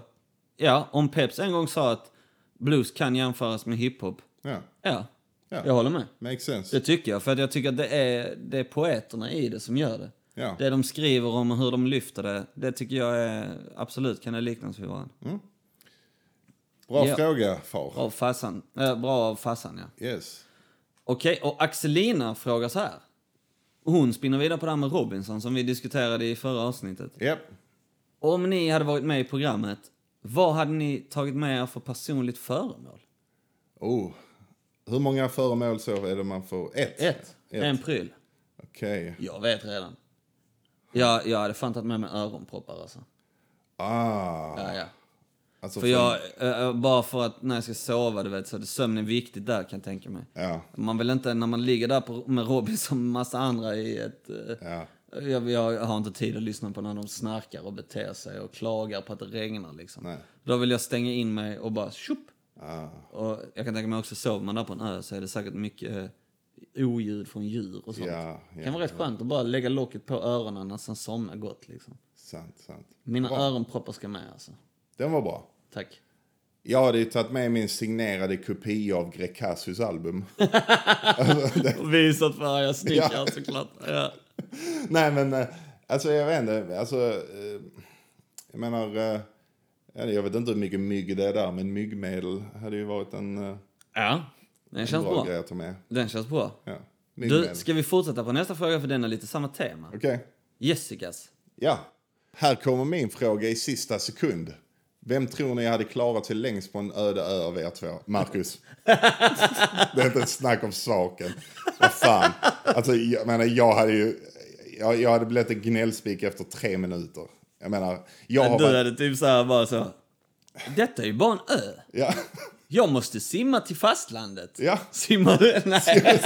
[SPEAKER 2] ja, om Peps en gång sa att blues kan jämföras med hiphop,
[SPEAKER 1] ja.
[SPEAKER 2] ja,
[SPEAKER 1] Ja.
[SPEAKER 2] jag håller med.
[SPEAKER 1] Makes sense.
[SPEAKER 2] Det tycker jag, för att jag tycker att det är, det är poeterna i det som gör det.
[SPEAKER 1] Ja.
[SPEAKER 2] Det de skriver om och hur de lyfter det, det tycker jag är, absolut kan det liknas vid varandra.
[SPEAKER 1] Bra
[SPEAKER 2] Ja.
[SPEAKER 1] fråga, far.
[SPEAKER 2] Bra av Fassan, äh, bra av Fassan ja.
[SPEAKER 1] Yes.
[SPEAKER 2] Okej, och Axelina frågar så här. Hon spinner vidare på det här med Robinson som vi diskuterade i förra avsnittet.
[SPEAKER 1] Japp.
[SPEAKER 2] Om ni hade varit med i programmet, vad hade ni tagit med er för personligt föremål?
[SPEAKER 1] Oh. Hur många föremål så är det man får? Ett?
[SPEAKER 2] Ett, en pryl.
[SPEAKER 1] Okej.
[SPEAKER 2] Jag vet redan. Jag, jag hade fan tagit med mig öronproppar alltså.
[SPEAKER 1] Ah.
[SPEAKER 2] Ja, ja.
[SPEAKER 1] Alltså
[SPEAKER 2] För jag, eh, eh, bara för att när jag ska sova, du vet, så är det sömn är viktigt där kan jag tänka mig.
[SPEAKER 1] Ja.
[SPEAKER 2] Man vill inte, när man ligger där på, med Robinson och massa andra i ett... eh,
[SPEAKER 1] Ja.
[SPEAKER 2] Jag, jag har inte tid att lyssna på när de snarkar och beter sig och klagar på att det regnar liksom.
[SPEAKER 1] Nej.
[SPEAKER 2] Då vill jag stänga in mig och bara tjopp.
[SPEAKER 1] Ah.
[SPEAKER 2] Och jag kan tänka mig också, sover man där på en ö så är det säkert mycket eh, oljud från djur och sånt.
[SPEAKER 1] Ja,
[SPEAKER 2] det
[SPEAKER 1] ja,
[SPEAKER 2] kan vara rätt skönt att bara lägga locket på öronen och sen somna gott liksom.
[SPEAKER 1] Sant, sant.
[SPEAKER 2] Mina öronproppar ska med alltså.
[SPEAKER 1] Den var bra.
[SPEAKER 2] Tack.
[SPEAKER 1] Jag hade ju tagit med min signerade kopia av Grekassus album.
[SPEAKER 2] Och visat för alla jag snickar såklart. Ja.
[SPEAKER 1] Nej, men eh, alltså jag vet inte. Alltså, eh, jag menar, eh, jag vet inte hur mycket mygg det är där, men myggmedel hade ju varit en eh,
[SPEAKER 2] ja. Den känns
[SPEAKER 1] bra
[SPEAKER 2] bra.
[SPEAKER 1] grej att ta med.
[SPEAKER 2] Den känns bra.
[SPEAKER 1] Ja.
[SPEAKER 2] Du,
[SPEAKER 1] Myggmedel.
[SPEAKER 2] ska vi fortsätta på nästa fråga för den är lite samma tema.
[SPEAKER 1] Okej.
[SPEAKER 2] Jessicas.
[SPEAKER 1] Ja. Här kommer min fråga i sista sekund. Vem tror ni hade klarat sig längst på en öde ö av er två? Marcus. Det är inte ett snack om saken. Vad fan. Alltså, jag menar, jag hade ju... Jag, jag hade blivit en gnällspik efter tre minuter. Jag menar, jag har
[SPEAKER 2] Du
[SPEAKER 1] varit...
[SPEAKER 2] hade typ så här bara så. Detta är ju bara en ö.
[SPEAKER 1] Ja,
[SPEAKER 2] Jag måste simma till fastlandet.
[SPEAKER 1] ja.
[SPEAKER 2] Simmar du? Nej.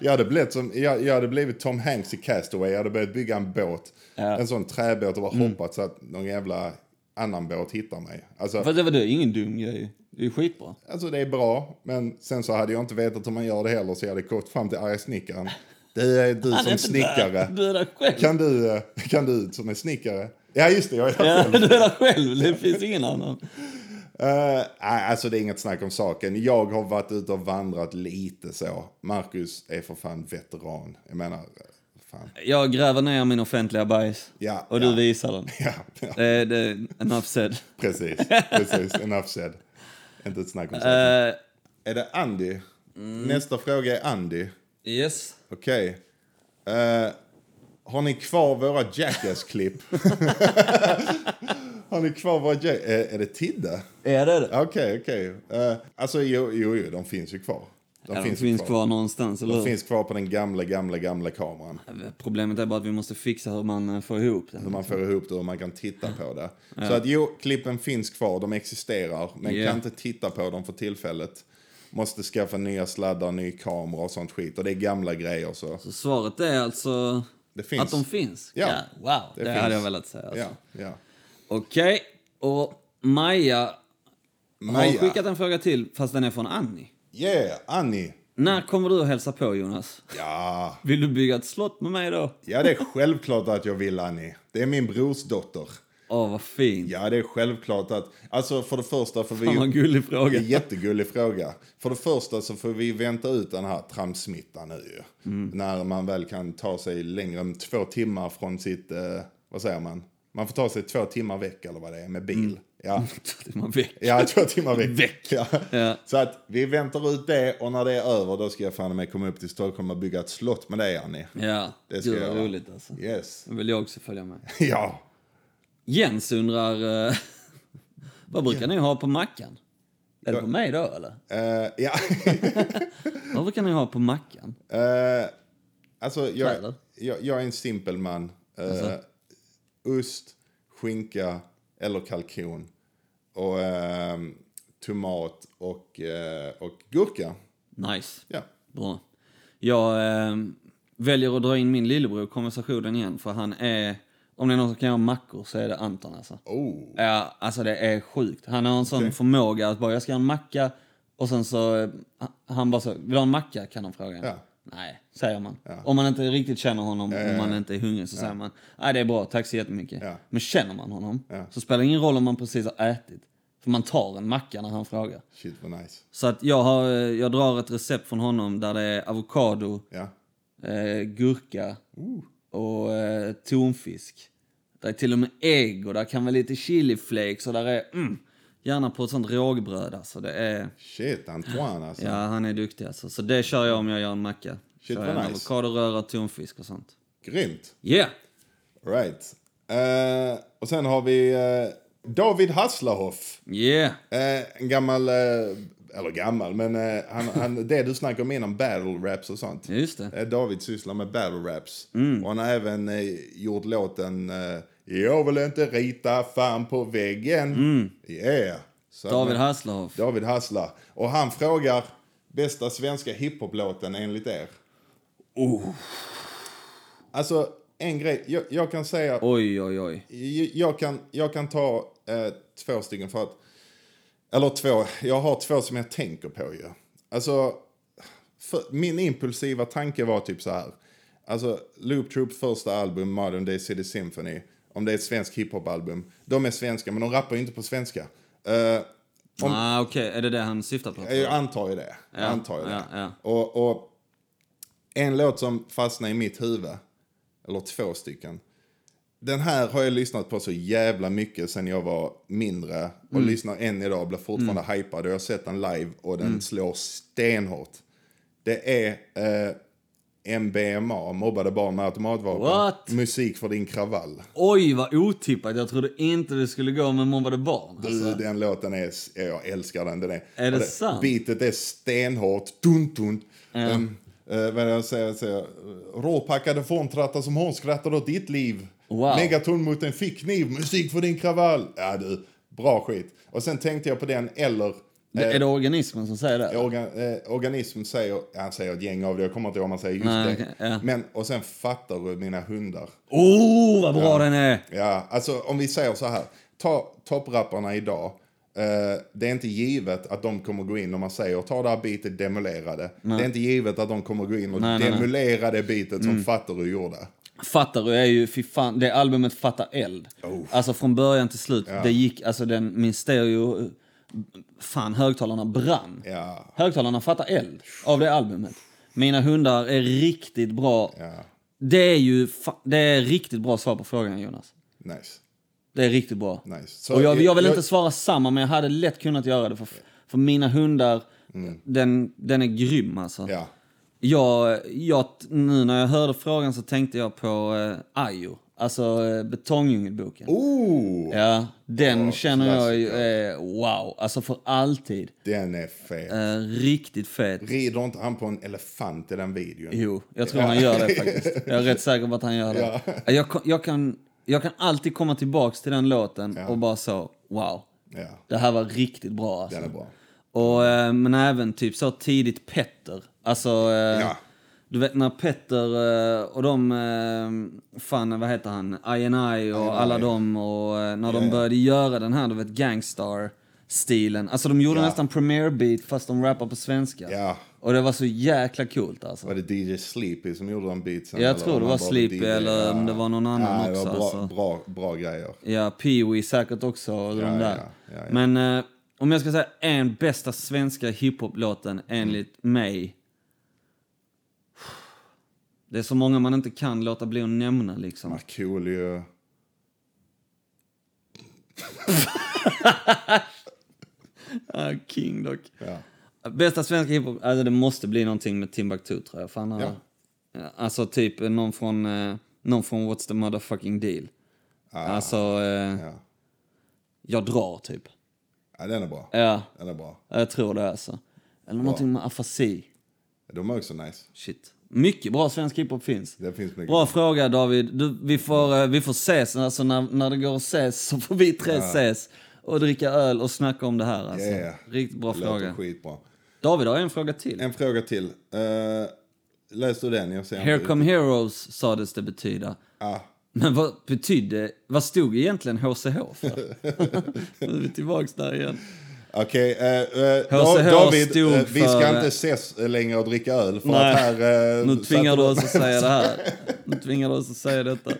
[SPEAKER 1] Jag, hade blivit som, jag, jag hade blivit Tom Hanks i Castaway. Jag hade börjat bygga en båt. En sån träbåt och bara hoppat så att någon jävla annan båt hittar mig. Alltså,
[SPEAKER 2] Fast det var du, ingen dum grej. Det är ju skitbra.
[SPEAKER 1] Alltså det är bra, men sen så hade jag inte vetat hur man gör det heller så jag hade gått fram till arga snickaren. Det är du
[SPEAKER 2] är
[SPEAKER 1] som
[SPEAKER 2] inte
[SPEAKER 1] snickare.
[SPEAKER 2] där. Du är där själv.
[SPEAKER 1] Kan du, eh, kan du som är snickare? Ja just det, jag är där
[SPEAKER 2] Ja,
[SPEAKER 1] själv.
[SPEAKER 2] du är där själv. Det finns ingen annan.
[SPEAKER 1] Eh, nej, alltså det är inget snack om saken. Jag har varit ute och vandrat lite så. Marcus är för fan veteran. Jag menar, eh, fan.
[SPEAKER 2] Jag gräver ner min offentliga bajs.
[SPEAKER 1] Ja,
[SPEAKER 2] Och
[SPEAKER 1] ja.
[SPEAKER 2] du visar den. Eh,
[SPEAKER 1] Ja, ja,
[SPEAKER 2] Det, det, enough said.
[SPEAKER 1] precis. precis. Enough said. Inte ett snack om saken.
[SPEAKER 2] Eh, Mm.
[SPEAKER 1] Är det Andy? Nästa fråga är Andy.
[SPEAKER 2] yes.
[SPEAKER 1] Okej. Eh, har ni kvar våra Jackass-klipp? har ni kvar våra Jackass... är det Tidde?
[SPEAKER 2] Är det det?
[SPEAKER 1] Okej, okej. Eh, alltså, jo, jo, jo, de finns ju kvar. De
[SPEAKER 2] Ja,
[SPEAKER 1] finns, ju
[SPEAKER 2] finns
[SPEAKER 1] kvar.
[SPEAKER 2] kvar. någonstans, eller
[SPEAKER 1] De
[SPEAKER 2] hur?
[SPEAKER 1] finns kvar på den gamla, gamla, gamla kameran.
[SPEAKER 2] Problemet är bara att vi måste fixa hur man eh, får ihop
[SPEAKER 1] Hur
[SPEAKER 2] det.
[SPEAKER 1] man får ihop det och hur man kan titta på det. Så att jo, klippen finns kvar, de existerar. Men
[SPEAKER 2] Ja.
[SPEAKER 1] kan inte titta på dem för tillfället. Måste skaffa nya sladdar, ny kamera och sånt skit. Och det är gamla grejer så.
[SPEAKER 2] Så svaret är alltså
[SPEAKER 1] Det finns.
[SPEAKER 2] att de finns?
[SPEAKER 1] Ja.
[SPEAKER 2] wow, det,
[SPEAKER 1] Det finns.
[SPEAKER 2] hade jag velat säga. Alltså.
[SPEAKER 1] Ja, ja.
[SPEAKER 2] Okej, och Maja har
[SPEAKER 1] Maja.
[SPEAKER 2] skickat en fråga till, fast den är från Annie.
[SPEAKER 1] Yeah, Annie.
[SPEAKER 2] När kommer du att hälsa på, Jonas?
[SPEAKER 1] Ja,
[SPEAKER 2] Vill du bygga ett slott med mig då?
[SPEAKER 1] ja det är självklart att jag vill Annie. Det är min brors dotter.
[SPEAKER 2] Åh, vad fint.
[SPEAKER 1] Ja, det är självklart att... Alltså för det första får vi...
[SPEAKER 2] Fan, vad gullig fråga.
[SPEAKER 1] Det är en jättegullig fråga. För det första så får vi vänta ut den här tramsmittan nu ju.
[SPEAKER 2] Mm.
[SPEAKER 1] När man väl kan ta sig längre än två timmar från sitt... Eh, vad säger man? Man får ta sig två timmar väck eller vad det är med bil Ja,
[SPEAKER 2] Två timmar väck.
[SPEAKER 1] ja två timmar väck.
[SPEAKER 2] Mm. Väck.
[SPEAKER 1] Ja.
[SPEAKER 2] Ja.
[SPEAKER 1] Så att vi väntar ut det och när det är över då ska jag fan med komma upp till Stockholm och bygga ett slott med dig Annie.
[SPEAKER 2] Ja,
[SPEAKER 1] Det ska
[SPEAKER 2] gud vad
[SPEAKER 1] jag göra.
[SPEAKER 2] roligt alltså.
[SPEAKER 1] Yes.
[SPEAKER 2] Då vill jag också följa med.
[SPEAKER 1] Ja.
[SPEAKER 2] Jens undrar, eh, vad brukar ni ha på mackan? Är det på mig då eller?
[SPEAKER 1] Eh, ja.
[SPEAKER 2] Vad brukar ni ha på mackan?
[SPEAKER 1] Eh, alltså, jag,
[SPEAKER 2] Kläder? Alltså.
[SPEAKER 1] jag, jag är en simpel man. Eh, Ost, skinka eller kalkon. Och ehm, tomat och, eh, och gurka.
[SPEAKER 2] Nice.
[SPEAKER 1] Ja.
[SPEAKER 2] Bra. Jag eh, väljer att dra in min lillebror i konversationen igen för han är, om det är någon som kan göra mackor så är det Anton alltså.
[SPEAKER 1] Oh.
[SPEAKER 2] Ja, alltså det är sjukt. Han har en sån förmåga att bara, jag ska ha en macka och sen så, eh, han bara så, vill du ha en macka? Kan han fråga en.
[SPEAKER 1] Ja.
[SPEAKER 2] Nej, säger man. Om man inte riktigt känner honom, om man inte är hungrig så säger man, nej det är bra, tack så jättemycket.
[SPEAKER 1] Ja.
[SPEAKER 2] Men känner man honom
[SPEAKER 1] Ja.
[SPEAKER 2] så spelar det ingen roll om man precis har ätit. För man tar en macka när han frågar.
[SPEAKER 1] Shit vad nice.
[SPEAKER 2] Så att jag, har, eh, jag drar ett recept från honom där det är avokado,
[SPEAKER 1] Ja.
[SPEAKER 2] eh, gurka och eh, tonfisk. Där är till och med ägg och där kan vara lite chiliflakes och där är mm, gärna på ett sånt rågbröd alltså. Det är,
[SPEAKER 1] Shit, Antoine alltså.
[SPEAKER 2] ja, han är duktig alltså. Så det kör jag om jag gör en macka.
[SPEAKER 1] Shit,
[SPEAKER 2] Kör
[SPEAKER 1] vad
[SPEAKER 2] jag en
[SPEAKER 1] nice.
[SPEAKER 2] avokadoröra, tonfisk och sånt.
[SPEAKER 1] Grymt.
[SPEAKER 2] Yeah!
[SPEAKER 1] Right. Eh, och sen har vi eh, David Hasselhoff.
[SPEAKER 2] Yeah!
[SPEAKER 1] Eh, en gammal, eh, eller gammal, men eh, han, han, det du snackade om innan, battle raps och sånt.
[SPEAKER 2] Just det.
[SPEAKER 1] Eh, David sysslar med battle raps. Och han har även eh, gjort låten eh, Jag vill inte rita fan på väggen. Yeah. Så
[SPEAKER 2] David
[SPEAKER 1] att-
[SPEAKER 2] Hasselhoff.
[SPEAKER 1] David Hassla. Och han frågar bästa svenska hiphop-låten enligt er. Alltså, en grej. Jag, jag kan säga...
[SPEAKER 2] Oj, oj, oj.
[SPEAKER 1] J- jag kan, jag kan ta eh, två stycken för att... Eller två. Jag har två som jag tänker på ju. Alltså, för, min impulsiva tanke var typ så här. Alltså, Loop Troop första album, Modern Day City Symphony. Om det är ett svenskt hiphop-album. De är svenska, men de rappar ju inte på svenska. Eh, om,
[SPEAKER 2] Ah, Okej, är det det han syftar på?
[SPEAKER 1] jag antar ju det. Jag antar ju det.
[SPEAKER 2] ja, ja.
[SPEAKER 1] Och, och en låt som fastnar i mitt huvud, eller två stycken. Den här har jag lyssnat på så jävla mycket sen jag var mindre. Och
[SPEAKER 2] Mm.
[SPEAKER 1] lyssnar än idag, blir fortfarande hypad. Och jag har sett den live och
[SPEAKER 2] Mm.
[SPEAKER 1] den slår stenhårt. Det är eh, MBMA, mobbade barn med automatvapen.
[SPEAKER 2] What?
[SPEAKER 1] Musik för din kravall.
[SPEAKER 2] Oj, vad otippat. Jag trodde inte det skulle gå med mobbade barn. Alltså.
[SPEAKER 1] Du, den låten är... Jag älskar den. den är,
[SPEAKER 2] Är det
[SPEAKER 1] och
[SPEAKER 2] sant?
[SPEAKER 1] Beatet är stenhårt. Dun, dun. Um, eh, vad är det jag säger? jag säger? Råpackade fåntrattar som hånskrattar åt ditt liv.
[SPEAKER 2] Wow.
[SPEAKER 1] Megaton mot en fickkniv. Musik för din kravall. Ja, du. Bra skit. Och sen tänkte jag på den, eller...
[SPEAKER 2] Det,
[SPEAKER 1] Eh.
[SPEAKER 2] är det organismen som säger det?
[SPEAKER 1] Organ, eh, organism säger, han säger ett gäng av det, jag kommer inte ihåg om han säger just
[SPEAKER 2] Nej,
[SPEAKER 1] det.
[SPEAKER 2] okej, ja.
[SPEAKER 1] Men, och sen fattar du mina hundar.
[SPEAKER 2] Oh, vad bra den är!
[SPEAKER 1] Ja, alltså om vi säger så här. Ta topprapparna idag. Eh, det är inte givet att de kommer gå in om man säger ta det här bitet demolerade. Det är inte givet att de kommer gå in och
[SPEAKER 2] Nej, Mm. nej, nej.
[SPEAKER 1] demolera det bitet som fattar du gjorde.
[SPEAKER 2] Fattar du är ju, fy fan, det albumet Fatta eld.
[SPEAKER 1] Oh.
[SPEAKER 2] Alltså från början till slut, det gick, alltså den, min stereo, fan högtalarna brann.
[SPEAKER 1] Ja,
[SPEAKER 2] Högtalarna Fatta eld av det albumet. Mina hundar är riktigt bra. Det är ju, fa- det är riktigt bra svar på frågan Jonas.
[SPEAKER 1] nice.
[SPEAKER 2] Det är riktigt bra.
[SPEAKER 1] Nice. Så
[SPEAKER 2] och jag, jag vill
[SPEAKER 1] jag-
[SPEAKER 2] inte svara samma, men jag hade lätt kunnat göra det för, för mina hundar,
[SPEAKER 1] Mm.
[SPEAKER 2] den, den är grym alltså.
[SPEAKER 1] Ja,
[SPEAKER 2] Jag, jag, nu när jag hörde frågan så tänkte jag på eh, Ayo, alltså eh, Betongdjungelboken.
[SPEAKER 1] oh,
[SPEAKER 2] Ja, den känner jag ju,
[SPEAKER 1] klassiker.
[SPEAKER 2] eh, wow, alltså för alltid.
[SPEAKER 1] den är fet.
[SPEAKER 2] Eh, riktigt fet.
[SPEAKER 1] Rider inte han på en elefant i den videon?
[SPEAKER 2] Jo, jag tror han gör det faktiskt. Jag är rätt säker på att han gör det. Jag, ko- jag, kan, jag kan alltid komma tillbaks till den låten och bara så, wow,
[SPEAKER 1] Ja,
[SPEAKER 2] det här var riktigt bra alltså.
[SPEAKER 1] den är bra.
[SPEAKER 2] Och, eh, men även typ så tidigt Petter. Alltså, eh,
[SPEAKER 1] Ja.
[SPEAKER 2] du vet när Petter eh, och de, eh, fan vad heter han, INI och alla dem och eh, när de började göra den här, du vet gangstar-stilen. Alltså de gjorde
[SPEAKER 1] Ja.
[SPEAKER 2] nästan premiere beat fast de rappar på svenska.
[SPEAKER 1] Ja.
[SPEAKER 2] Och det var så jäkla coolt alltså.
[SPEAKER 1] Var det DJ Sleepy som gjorde den beatsen?
[SPEAKER 2] Jag
[SPEAKER 1] eller
[SPEAKER 2] tror det
[SPEAKER 1] han
[SPEAKER 2] var
[SPEAKER 1] bara
[SPEAKER 2] Sleepy
[SPEAKER 1] DJ?
[SPEAKER 2] eller om det var någon annan
[SPEAKER 1] ja, det var
[SPEAKER 2] också,
[SPEAKER 1] Bra,
[SPEAKER 2] alltså.
[SPEAKER 1] bra, bra grejer.
[SPEAKER 2] Ja, Pee-Wee säkert också och de
[SPEAKER 1] Ja,
[SPEAKER 2] där.
[SPEAKER 1] ja, ja, ja.
[SPEAKER 2] Men eh, om jag ska säga en bästa svenska hiphop-låten enligt mig. Det är så många man inte kan låta bli att nämna liksom.
[SPEAKER 1] Markoolio.
[SPEAKER 2] Ah, king dock.
[SPEAKER 1] Ja.
[SPEAKER 2] Bästa svenska hiphop, alltså det måste bli någonting med Timbuktu tror jag. Fan,
[SPEAKER 1] Ja.
[SPEAKER 2] ja. Alltså typ eh, någon från, eh, någon från What's the motherfucking deal.
[SPEAKER 1] Ah.
[SPEAKER 2] Alltså, eh,
[SPEAKER 1] Ja.
[SPEAKER 2] jag drar typ.
[SPEAKER 1] ja, den är bra.
[SPEAKER 2] Ja,
[SPEAKER 1] Den är bra.
[SPEAKER 2] jag tror det alltså. Eller någonting med afasi.
[SPEAKER 1] De är också nice.
[SPEAKER 2] Shit. Mycket bra svensk hiphop finns.
[SPEAKER 1] Det finns mycket.
[SPEAKER 2] Bra fråga David. Du, vi, får, eh, vi får ses, alltså när, när det går att ses så får vi tre ses. Och dricka öl och snacka om det här alltså.
[SPEAKER 1] Ja, ja.
[SPEAKER 2] Riktigt bra
[SPEAKER 1] Låter
[SPEAKER 2] fråga.
[SPEAKER 1] skitbra.
[SPEAKER 2] David har en fråga till.
[SPEAKER 1] En fråga till. Eh, läs du den? Jag ser
[SPEAKER 2] Here
[SPEAKER 1] inte.
[SPEAKER 2] come heroes sades det betyda.
[SPEAKER 1] Ah,
[SPEAKER 2] Men vad betydde, vad stod egentligen HCH för? nu är vi tillbaks där igen.
[SPEAKER 1] Okej, eh, eh,
[SPEAKER 2] HCH
[SPEAKER 1] Da- David,
[SPEAKER 2] stod
[SPEAKER 1] eh, vi ska
[SPEAKER 2] för-
[SPEAKER 1] inte ses eh, längre och dricka öl för
[SPEAKER 2] Nej.
[SPEAKER 1] att här... eh,
[SPEAKER 2] Nu tvingar
[SPEAKER 1] satte-
[SPEAKER 2] du oss att säga det här. Nu tvingar du oss att säga detta.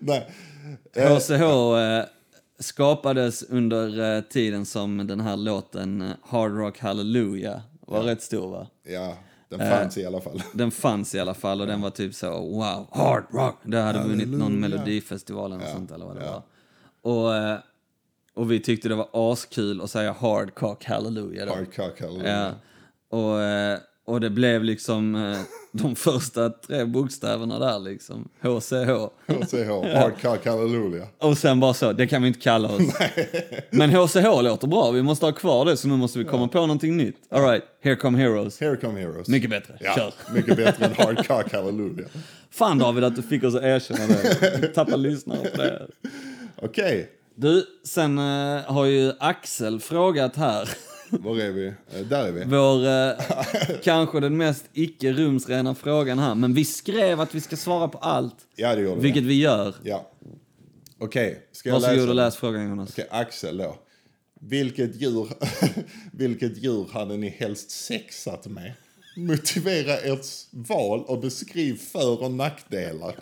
[SPEAKER 1] Nej.
[SPEAKER 2] HCH eh, skapades under eh, tiden som den här låten eh, Hard Rock Hallelujah var rätt stor va?
[SPEAKER 1] Ja, den
[SPEAKER 2] Eh.
[SPEAKER 1] fanns i alla fall.
[SPEAKER 2] Den fanns i alla fall och den var typ så wow, hard rock. Det hade vunnit någon melodifestival eller sånt eller vad det var. Och, eh, och vi tyckte det var askul att säga hard cock hallelujah då.
[SPEAKER 1] Hard cock, hallelujah.
[SPEAKER 2] Ja. Och, eh, och det blev liksom eh, de första tre bokstäverna där liksom. HCH.
[SPEAKER 1] HCH, hard cock, hallelujah.
[SPEAKER 2] Och sen bara så, det kan vi inte kalla oss. Men HCH låter bra, vi måste ha kvar det så nu måste vi komma på någonting nytt. All right, here come heroes.
[SPEAKER 1] Here come heroes.
[SPEAKER 2] Mycket bättre,
[SPEAKER 1] ja,
[SPEAKER 2] kör.
[SPEAKER 1] mycket bättre än hard cock, hallelujah.
[SPEAKER 2] Fan David att du fick oss att erkänna det. Du tappar lyssnare på det.
[SPEAKER 1] Okej,
[SPEAKER 2] Du, sen eh, har ju Axel frågat här.
[SPEAKER 1] var är vi? Eh, där är vi.
[SPEAKER 2] Vår, eh, kanske den mest icke rumsrena frågan här. Men vi skrev att vi ska svara på allt,
[SPEAKER 1] Ja, det gjorde
[SPEAKER 2] vilket
[SPEAKER 1] vi.
[SPEAKER 2] vi gör.
[SPEAKER 1] Ja. Okej, ska jag läsa?
[SPEAKER 2] Varsågod och läs frågan Jonas.
[SPEAKER 1] Okej, Axel då. Vilket djur, vilket djur hade ni helst sexat med? Motivera ert val och beskriv för och nackdelar.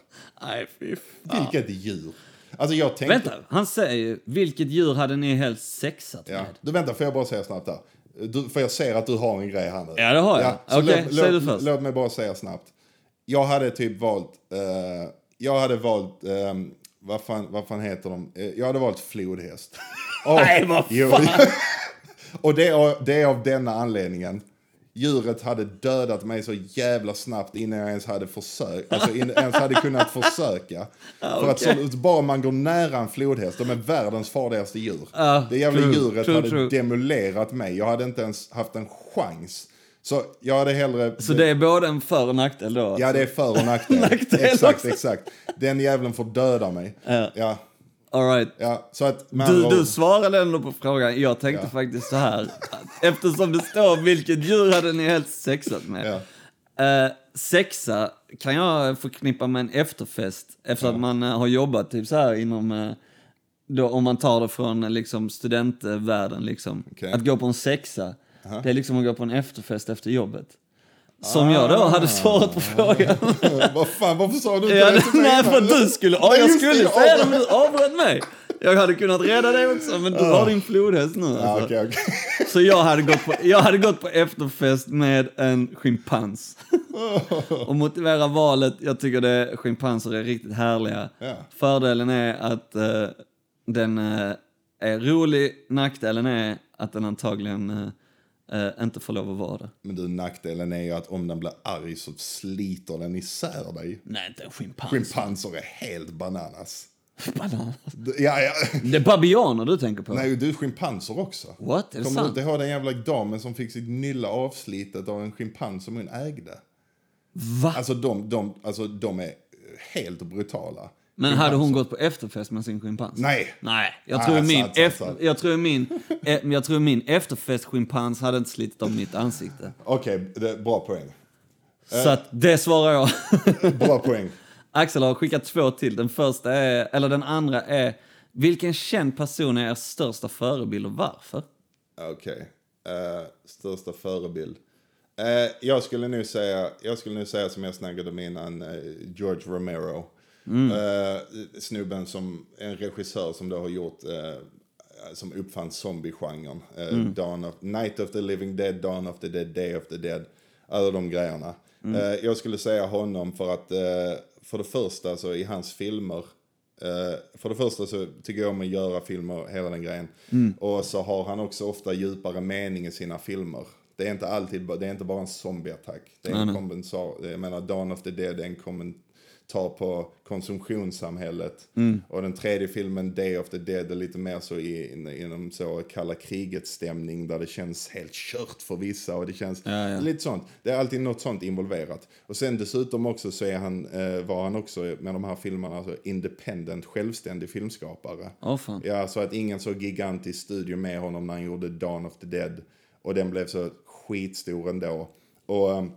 [SPEAKER 2] Nej, fy
[SPEAKER 1] Vilket djur? Alltså jag tänkte...
[SPEAKER 2] Vänta, han säger ju, vilket djur hade ni helst sexat
[SPEAKER 1] Ja.
[SPEAKER 2] med?
[SPEAKER 1] Du, vänta, får jag bara säga snabbt där? Du, för jag ser att du har en grej här nu.
[SPEAKER 2] Ja, det har jag.
[SPEAKER 1] så
[SPEAKER 2] Okej,
[SPEAKER 1] låt-
[SPEAKER 2] säg
[SPEAKER 1] låt-
[SPEAKER 2] du först.
[SPEAKER 1] Låt mig bara säga snabbt. Jag hade typ valt... eh, jag hade valt... ehm, vad, fan, vad fan heter de? Eh, jag hade valt flodhäst. Och,
[SPEAKER 2] Nej, vad
[SPEAKER 1] Jo, och det är, det är av denna anledningen. Djuret hade dödat mig så jävla snabbt innan jag ens hade försökt. Alltså innan jag ens hade kunnat försöka. För att
[SPEAKER 2] Ah, okej.
[SPEAKER 1] så, bara man går nära en flodhäst, de är världens farligaste djur.
[SPEAKER 2] Ja,
[SPEAKER 1] det jävla
[SPEAKER 2] Ah, true,
[SPEAKER 1] djuret
[SPEAKER 2] true,
[SPEAKER 1] hade
[SPEAKER 2] true.
[SPEAKER 1] demolerat mig. Jag hade inte ens haft en chans. Så jag hade hellre...
[SPEAKER 2] Så det är både en för och nackdel då?
[SPEAKER 1] Ja, det är för och nackdel.
[SPEAKER 2] Nackdel
[SPEAKER 1] exakt,
[SPEAKER 2] också.
[SPEAKER 1] exakt. Den jäveln får döda mig. Ja. Ja,
[SPEAKER 2] All right.
[SPEAKER 1] så att... med
[SPEAKER 2] Du,
[SPEAKER 1] andra
[SPEAKER 2] du
[SPEAKER 1] ord-
[SPEAKER 2] svarade ändå på frågan. Jag tänkte faktiskt så här. att Eftersom det står vilket djur hade ni helst sexat med?
[SPEAKER 1] Ja.
[SPEAKER 2] Eh, sexa kan jag förknippa med en efterfest efter att man eh, har jobbat typ så här inom... eh, då, om man tar det från eh, liksom, studentvärlden, liksom.
[SPEAKER 1] Okej.
[SPEAKER 2] att gå på en sexa, det är liksom att gå på en efterfest efter jobbet. Som jag
[SPEAKER 1] Ah.
[SPEAKER 2] då hade svarat på frågan.
[SPEAKER 1] Vad fan, varför sa du inte
[SPEAKER 2] Ja,
[SPEAKER 1] det till mig
[SPEAKER 2] nej, för att
[SPEAKER 1] innan?
[SPEAKER 2] du skulle... Ja,
[SPEAKER 1] Nej,
[SPEAKER 2] jag
[SPEAKER 1] just det,
[SPEAKER 2] skulle
[SPEAKER 1] jag
[SPEAKER 2] säga det,
[SPEAKER 1] avbröt.
[SPEAKER 2] men du avbröt mig. Jag hade kunnat rädda dig också, men du har din flodhäst nu.
[SPEAKER 1] Ja,
[SPEAKER 2] Alltså.
[SPEAKER 1] okej, okej.
[SPEAKER 2] Så jag hade, gått på, jag hade gått på efterfest med en schimpans. Och motivera valet, jag tycker det, schimpanser är riktigt härliga.
[SPEAKER 1] Ja.
[SPEAKER 2] Fördelen är att eh, den eh, är rolig, nackdelen är att den antagligen eh, eh, inte får lov att vara det.
[SPEAKER 1] Men du, nackdelen är ju att om den blir arg så sliter den isär dig.
[SPEAKER 2] Nej, inte en schimpans.
[SPEAKER 1] Schimpanser är helt bananas.
[SPEAKER 2] Banan.
[SPEAKER 1] Du- Ja, ja.
[SPEAKER 2] Det är babianer du tänker på?
[SPEAKER 1] Nej, du, schimpanser också.
[SPEAKER 2] What? Är det
[SPEAKER 1] Kommer du
[SPEAKER 2] sant?
[SPEAKER 1] inte ihåg den jävla damen som fick sitt nylla avslitet av en schimpans som hon ägde?
[SPEAKER 2] Va?
[SPEAKER 1] Alltså de, de, alltså, de är helt brutala.
[SPEAKER 2] Men hade hon gått på efterfest med sin schimpans?
[SPEAKER 1] Nej.
[SPEAKER 2] Nej, jag
[SPEAKER 1] Nej,
[SPEAKER 2] tror
[SPEAKER 1] sant,
[SPEAKER 2] min,
[SPEAKER 1] sant,
[SPEAKER 2] eft-
[SPEAKER 1] sant.
[SPEAKER 2] jag tror min, eh, jag tror min efterfestschimpans hade inte slitit av mitt ansikte.
[SPEAKER 1] Okej, det- bra poäng. Eh.
[SPEAKER 2] Så att det svarar jag.
[SPEAKER 1] Bra poäng.
[SPEAKER 2] Axel har skickat två till. Den första är, eller den andra är, vilken känd person är er största förebild och varför?
[SPEAKER 1] Okej. Eh, största förebild. Eh, jag, skulle nu säga, jag skulle nu säga som jag snackade om innan, eh, George Romero. Eh, snubben som, en regissör som då har gjort, eh, som uppfann zombiegenren. Eh, Dawn of, Night of the Living Dead, Dawn of the Dead, Day of the Dead. Alla de grejerna. Eh, jag skulle säga honom för att, eh, för det första så i hans filmer Eh, för det första så tycker jag om att göra filmer, och hela den grejen. Och så har han också ofta djupare mening i sina filmer. Det är inte alltid, ba- det är inte bara en zombieattack. Det är en kompensar, jag menar Dawn of the Dead är en kommentar på konsumtionssamhället.
[SPEAKER 2] Mm.
[SPEAKER 1] Och den tredje filmen, Day of the Dead, är lite mer så i, in, inom så kalla krigets stämning där det känns helt kört för vissa och det känns
[SPEAKER 2] Ja, ja.
[SPEAKER 1] lite sånt. Det är alltid något sånt involverat. Och sen dessutom också så är han, eh, var han också med de här filmerna alltså independent, självständig filmskapare.
[SPEAKER 2] Åh fan.
[SPEAKER 1] Ja, så att ingen så gigantisk studio med honom när han gjorde Dawn of the Dead. Och den blev så skitstor ändå. Och, ehm,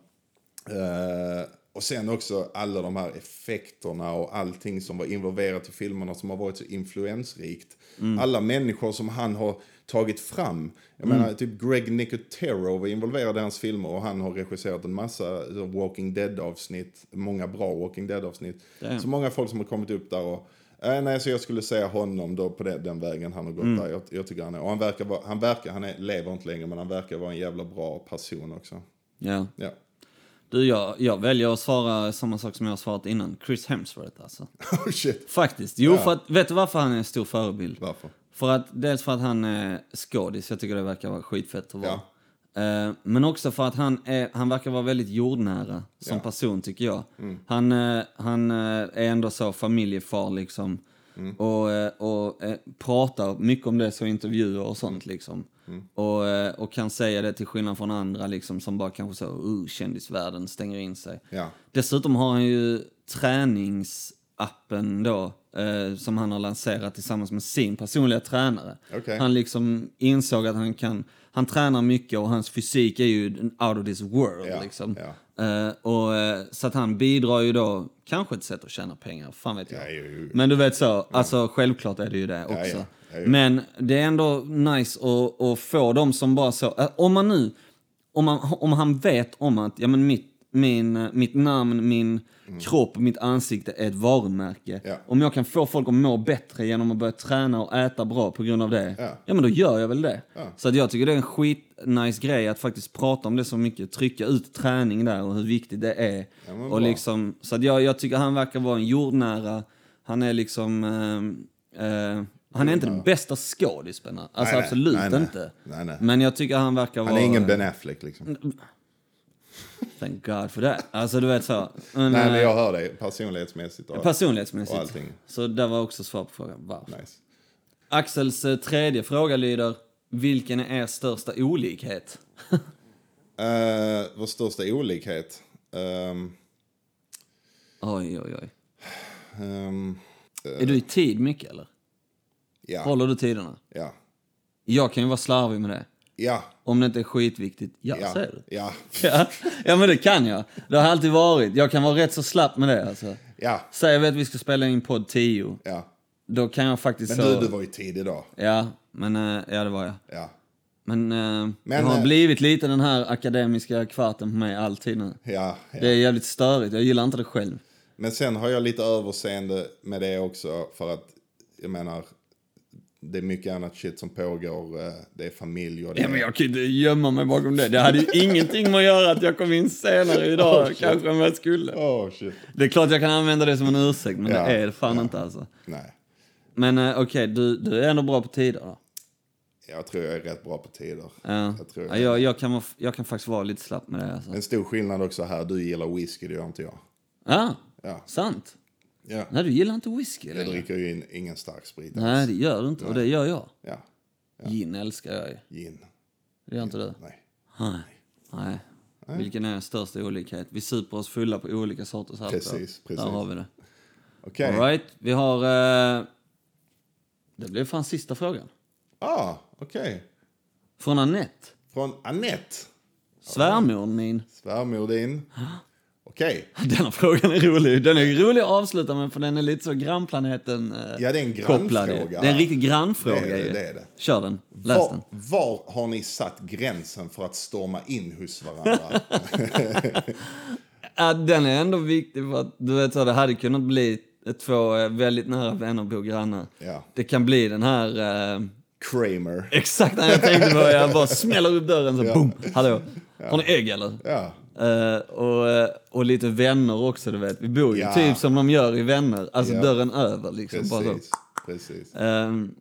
[SPEAKER 1] eh, och sen också alla de här effekterna och allting som var involverat i filmerna som har varit så influensrikt. Alla människor som han har tagit fram. Jag menar, typ Greg Nicotero var involverad i hans filmer och han har regisserat en massa så, Walking Dead-avsnitt. Många bra Walking Dead-avsnitt.
[SPEAKER 2] Damn.
[SPEAKER 1] Så många folk som har kommit upp där och Eh, nej, så jag skulle säga honom då på det, den vägen han har gått där. Jag, jag tycker han är, och han verkar vara, han verkar, han är, lever inte längre, men han verkar vara en jävla bra person också.
[SPEAKER 2] Ja.
[SPEAKER 1] Ja.
[SPEAKER 2] Du, jag, jag väljer att svara samma sak som jag har svarat innan. Chris Hemsworth alltså.
[SPEAKER 1] Oh shit.
[SPEAKER 2] Faktiskt. Jo,
[SPEAKER 1] Ja.
[SPEAKER 2] för att, vet du varför han är en stor förebild?
[SPEAKER 1] Varför?
[SPEAKER 2] För att, dels för att han är skådis, jag tycker det verkar vara skitfett att vara.
[SPEAKER 1] Ja.
[SPEAKER 2] Eh, Men också för att han, är, han verkar vara väldigt jordnära som
[SPEAKER 1] Ja. Mm.
[SPEAKER 2] person tycker jag. Han, eh, han eh, är ändå så familjefar liksom.
[SPEAKER 1] Mm.
[SPEAKER 2] Och, eh, och eh, pratar mycket om det så i intervjuer och sånt liksom.
[SPEAKER 1] Mm.
[SPEAKER 2] Och, eh, och kan säga det till skillnad från andra liksom som bara kanske så, uh, kändisvärlden stänger in sig.
[SPEAKER 1] Ja.
[SPEAKER 2] Dessutom har han ju träningsappen då, eh, som han har lanserat tillsammans med sin personliga tränare.
[SPEAKER 1] Okej.
[SPEAKER 2] Han liksom insåg att han kan, han tränar mycket och hans fysik är ju out of this world
[SPEAKER 1] Ja,
[SPEAKER 2] liksom.
[SPEAKER 1] ja.
[SPEAKER 2] Eh, och, eh, så att han bidrar ju då, kanske ett sätt att tjäna pengar, fan vet jag.
[SPEAKER 1] Ja, ju- ju-
[SPEAKER 2] Men du vet så, alltså självklart är det ju det också.
[SPEAKER 1] ja. Ja, ja.
[SPEAKER 2] Men det är ändå nice att, att få dem som bara så, eh, om man nu, om, man, om han vet om att, ja men mitt, min, eh, mitt namn, min kropp, mitt ansikte är ett varumärke.
[SPEAKER 1] Mm. Ja.
[SPEAKER 2] Om jag kan få folk att må bättre genom att börja träna och äta bra på grund av det,
[SPEAKER 1] Ja.
[SPEAKER 2] men då gör jag väl det.
[SPEAKER 1] Ja.
[SPEAKER 2] Så att jag tycker det är en skitnice grej att faktiskt prata om det så mycket, trycka ut träning där och hur viktigt det är.
[SPEAKER 1] Ja, men bra.
[SPEAKER 2] och liksom, så att jag, jag tycker han verkar vara en jordnära, han är liksom... Eh, eh, han är inte den bästa skådisen, alltså
[SPEAKER 1] Nej, nej.
[SPEAKER 2] absolut
[SPEAKER 1] Nej, nej.
[SPEAKER 2] inte.
[SPEAKER 1] Nej, nej.
[SPEAKER 2] Men Mm, jag tycker han verkar
[SPEAKER 1] Han
[SPEAKER 2] vara...
[SPEAKER 1] är ingen Ben Affleck liksom.
[SPEAKER 2] Thank God for that. Alltså du vet så. Men,
[SPEAKER 1] Nej,
[SPEAKER 2] eh,
[SPEAKER 1] men jag hör dig. Personlighetsmässigt. Och,
[SPEAKER 2] Personlighetsmässigt.
[SPEAKER 1] Och allting.
[SPEAKER 2] Så där var också svar på frågan varför.
[SPEAKER 1] nice.
[SPEAKER 2] Axels eh, tredje fråga lyder, vilken är er största olikhet?
[SPEAKER 1] Eh, vår största olikhet. Ehm,
[SPEAKER 2] Oj, oj, oj.
[SPEAKER 1] ehm,
[SPEAKER 2] Är du i tid mycket eller?
[SPEAKER 1] ja,
[SPEAKER 2] Håller du tiderna?
[SPEAKER 1] ja,
[SPEAKER 2] Jag kan ju vara slarvig med det.
[SPEAKER 1] ja,
[SPEAKER 2] Om det inte är skitviktigt. Ja,
[SPEAKER 1] ja,
[SPEAKER 2] säger du.
[SPEAKER 1] ja,
[SPEAKER 2] Ja. ja, men det kan jag. Det har alltid varit. Jag kan vara rätt så slapp med det alltså.
[SPEAKER 1] ja,
[SPEAKER 2] Säger vi att vi ska spela in podd 10,
[SPEAKER 1] ja.
[SPEAKER 2] då kan jag faktiskt...
[SPEAKER 1] Men
[SPEAKER 2] så-
[SPEAKER 1] du, du var ju tid idag.
[SPEAKER 2] Ja, men eh, ja, det var jag.
[SPEAKER 1] Ja,
[SPEAKER 2] Men, eh,
[SPEAKER 1] Men,
[SPEAKER 2] det har
[SPEAKER 1] eh,
[SPEAKER 2] blivit lite den här akademiska kvarten på mig alltid nu.
[SPEAKER 1] ja, ja.
[SPEAKER 2] Det är jävligt störigt, jag gillar inte det själv.
[SPEAKER 1] Men sen har jag lite överseende med det också för att jag menar det är mycket annat shit som pågår. eh, Det är familj och det
[SPEAKER 2] Ja, men
[SPEAKER 1] är...
[SPEAKER 2] jag kan inte gömma mig bakom det. Det hade ju ingenting med att göra att jag kom in senare idag,
[SPEAKER 1] Oh, shit.
[SPEAKER 2] kanske än vad jag skulle.
[SPEAKER 1] Åh, shit.
[SPEAKER 2] Det är klart jag kan använda det som en ursäkt, men
[SPEAKER 1] Ja,
[SPEAKER 2] det är det fan
[SPEAKER 1] ja.
[SPEAKER 2] inte alltså.
[SPEAKER 1] Nej,
[SPEAKER 2] Men eh, okej, du, du är ändå bra på tider då?
[SPEAKER 1] jag tror jag är rätt bra på tider.
[SPEAKER 2] Ja.
[SPEAKER 1] Jag tror
[SPEAKER 2] ja,
[SPEAKER 1] jag.
[SPEAKER 2] jag, jag, kan, vara- jag kan faktiskt vara lite slapp med det alltså.
[SPEAKER 1] En stor skillnad också här, du gillar whisky, det gör inte jag.
[SPEAKER 2] Ja,
[SPEAKER 1] Ja.
[SPEAKER 2] sant.
[SPEAKER 1] ja.
[SPEAKER 2] Nej, du gillar inte whisky
[SPEAKER 1] Jag
[SPEAKER 2] längre.
[SPEAKER 1] dricker ju in, ingen stark sprit.
[SPEAKER 2] Nej, det gör du inte. Och det gör jag.
[SPEAKER 1] Ja,
[SPEAKER 2] Gin älskar jag ju.
[SPEAKER 1] gin.
[SPEAKER 2] Det gör inte du?
[SPEAKER 1] Nej.
[SPEAKER 2] Nej. Nej. Vilken är den största olikhet? Vi super oss fulla på olika sorters alkohol.
[SPEAKER 1] Precis, precis.
[SPEAKER 2] Där har vi det.
[SPEAKER 1] Okej.
[SPEAKER 2] All right. Vi har... Eh... Det blev fan sista frågan.
[SPEAKER 1] Ah, okej.
[SPEAKER 2] Från Annette.
[SPEAKER 1] Från Annette.
[SPEAKER 2] Svärmor min.
[SPEAKER 1] Svärmor din. Okej.
[SPEAKER 2] Denna frågan är rolig. Den är rolig att avsluta med för den är lite så grannplaneten eh,
[SPEAKER 1] Ja, det är en
[SPEAKER 2] kopplad ju.
[SPEAKER 1] grannfråga.
[SPEAKER 2] Det är en riktig grannfråga
[SPEAKER 1] Det är det,
[SPEAKER 2] ju.
[SPEAKER 1] det är det.
[SPEAKER 2] Kör den. Läs den.
[SPEAKER 1] Var, var har ni satt gränsen för att storma in hos varandra?
[SPEAKER 2] Ja, den är ändå viktig för att du vet så, det hade kunnat bli två eh, väldigt nära vänner bor grannar.
[SPEAKER 1] Ja.
[SPEAKER 2] Det kan bli den här... Eh,
[SPEAKER 1] Kramer.
[SPEAKER 2] exakt när jag tänkte på det, jag bara smäller upp dörren så boom, hallå. Har ni ägg eller?
[SPEAKER 1] Ja.
[SPEAKER 2] Eh, och, eh, och lite vänner också, du vet. Vi bor ju
[SPEAKER 1] Ja.
[SPEAKER 2] typ som de gör i Vänner, alltså
[SPEAKER 1] Ja.
[SPEAKER 2] dörren över liksom. Bara så.
[SPEAKER 1] Precis. Precis.
[SPEAKER 2] Ehm,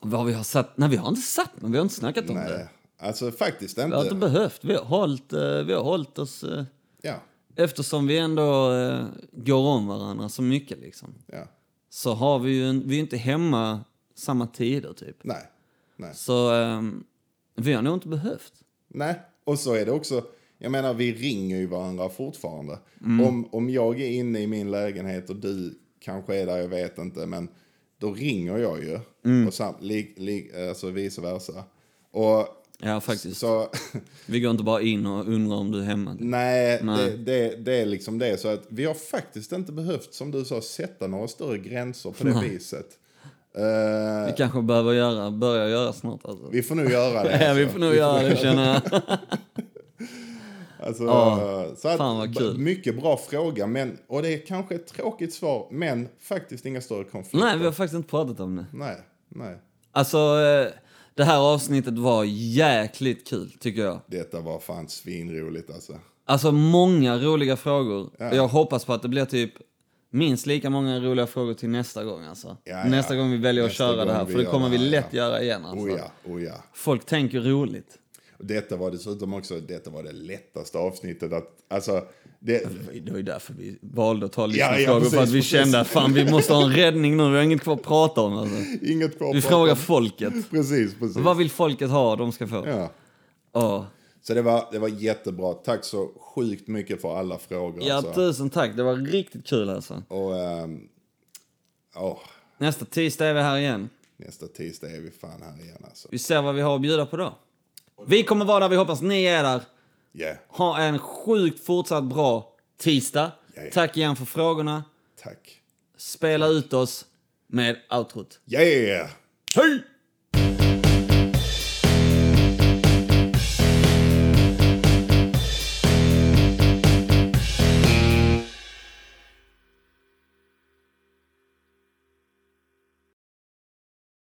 [SPEAKER 2] vad vi har satt... Nej, vi har inte satt men vi har inte snackat om det.
[SPEAKER 1] Nej, alltså faktiskt
[SPEAKER 2] Vi har inte
[SPEAKER 1] inte.
[SPEAKER 2] behövt. Vi har hållit, eh, vi har hållit oss... eh,
[SPEAKER 1] Ja,
[SPEAKER 2] eftersom vi ändå eh, går om varandra så mycket liksom.
[SPEAKER 1] ja.
[SPEAKER 2] Så har vi ju en, vi är inte hemma samma tider typ.
[SPEAKER 1] Nej. Nej.
[SPEAKER 2] Så ehm, vi har nog inte behövt.
[SPEAKER 1] Nej, och så är det också. Jag menar, vi ringer ju varandra fortfarande.
[SPEAKER 2] Mm.
[SPEAKER 1] Om, om jag är inne i min lägenhet och du kanske är där, jag vet inte, men då ringer jag ju.
[SPEAKER 2] Mm.
[SPEAKER 1] Och sam, li, li, alltså vice versa. Och
[SPEAKER 2] Ja, faktiskt.
[SPEAKER 1] så...
[SPEAKER 2] Vi går inte bara in och undrar om du är hemma.
[SPEAKER 1] Nej, Det, det, det är liksom det. Så att vi har faktiskt inte behövt, som du sa, sätta några större gränser på det viset. Eh,
[SPEAKER 2] Vi kanske behöver göra, börja göra snart alltså.
[SPEAKER 1] vi får nu göra det.
[SPEAKER 2] Ja, vi
[SPEAKER 1] alltså.
[SPEAKER 2] får nog göra det känner jag.
[SPEAKER 1] Alltså,
[SPEAKER 2] Ja,
[SPEAKER 1] så att,
[SPEAKER 2] fan vad kul.
[SPEAKER 1] b- Mycket bra fråga, men, och det är kanske ett tråkigt svar, men faktiskt inga större konflikter.
[SPEAKER 2] Nej, vi har faktiskt inte pratat om det.
[SPEAKER 1] nej, nej.
[SPEAKER 2] Alltså, eh, det här avsnittet var jäkligt kul tycker jag.
[SPEAKER 1] Detta var fan svinroligt alltså.
[SPEAKER 2] Alltså många roliga frågor. Jag hoppas på att det blir typ minst lika många roliga frågor till nästa gång alltså.
[SPEAKER 1] Ja, ja.
[SPEAKER 2] Nästa gång vi väljer att
[SPEAKER 1] Nästa
[SPEAKER 2] köra det
[SPEAKER 1] gång
[SPEAKER 2] här,
[SPEAKER 1] vi
[SPEAKER 2] för det
[SPEAKER 1] gör
[SPEAKER 2] kommer
[SPEAKER 1] det
[SPEAKER 2] vi
[SPEAKER 1] här,
[SPEAKER 2] lätt
[SPEAKER 1] ja.
[SPEAKER 2] göra igen alltså.
[SPEAKER 1] Oh ja, oh ja.
[SPEAKER 2] Folk tänker roligt.
[SPEAKER 1] Och Detta var dessutom också, detta var det lättaste avsnittet att, alltså, det,
[SPEAKER 2] Det var ju därför vi valde att ta
[SPEAKER 1] ja,
[SPEAKER 2] lyssnarfrågor, ja,
[SPEAKER 1] precis,
[SPEAKER 2] för att vi
[SPEAKER 1] precis.
[SPEAKER 2] kände att fan vi måste ha en räddning nu, vi har inget kvar att prata om alltså.
[SPEAKER 1] inget kvar
[SPEAKER 2] Vi
[SPEAKER 1] att
[SPEAKER 2] frågar
[SPEAKER 1] prata om.
[SPEAKER 2] folket.
[SPEAKER 1] Precis, precis.
[SPEAKER 2] Vad vill folket ha de ska få?
[SPEAKER 1] Ja.
[SPEAKER 2] Ja,
[SPEAKER 1] Så det var, det var jättebra. Tack så sjukt mycket för alla frågor.
[SPEAKER 2] ja
[SPEAKER 1] alltså.
[SPEAKER 2] tusen tack, det var riktigt kul alltså.
[SPEAKER 1] Och, ehm, åh,
[SPEAKER 2] Nästa tisdag är vi här igen.
[SPEAKER 1] nästa tisdag är vi fan här igen alltså.
[SPEAKER 2] Vi ser vad vi har att bjuda på då. Vi kommer vara där, vi hoppas ni är där.
[SPEAKER 1] Yeah,
[SPEAKER 2] Ha en sjukt fortsatt bra tisdag.
[SPEAKER 1] Ja, ja.
[SPEAKER 2] Tack igen för frågorna.
[SPEAKER 1] tack.
[SPEAKER 2] Spela ut oss med outrot.
[SPEAKER 1] Yeah!
[SPEAKER 2] Hej!